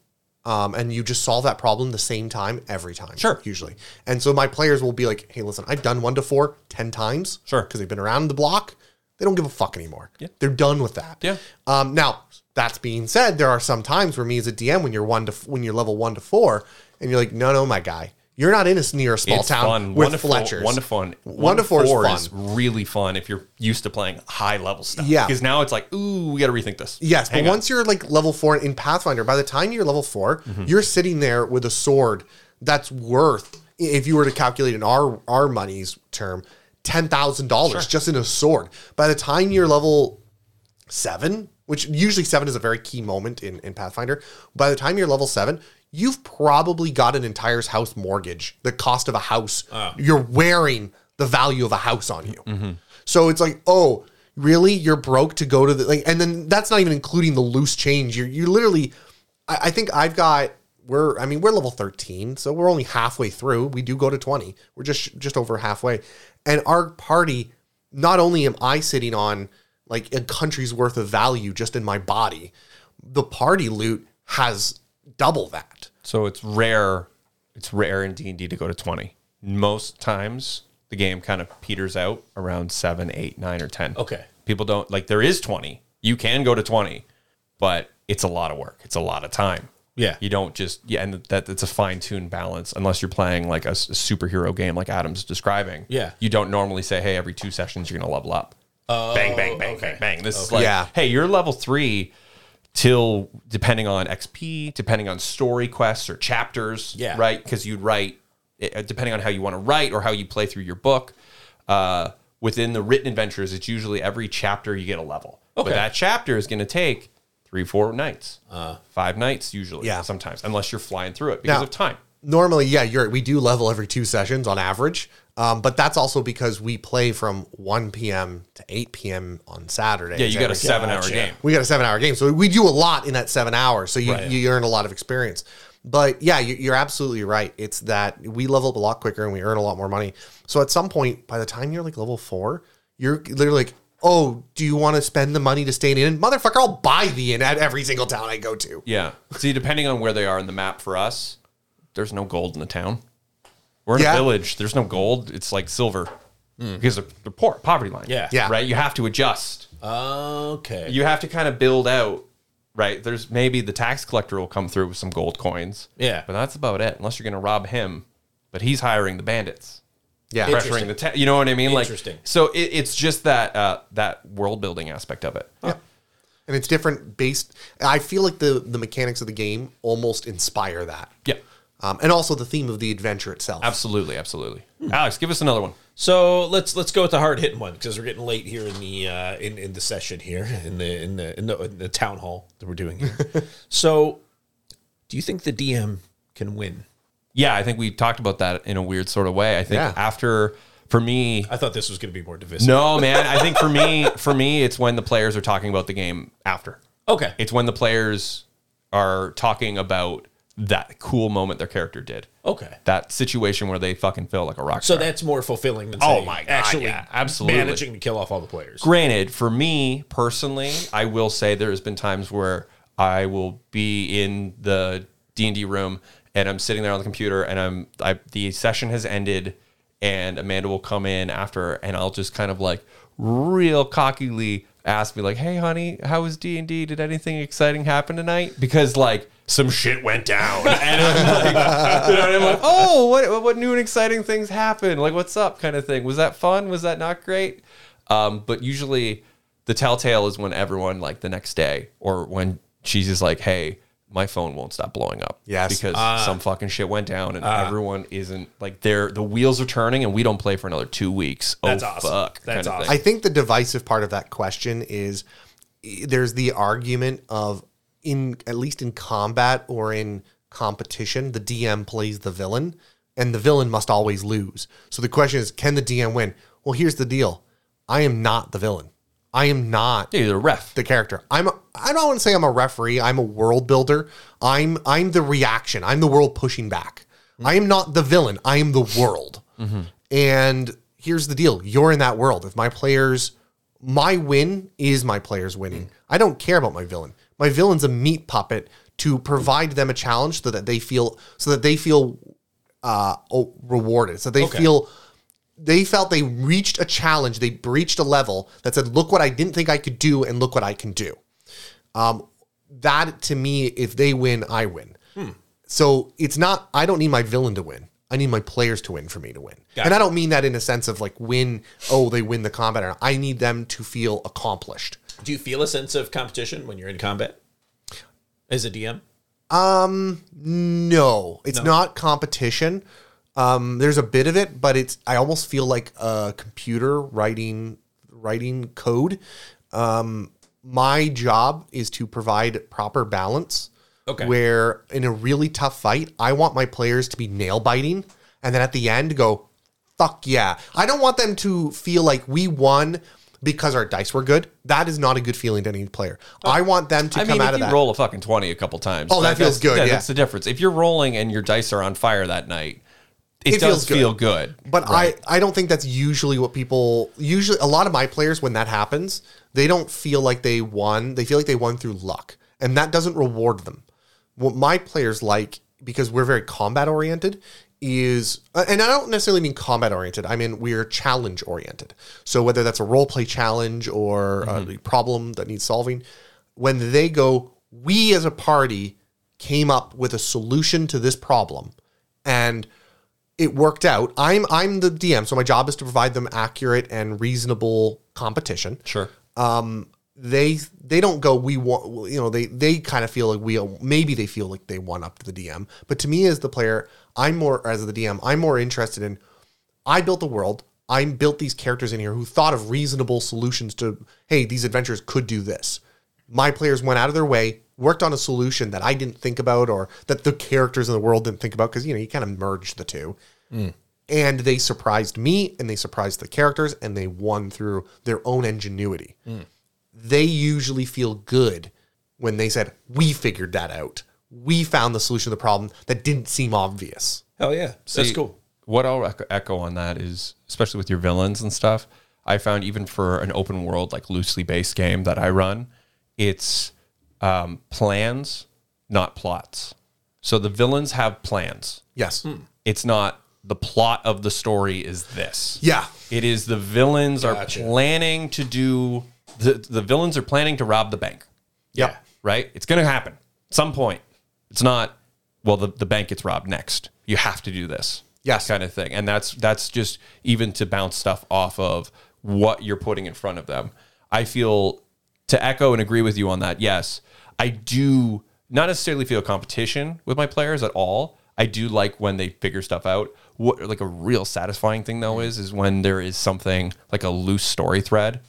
Um, and you just solve that problem the same time every time.
Sure.
Usually. And so my players will be like, hey, listen, I've done one to four 10 times.
Sure.
Because they've been around the block. They don't give a fuck anymore. Yeah. They're done with that.
Yeah.
Um, now, that's being said, there are some times where me as a DM, when you're one to when you're level one to four, and you're like, no, no, my guy, you're not in a s- near a small
It's
town
fun.
with
one to
Fletchers.
Four, one to fun.
One to four is fun.
really fun if you're used to playing high level stuff.
Yeah.
Because now it's like, ooh, we got to rethink this.
Yes,
Hang
but
on.
once you're like level four in Pathfinder, by the time you're level 4
Mm-hmm.
you you're sitting there with a sword that's worth, if you were to calculate in our our money's term, ten thousand dollars just in a sword. By the time you're level seven, which usually seven is a very key moment in, in Pathfinder, by the time you're level seven, you've probably got an entire house mortgage, the cost of a house. You're wearing the value of a house on you. So it's like, oh, really you're broke to go to the like and then that's not even including the loose change you're you literally I, I think i've got we're i mean we're level 13 so we're only halfway through we do go to 20 we're just just over halfway and our party not only am i sitting on like a country's worth of value just in my body the party loot has double that
So it's rare. It's rare in D and D to go to twenty. Most times the game kind of peters out around seven, eight, nine, or ten.
Okay.
People don't like there is twenty. You can go to twenty, but it's a lot of work. It's a lot of time.
Yeah.
You don't just yeah, and that it's a fine tuned balance unless you're playing like a, s- a superhero game like Adam's describing.
Yeah.
You don't normally say, hey, every two sessions you're gonna level up.
Oh,
bang, bang, bang, bang, bang. This is like,
Yeah.
hey, you're level three till depending on XP, depending on story quests or chapters,
Yeah.
right? Because you'd write eh, depending on how you want to write or how you play through your book. Uh, within the written adventures, it's usually every chapter you get a level. But
Okay.
that chapter is going to take three, four nights,
Uh.
five nights usually,
Yeah.
sometimes, unless you're flying through it because
Now-
of time.
normally yeah you're we do level every two sessions on average um, but that's also because we play from 1 p.m to 8 p.m on saturday
Yeah, you got a seven-hour
Gotcha.
game.
we got a seven hour game so we do a lot in that seven hours so you,
Right.
you earn a lot of experience but yeah you, you're absolutely right it's that we level up a lot quicker and we earn a lot more money so at some point by the time you're like level four you're literally like oh do you want to spend the money to stay in an inn motherfucker i'll buy the inn at every single town i go to
Yeah. See, depending on where they are in the map for us, there's no gold in the town. We're in
Yeah.
a village. There's no gold. It's like silver because they're, they're poor, poverty line.
Mm. Yeah.
Yeah.
Right. You have to adjust.
Okay.
You have to kind of build out. Right. There's maybe the tax collector will come through with some gold coins.
Yeah.
But that's about it. Unless you're going to rob him, but he's hiring the bandits
yeah
pressuring the ta- you know what I mean? Like,
Interesting.
so it, it's just that uh, that world building aspect of it.
and it's different based i feel like the the mechanics of the game almost inspire that
Yeah,
um, and also the theme of the adventure itself
absolutely, absolutely. Alex, give us another one.
So let's let's go with the hard hitting one because we're getting late here in the uh, in in the session here in the in the in the, in the town hall that we're doing here. so, do you think the DM can win?
Yeah, I think we talked about that in a weird sort of way. I think
Yeah.
after for me,
I thought this was going to be more divisive.
no man. I think for me, for me, it's when the players are talking about the game after.
Okay.
It's when the players are talking about that cool moment their character did.
okay.
That situation where they fucking feel like a rock
So
star.
that's more fulfilling than
Oh
saying
my God,
actually
yeah, absolutely.
managing to kill off all the players.
granted, for me personally, I will say there has been times where I will be in the D and D room and I'm sitting there on the computer and I'm I, the session has ended and Amanda will come in after and I'll just kind of like real cockily ask me like, "Hey, honey, how was D and D? Did anything exciting happen tonight?" Because like some shit went down and I'm like, you know, and I'm like, "Oh, what what new and exciting things happened? Like, what's up?" kind of thing. Was that fun? Was that not great? Um, but usually the telltale is when everyone like the next day or when she's just like, hey, my phone won't stop blowing up.
Yes. Ah.
Because some fucking shit went down and everyone isn't like they're the wheels are turning and we don't play for another two weeks.
That's
oh
awesome.
fuck.
That's
thing.
I think the divisive part of that question is eh, there's the argument of in at least in combat or in competition, the DM plays the villain, and the villain must always lose. So the question is, can the DM win? Well, here's the deal: I am not the villain. I am not
yeah, the ref.
the character. I'm a, I don't want to say I'm a referee. I'm a world builder. I'm I'm the reaction. I'm the world pushing back. I am not the villain. I am the world. And here's the deal: you're in that world. If my players, my win is my players winning. I don't care about my villain. My villain's a meat puppet to provide them a challenge so that they feel so that they feel uh, oh, rewarded. So they
Okay.
feel they felt they reached a challenge, they breached a level that said, "Look what I didn't think I could do, and look what I can do." Um, that to me, if they win, I win. So it's not. I don't need my villain to win. I need my players to win for me to win.
Gotcha.
And I don't mean that in a sense of like win. Oh, they win the combat. Or not. I need them to feel accomplished.
Do you feel a sense of competition when you're in combat as a DM?
No, it's not competition. Um, there's a bit of it, but it's I almost feel like a computer writing writing code. Um, my job is to provide proper balance.
Okay.
Where in a really tough fight, I want my players to be nail biting, and then at the end go, "Fuck yeah!" I don't want them to feel like we won, because our dice were good. That is not a good feeling to any player. I want them to
Uh, I
come
mean,
out
if
of
you
that.
roll a fucking twenty a couple times,
Oh, that feels
that's-
good, yeah.
that's the difference. If you're rolling and your dice are on fire that night, it,
It feels
does
good.
feel good.
But I, I don't think that's usually what people usually a lot of my players when that happens, they don't feel like they won. They feel like they won through luck. And that doesn't reward them. What my players like, because we're very combat oriented, is and I don't necessarily mean combat oriented. I mean we're challenge oriented. So whether that's a role play challenge or a problem that needs solving, when they go, we as a party came up with a solution to this problem and it worked out. I'm I'm the DM, so my job is to provide them accurate and reasonable competition.
Sure.
They they don't go we want you know they they kind of feel like we maybe they feel like they won up to the DM, but to me as the player, I'm more as the DM, I'm more interested in I built the world. I built these characters in here who thought of reasonable solutions to hey these adventures could do this. My players went out of their way, worked on a solution that I didn't think about or that the characters in the world didn't think about because you know you kind of merge the two and they surprised me and they surprised the characters and they won through their own ingenuity. They usually feel good when they said, We figured that out. We found the solution to the problem that didn't seem obvious.
Hell yeah, that's
See,
cool.
What I'll echo- echo on that is, especially with your villains and stuff, I found even for an open world, like loosely based game that I run, it's um, plans, not plots. So the villains have plans.
Yes.
Hmm.
It's not the plot of the story is this.
Yeah.
It is the villains
Gotcha.
are planning to do, the, the villains are planning to rob the bank
Yep.
right? It's going to happen at some point. It's not, well, the, the bank gets robbed next. You have to do this.
Yes.
Kind of thing. And that's that's just even to bounce stuff off of what you're putting in front of them. I feel to echo and agree with you on that. Yes. I do not necessarily feel competition with my players at all. I do like when they figure stuff out. What like a real satisfying thing though is is when there is something like a loose story thread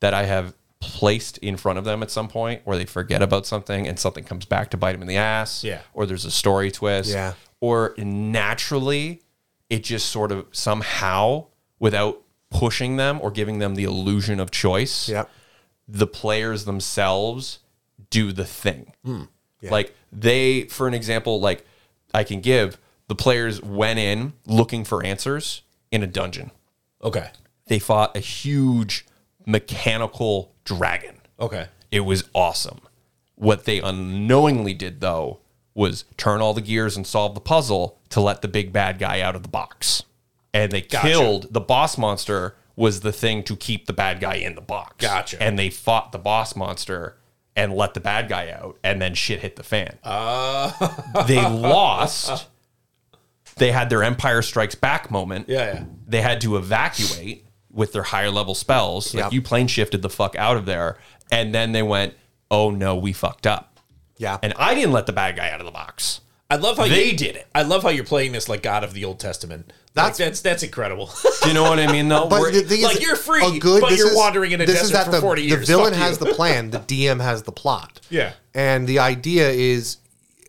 that I have placed in front of them at some point where they forget about something and something comes back to bite them in the ass.
Yeah.
Or there's a story twist.
Yeah.
Or naturally, it just sort of somehow, without pushing them or giving them the illusion of choice,
Yep.
the players themselves do the thing. Like they, for an example, like I can give, the players went in looking for answers in a dungeon
Okay,
they fought a huge mechanical dragon.
okay,
It was awesome. What they unknowingly did though was turn all the gears and solve the puzzle to let the big bad guy out of the box. And they killed the boss monster was the thing to keep the bad guy in the box.
Gotcha.
And they fought the boss monster and let the bad guy out and then shit hit the fan.
Ah.
they lost. They had their Empire Strikes Back moment
yeah, yeah.
they had to evacuate with their higher level spells. Like
Yep.
you plane shifted the fuck out of there, and then they went, "Oh no, we fucked up."
Yeah.
And I didn't let the bad guy out of the box.
I love how
They
you,
did it.
I love how you're playing this like God of the Old Testament. That's that's
That's-
that's incredible.
Do you know what I mean? Though,
but
We're-
the thing is,
like, you're free, but
this
you're wandering in a desert for
the,
40 years.
The villain
Fuck
has
you.
the plan, the DM has the plot.
Yeah.
And the idea is,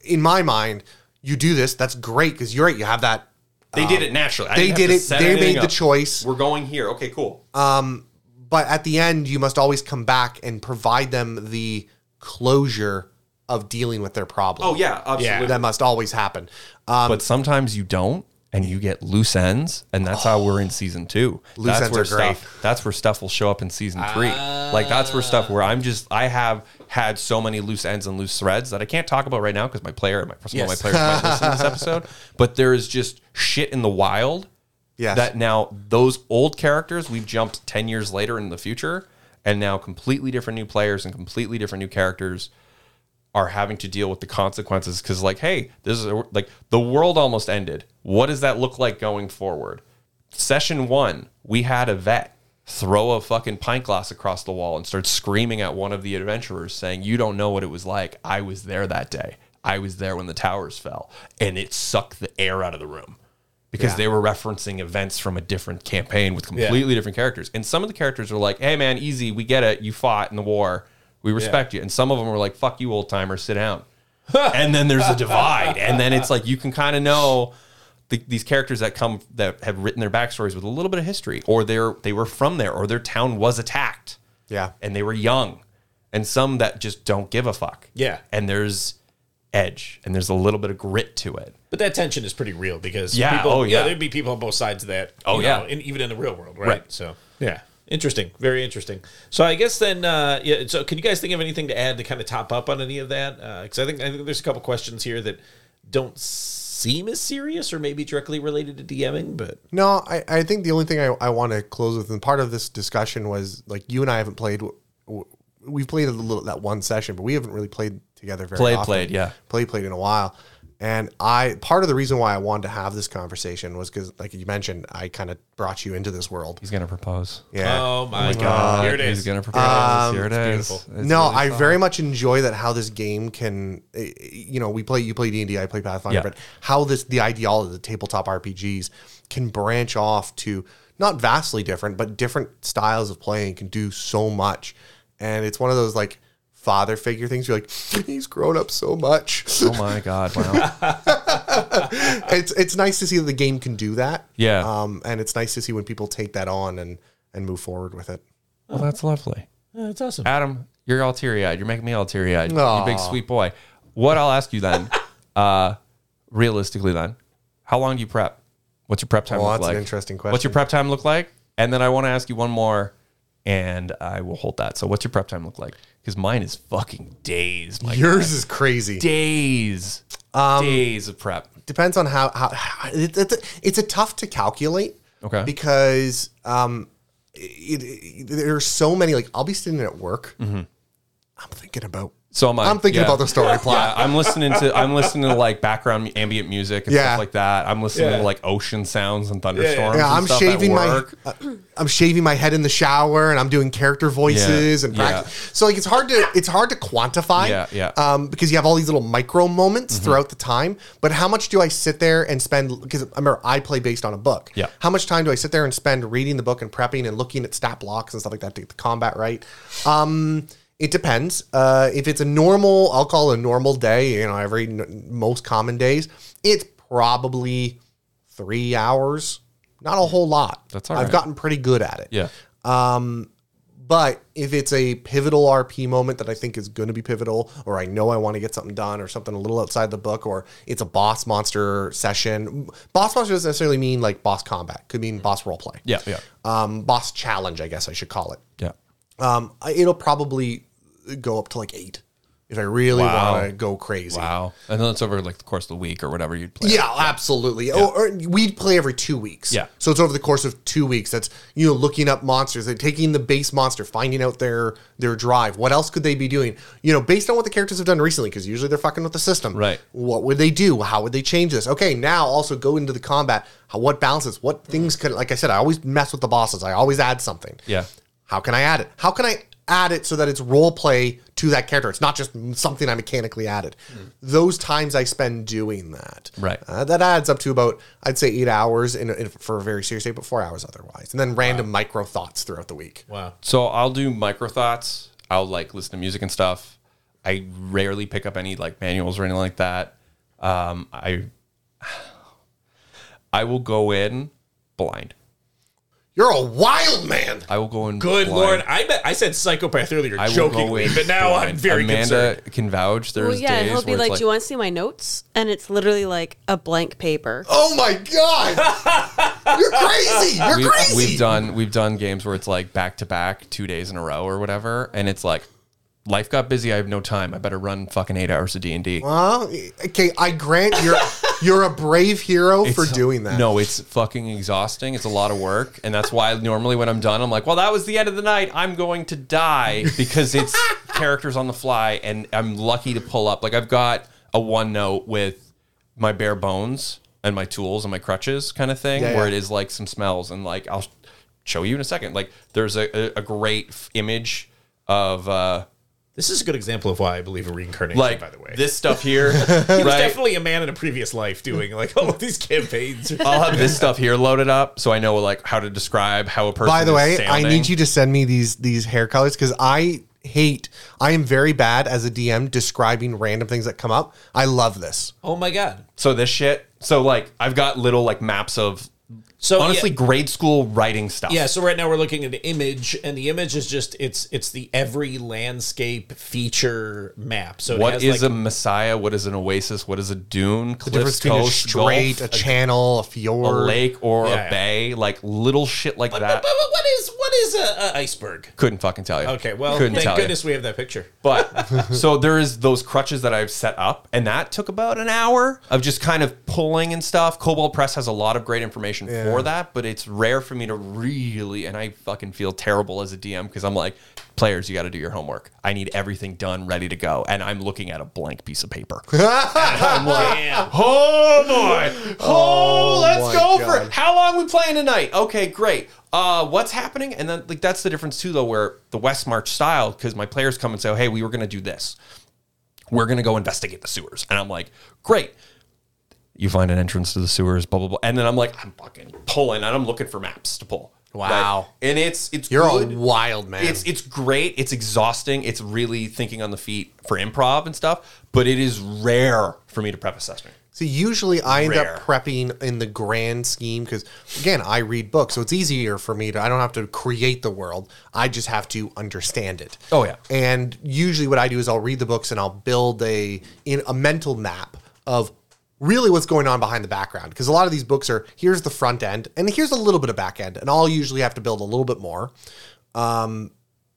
in my mind, you do this. That's great because you're right. You have that.
they did it naturally. I
they
didn't have
did
to
it.
set
They
anything
made the
up.
choice. Uh,
We're going here. Okay, cool.
but at the end you must always come back and provide them the closure of dealing with their problem
oh yeah, absolutely.
that must always happen um,
but sometimes you don't and you get loose ends and that's how we're in season two loose that's
Oh. ends
where
are great.
stuff that's where stuff will show up in season three like that's where stuff where i'm just i have had so many loose ends and loose threads that i can't talk about right now because my player my, some
Yes.
of my players might listen to this episode but there is just shit in the wild
Yes.
that now those old characters we've jumped 10 years later in the future and now completely different new players and completely different new characters are having to deal with the consequences because like hey this is a, like the world almost ended what does that look like going forward session one we had a vet throw a fucking pint glass across the wall and start screaming at one of the adventurers saying you don't know what it was like i was there that day i was there when the towers fell and it sucked the air out of the room because they were referencing events from a different campaign with completely different characters. And some of the characters were like, "Hey, man, easy, we get it. You fought in the war. We respect you." And some of them were like, "Fuck you, old timer, sit down." and then there's a divide, and then it's like you can kind of know the, these characters that come that have written their backstories with a little bit of history, or they're they were from there, or their town was attacked,
Yeah.
and they were young, and some that just don't give a fuck,
Yeah.
and there's edge, and there's a little bit of grit to it.
But that tension is pretty real because
Yeah,
people,
oh, yeah.
there'd be people on both sides of that.
Oh,
you know,
yeah.
in, even in the real world, right?
Right.
So yeah, interesting, very interesting. So I guess then, uh, yeah. So can you guys think of anything to add to kind of top up on any of that? Because I think I think there's a couple questions here that don't seem as serious or maybe directly related to DMing, but
No, I, I think the only thing I, I want to close with, and part of this discussion was like you and I haven't played. w- w- We've played a little that one session, but we haven't really played together very
Played,
often.
played, yeah.
played played in a while. And I part of the reason why I wanted to have this conversation was because, like you mentioned, I kind of brought you into this world.
He's gonna propose.
Yeah.
oh my god, here it
He's
is.
gonna propose.
Um,
Here it is.
beautiful.
It's
no,
really
I
fun.
very much enjoy that how this game can, eh, eh, you know, we play, you play D and I play Pathfinder,
Yeah.
but how this the ideology, the tabletop RPGs, can branch off to not vastly different, but different styles of playing can do so much, and it's one of those like father figure things. You're like, he's grown up so much.
Oh my god! Wow.
it's it's nice to see that the game can do that.
Yeah.
um, and it's nice to see when people take that on and and move forward with it.
well, that's lovely.
Oh, that's awesome.
Adam, you're all teary eyed. You're making me all teary eyed. You
Aw.
big sweet boy. What I'll ask you then, uh, realistically then, how long do you prep? What's your prep time
Well,
look
that's an
like?
interesting
What's your prep time look like? And then I want to ask you one more, and I will hold that. So, what's your prep time look like? Because mine is fucking days. My
Yours is crazy.
days,
Um,
days of prep.
depends on how, how, how it, it, it's a tough to calculate.
Okay.
Because um, it, it, there are so many. Like I'll be sitting at work. I'm thinking about.
Mm-hmm. So am I.
I'm thinking
Yeah.
about the story
Yeah,
plot.
I'm listening to I'm listening to like background ambient music and
Yeah.
stuff like that. I'm listening
Yeah.
to like ocean sounds and thunderstorms.
yeah.
Yeah,
Yeah, I'm
and stuff at
shaving my.
work.
uh, I'm shaving my head in the shower, and I'm doing character voices
Yeah,
and
yeah.
practice. So like it's hard to it's hard to quantify.
Yeah, yeah. Mm-hmm.
Um, because you have all these little micro moments throughout the time. But how much do I sit there and spend? Because I remember I play based on a book.
Yeah.
How much time do I sit there and spend reading the book and prepping and looking at stat blocks and stuff like that to get the combat right? Um, it depends. Uh, if it's a normal, I'll call it a normal day. You know, every n- most common days, it's probably three hours. Not a whole lot.
That's all
I've
right.
gotten pretty good at it.
Yeah.
But if it's a pivotal RP moment that I think is going to be pivotal, or I know I want to get something done, or something a little outside the book, or it's a boss monster session, boss monster doesn't necessarily mean like boss combat. Could mean boss roleplay.
Yeah. Yeah.
Um, boss challenge, I guess I should call it.
Yeah.
Um, I- it'll probably go up to like eight if I really
Wow.
want to go crazy.
Wow. And then it's over like the course of the week or whatever you'd play.
Yeah, absolutely. Or, or we'd play every two weeks.
Yeah.
So it's over the course of two weeks. That's you know looking up monsters, and taking the base monster, finding out their their drive. What else could they be doing? You know, based on what the characters have done recently, because usually they're fucking with the system.
Right.
What would they do? How would they change this? Okay, now also go into the combat. How, what balances? What things could? Like I said, I always mess with the bosses. I always add something.
Yeah.
How can I add it? How can I add it so that it's role play to that character? It's not just something I mechanically added. Those times I spend doing that,
Mm. Right.
Uh, that adds up to about I'd say eight hours in, in for a very serious day, but four hours otherwise, and then random micro thoughts throughout the week.
Wow.
So I'll do micro thoughts. I'll like listen to music and stuff. I rarely pick up any like manuals or anything like that. Um, I I will go in blind.
You're a wild man.
I will go in.
Good
blind.
lord, I bet I said psychopath earlier
I will go
jokingly,
in
but now I'm
blind.
very
Amanda
concerned.
can vouch. There's
Well, yeah, and
days
he'll be
where it's
like, "Do you want to see my notes?" And it's literally like a blank paper.
Oh my god, you're crazy. You're
we've,
crazy.
we've done we've done games where it's like back to back two days in a row or whatever and it's like life got busy i have no time i better run fucking eight hours of d&d
Huh? okay, I grant you're you're a brave hero for doing that.
no it's fucking exhausting it's a lot of work and that's why normally when i'm done i'm like well that was the end of the night i'm going to die because it's characters on the fly and i'm lucky to pull up like i've got a one note with my bare bones and my tools and my crutches kind of thing
Yeah,
where
yeah.
it is like some smells and like i'll show you in a second like there's a, a, a great f- image of uh
This is a good example of why I believe in reincarnation.
like
by the way,
this stuff here
He was
right?
definitely a man in a previous life doing like all of these campaigns.
I'll have this stuff here loaded up so I know like how to describe how a person.
By the
is
way, I
sounding.
need you to send me these these hair colors because I hate. I am very bad as a DM describing random things that come up. I love this.
oh my god!
So this shit So like I've got little like maps of
So
honestly
yeah.
grade school writing stuff.
Yeah, so right now we're looking at an image, and the image is just it's it's the every landscape feature map. So it
What
has,
is
like,
a Messiah? What is an oasis? What is a dune?
The difference between a strait, a channel, a
a
fjord,
lake, or
Yeah, yeah.
a bay, like little shit like
But-
that.
but what is what is a, a iceberg?
Couldn't fucking tell you.
Okay, well,
couldn't
thank
tell you.
goodness we have that picture.
But so there is those crutches that I've set up, and that took about an hour of just kind of pulling and stuff. Cobalt Press has a lot of great information for that, but it's rare for me to really. And I fucking feel terrible as a DM because I'm like, players, you got to do your homework. I need everything done, ready to go, and I'm looking at a blank piece of paper.
Damn.
Oh boy! Oh,
Oh,
let's
my
go for it.
God.
How long we playing tonight? Okay, great. Uh, what's happening? And then like that's the difference too, though, where the West March style, because my players come and say, "Hey, we were gonna do this. We're gonna go investigate the sewers," and I'm like, "Great." You find an entrance to the sewers, blah blah blah, and then I'm like, I'm fucking pulling, and I'm looking for maps to pull.
Wow.
Like, and it's it's
You're
good.
a wild man.
It's it's great. It's exhausting. It's really thinking on the feet for improv and stuff. But it is rare for me to prep a session.
So usually I end
Rare.
up prepping in the grand scheme because again I read books, so it's easier for me to. I don't have to create the world. I just have to understand it.
Oh, yeah.
And usually what I do is I'll read the books and I'll build a in a mental map of really what's going on behind the background because a lot of these books are here's the front end and here's a little bit of back end and I'll usually have to build a little bit more. Um,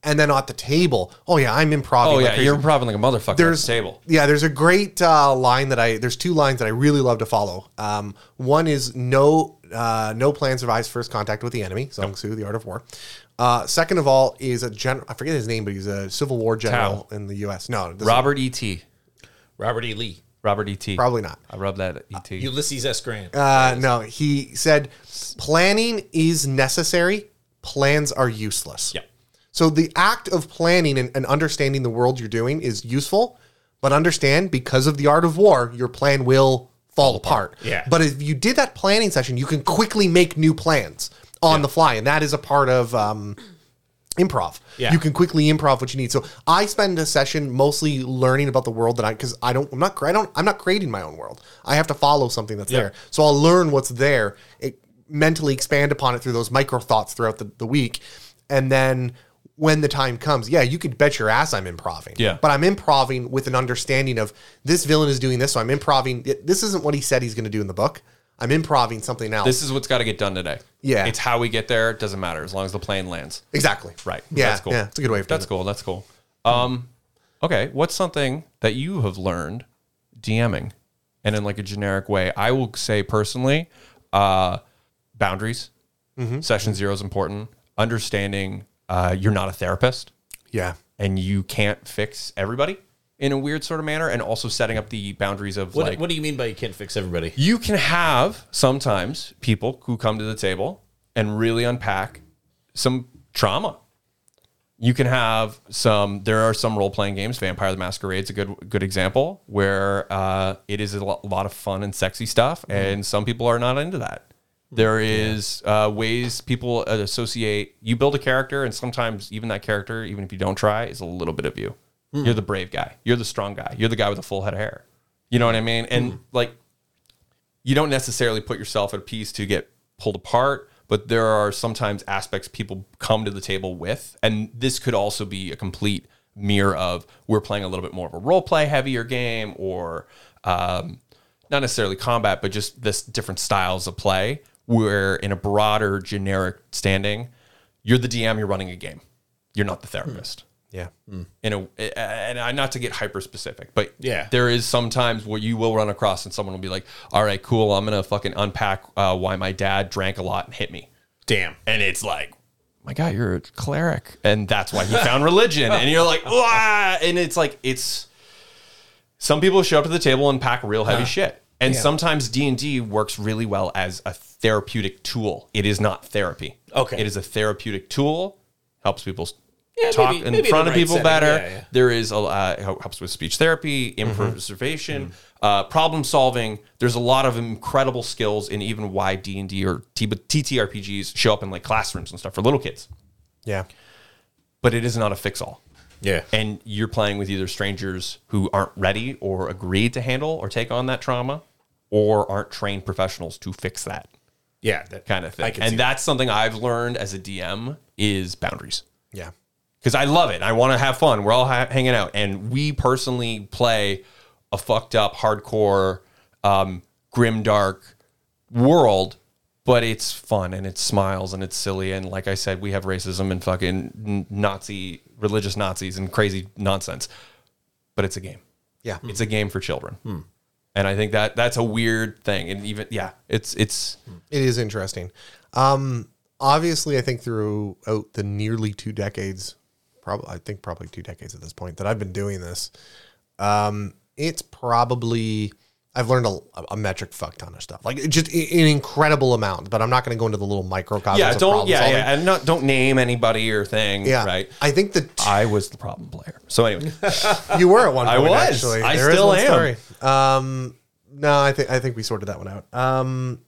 and then at the table, oh yeah, I'm improv.
Oh yeah, you're improvising like a motherfucker. There's
there's
at the table.
Yeah, there's a great uh, line that I there's two lines that I really love to follow. Um, one is no uh, no plan survives first contact with the enemy. Song Tzu, The Art of War. Uh, second of all is a general. I forget his name, but he's a Civil War general in the U.S. No, this is
Robert E. T.
Robert E. Lee,
Robert E. T.
probably not.
I rubbed that E. T.
Ulysses S. Grant.
Uh, no, he said planning is necessary. Plans are useless.
Yeah.
So the act of planning and, and understanding the world you're doing is useful, but understand because of the art of war, your plan will fall apart.
Yeah.
But if you did that planning session, you can quickly make new plans on the fly, and that is a part of um, improv.
Yeah.
You can quickly improv what you need. So I spend a session mostly learning about the world that I because I don't I'm not I don't I'm not creating my own world. I have to follow something that's
Yeah.
there. So I'll learn what's there, it, mentally expand upon it through those micro thoughts throughout the, the week, and then when the time comes, yeah, you could bet your ass I'm improving.
Yeah.
But I'm improving with an understanding of this villain is doing this, so I'm improving. This isn't what he said he's going to do in the book. I'm improving something else.
This is what's got to get done today.
Yeah.
it's how we get there. It doesn't matter as long as the plane lands.
exactly.
Right.
Yeah.
That's cool.
Yeah. It's a good way of doing
That's cool. That's cool. Um, okay. What's something that you have learned DMing, and in like a generic way? I will say personally, uh, boundaries.
Mm-hmm.
Session zero is important. Understanding uh, you're not a therapist.
it. Yeah.
and you can't fix everybody in a weird sort of manner and also setting up the boundaries of
what,
like
what do you mean by you can't fix everybody?
you can have sometimes people who come to the table and really unpack some trauma you can have some there are some role-playing games vampire the masquerade's a good good example where uh, it is a lo- lot of fun and sexy stuff and some people are not into that there is uh, ways people associate you build a character and sometimes even that character even if you don't try is a little bit of you you're the brave guy you're the strong guy you're the guy with a full head of hair you know what i mean and like you don't necessarily put yourself at peace to get pulled apart, but there are sometimes aspects people come to the table with. And this could also be a complete mirror of we're playing a little bit more of a role play heavier game or um, not necessarily combat, but just this different styles of play. Where in a broader generic standing, you're the DM, you're running a game, you're not the therapist
Yeah.
in a and I not to get hyper specific, but
Yeah.
there is sometimes where you will run across and someone will be like, "All right, cool, I'm gonna fucking unpack uh, why my dad drank a lot and hit me,"
Damn.
and it's like, "My God, you're a cleric," and that's why he found religion, and you're like, "Wah!" and it's like it's some people show up to the table and pack real heavy shit. And sometimes D and D works really well as a therapeutic tool. It is not therapy.
Okay.
it is a therapeutic tool. Helps people s-
Yeah,
talk
maybe-
in
maybe in
front
the
of
right
people
setting.
better.
Yeah, yeah. Mm-hmm.
There is a uh, hel- helps with speech therapy, improvisation, uh, problem solving. There's a lot of incredible skills in even why D and D or T- TTRPGs show up in like classrooms and stuff for little kids.
Yeah.
But it is not a fix all
Yeah.
and you're playing with either strangers who aren't ready or agreed to handle or take on that trauma or aren't trained professionals to fix that
yeah, that
kind of
I
thing.
can see
And that's something I've learned as a DM is boundaries
Yeah.
because I love it. I want to have fun. We're all ha- hanging out, and we personally play a fucked up, hardcore, um, grim, dark world. But it's fun and it's smiles and it's silly and like I said, we have racism and fucking n- Nazi religious Nazis and crazy nonsense. But it's a game.
Yeah.
It's a game for children.
Hmm.
And I think that that's a weird thing. And even yeah, it's it's
It is interesting. Um, obviously, I think throughout the nearly two decades, probably I think probably two decades at this point that I've been doing this, um, it's probably I've learned a, a metric fuck ton of stuff, like it just i- an incredible amount. But I'm not going to go into the little microcosms.
yeah,
of
don't
problem
yeah,
solving.
yeah, and not don't name anybody or thing,
yeah.
right?
I think that
I was the problem player. So anyway,
you were at one. Point,
I was.
Actually.
I
is
still
one
am.
Um, no, I think I think we sorted that one out. Um,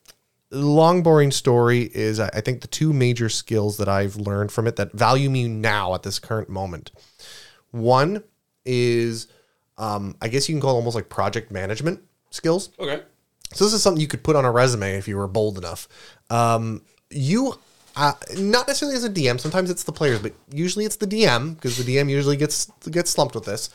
long boring story is I I think the two major skills that I've learned from it that value me now at this current moment. One is, um, I guess you can call it almost like project management skills.
Okay.
So this is something you could put on a resume if you were bold enough. Um, you, uh, not necessarily as a DM. Sometimes it's the players, but usually it's the DM because the DM usually gets gets slumped with this.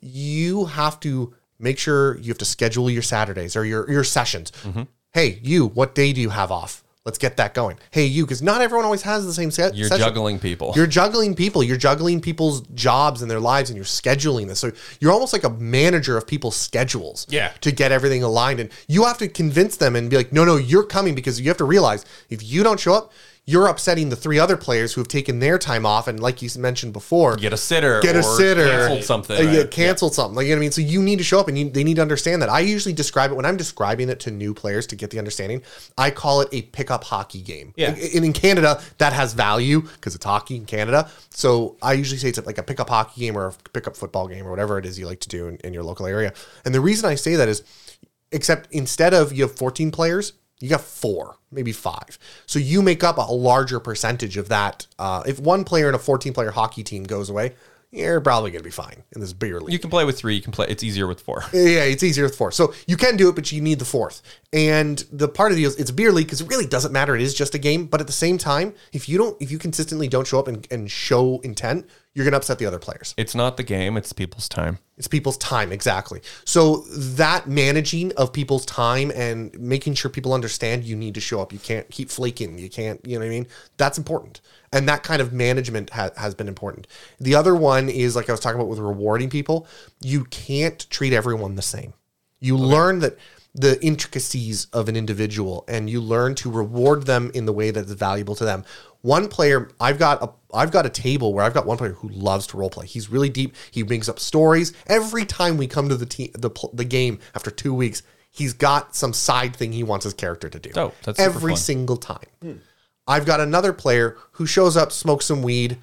You have to make sure you have to schedule your Saturdays or your your sessions.
Mm-hmm.
Hey, you, what day do you have off? Let's get that going. Hey, you, because not everyone always has the same set.
You're
session.
juggling people.
You're juggling people. You're juggling people's jobs and their lives, and you're scheduling this. So you're almost like a manager of people's schedules.
Yeah.
To get everything aligned, and you have to convince them and be like, no, no, you're coming because you have to realize if you don't show up, you're upsetting the three other players who have taken their time off. And like you mentioned before,
get a sitter.
get
or
a sitter,
Canceled something.
Uh, yeah,
right?
canceled something. Like you know what I mean. So you need to show up, and you, they need to understand that. I usually describe it when I'm describing it to new players to get the understanding. I call it a pickup hockey game.
Yeah.
And in, Canada, that has value because it's hockey in Canada. So I usually say it's like a pickup hockey game or a pickup football game or whatever it is you like to do in, in your local area. And the reason I say that is, except instead of you have 14 players. You got four, maybe five. So you make up a larger percentage of that. Uh, if one player in a 14 player hockey team goes away, you're probably going to be fine in this beer league.
You can play with three. You can play. It's easier with four.
Yeah, it's easier with four. So you can do it, but you need the fourth. And the part of the deal is it's beer league because it really doesn't matter. It is just a game. But at the same time, if you don't, if you consistently don't show up and, and show intent, you're going to upset the other players.
It's not the game. It's people's time.
It's people's time, exactly. So that managing of people's time and making sure people understand you need to show up. You can't keep flaking. You can't, you know what I mean? That's important. And that kind of management ha- has been important. The other one is like I was talking about with rewarding people, you can't treat everyone the same. You learn that the intricacies of an individual and you learn to reward them in the way that is valuable to them. One player, I've got a I've got a table where I've got one player who loves to roleplay. He's really deep. He brings up stories every time we come to the team the pl- the game after 2 weeks. He's got some side thing he wants his character to do.
Oh, that's super
every
fun. Hmm.
single time. I've got another player who shows up, smokes some weed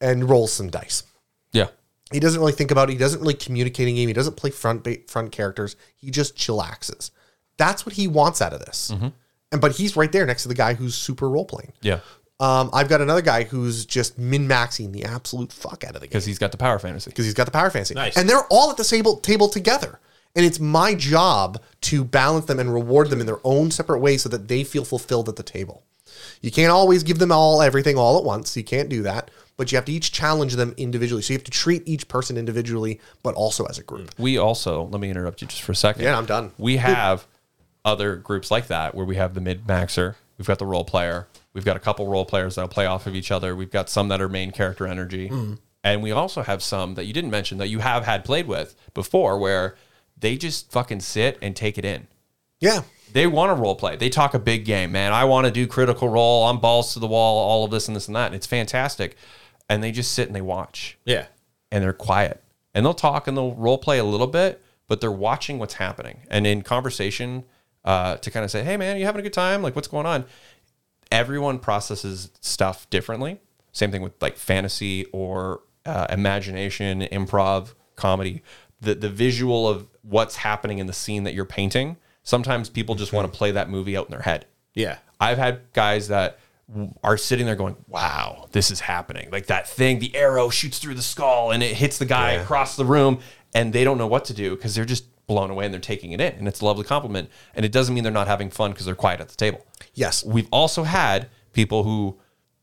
and rolls some dice
Yeah.
he doesn't really think about it. He doesn't really communicate in game. He doesn't play front ba- front characters. He just chillaxes. That's what he wants out of this. And but he's right there next to the guy who's super role playing.
Yeah.
Um, I've got another guy who's just min maxing the absolute fuck out of the game
Because he's got the power fantasy.
because he's got the power fantasy.
Nice.
And they're all at the table table together. And it's my job to balance them and reward them in their own separate ways so that they feel fulfilled at the table. You can't always give them all everything all at once. You can't do that. But you have to each challenge them individually. So you have to treat each person individually, but also as a group.
We also let me interrupt you just for a second.
Yeah, I'm done.
We have other groups like that where we have the mid maxer. We've got the role player. We've got a couple role players that'll play off of each other. We've got some that are main character energy,
Mm-hmm.
and we also have some that you didn't mention that you have had played with before, where they just fucking sit and take it in.
Yeah.
they want to role play. They talk a big game, man. I want to do critical role. I'm balls to the wall, all of this and this and that. And it's fantastic. And they just sit and they watch
Yeah.
and they're quiet and they'll talk and they'll role play a little bit, but they're watching what's happening. And in conversation, uh, to kind of say, hey, man, you having a good time? Like, what's going on? Everyone processes stuff differently. Same thing with like fantasy or uh, imagination, improv, comedy. The, the visual of what's happening in the scene that you're painting. Sometimes people just want to play that movie out in their head.
Yeah.
I've had guys that w- are sitting there going, "Wow, this is happening!" Like that thing, the arrow shoots through the skull and it hits the guy across the room, and they don't know what to do because they're just blown away and they're taking it in and it's a lovely compliment and it doesn't mean they're not having fun because they're quiet at the table
Yes.
we've also had people who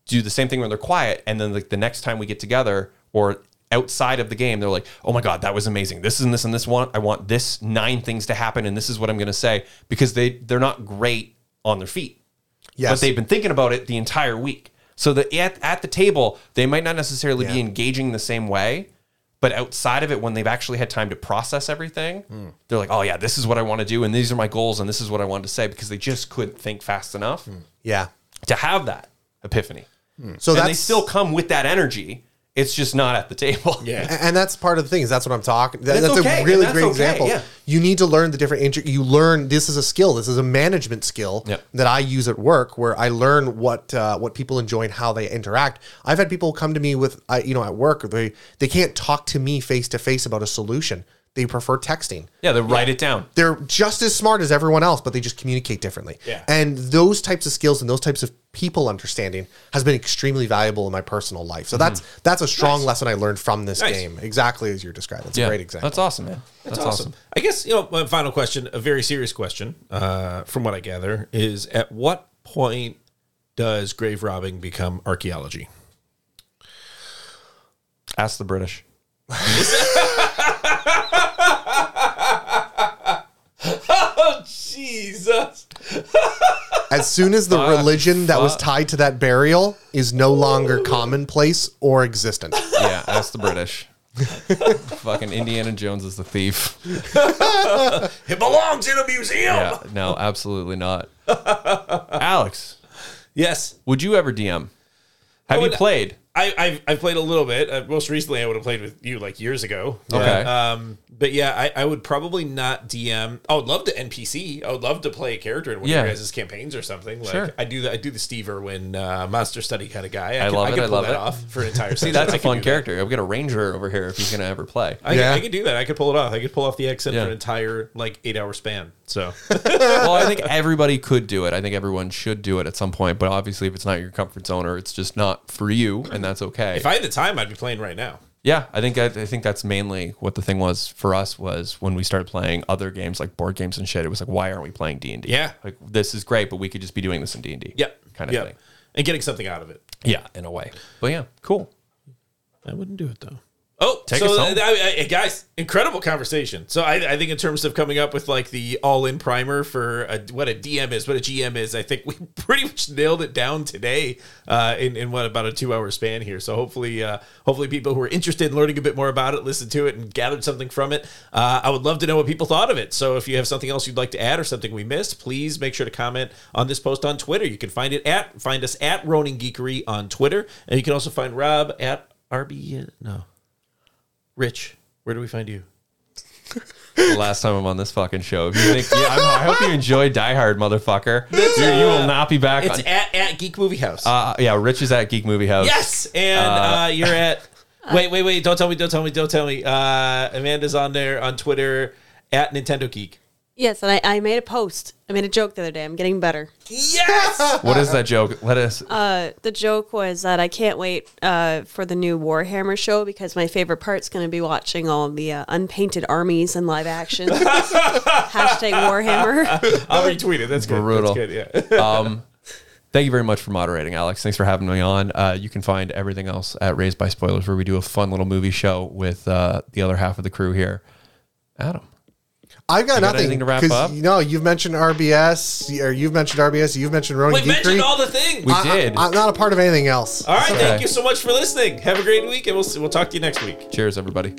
do the same thing when they're quiet and then like the next time we get together or outside of the game they're like oh my god that was amazing this and this and this one i want this nine things to happen and this is what i'm going to say because they they're not great on their feet
Yes.
but they've been thinking about it the entire week. So that at, at the table, they might not necessarily be
Yeah.
engaging the same way, but outside of it, when they've actually had time to process everything,
Hmm.
they're like, "Oh yeah, this is what I want to do, and these are my goals, and this is what I wanted to say," because they just couldn't think fast enough
yeah.
to have that epiphany.
Hmm. So
and
that's
they still come with that energy. It's just not at the table.
Yeah.
A- And that's part of the thing is that's what I'm talking. That,
That's
that's
okay,
a
and
really
that's
great
okay,
example.
yeah.
You need to learn the different. Intri- you learn this is a skill. This is a management skill
Yep.
that I use at work, where I learn what uh, what people enjoy and how they interact. I've had people come to me with, I you know, at work they they can't talk to me face to face about a solution. They prefer texting
yeah. They write it down.
they're just as smart as everyone else, but they just communicate differently.
Yeah.
And those types of skills and those types of people understanding has been extremely valuable in my personal life. So that's that's a strong lesson I learned from this
Mm-hmm. Nice.
game, exactly as you're describing. It's
Yeah.
a great example.
That's awesome, man. That's, awesome.
I guess you know. My final question, a very serious question, uh, from what I gather, is at what point does grave robbing become archaeology?
Ask the British.
Oh, Jesus.
Uh,
As soon as the religion that was
fuck.
tied to that burial is no longer commonplace or existent.
Yeah, ask the British. Fucking Indiana Jones is the thief.
It belongs in a museum.
Yeah, no, absolutely not. Alex,
Yes.
would you ever DM? Have you
would-
played?
I, I've, I've played a little bit. Uh, most recently, I would have played with you like years ago.
Okay.
Um, but yeah, I, I would probably not DM. I would love to NPC. I would love to play a character in one
Yeah.
of your guys' campaigns or something. Like
Sure.
I do the I do the Steve Irwin uh, monster study kind of guy. I,
love
I
it,
can
I
pull
love
that
it.
off for an entire season.
That's
I
a
can
fun
do that.
character. I've got a ranger over here if he's gonna ever play.
I,
Yeah.
I could do that. I could pull it off. I could pull off the accent
Yeah.
for an entire like eight hour span. So
well, I think everybody could do it. I think everyone should do it at some point. But obviously, if it's not your comfort zone or it's just not for you, and that's okay.
if I had the time, I'd be playing right now.
yeah, I think I, I think that's mainly what the thing was for us was when we started playing other games like board games and shit. It was like, why aren't we playing D and D?
Yeah.
like this is great, but we could just be doing this in D and D.
Yep.
kind of
Yep.
thing.
And getting something out of it.
Yeah, in a way. But yeah, cool.
I wouldn't do it though. Oh,
Take
so
us home.
th- I- I- guys, incredible conversation. So I, I think in terms of coming up with like the all-in primer for a, what a DM is, what a GM is, I think we pretty much nailed it down today uh, in in what about a two-hour span here. So hopefully, uh, hopefully people who are interested in learning a bit more about it, listen to it, and gathered something from it. Uh, I would love to know what people thought of it. So if you have something else you'd like to add or something we missed, please make sure to comment on this post on Twitter. You can find it at find us at Ronin Geekery on Twitter, and you can also find Rob at RB uh, no. Rich, where do we find you?
the last time I'm on this fucking show. If you think, yeah, I, I hope you enjoy Die Hard, motherfucker. You, you will not be back.
It's
On,
at, at Geek Movie House.
uh, yeah, Rich is at Geek Movie House.
yes, and uh, you're at. Wait, wait, wait! Don't tell me! Don't tell me! Don't tell me! Uh, Amanda's on there on Twitter at Nintendo Geek.
Yes, and I, I made a post. I made a joke the other day. I'm getting better.
Yes,
What is that joke? Let us.
Uh, the joke was that I can't wait uh, for the new Warhammer show because my favorite part's going to be watching all the uh, unpainted armies in live action. Hashtag Warhammer.
I'll retweet it. That's good.
Brutal.
That's good. Yeah.
um, thank you very much for moderating, Alex. Thanks for having me on. Uh, you can find everything else at Raised by Spoilers, where we do a fun little movie show with uh, the other half of the crew here. Adam.
I've got, nothing
anything to wrap
'cause,
up?
You know, you've mentioned RBS, or you've mentioned RBS, you've mentioned Ronin
we mentioned
Geekery.
all Oh, the things.
We
All
I-
did.
I'm not a part of anything else.
right.
Okay.
Thank you so much for listening. Have a great week, and we'll see, we'll talk to you next week.
Cheers, everybody.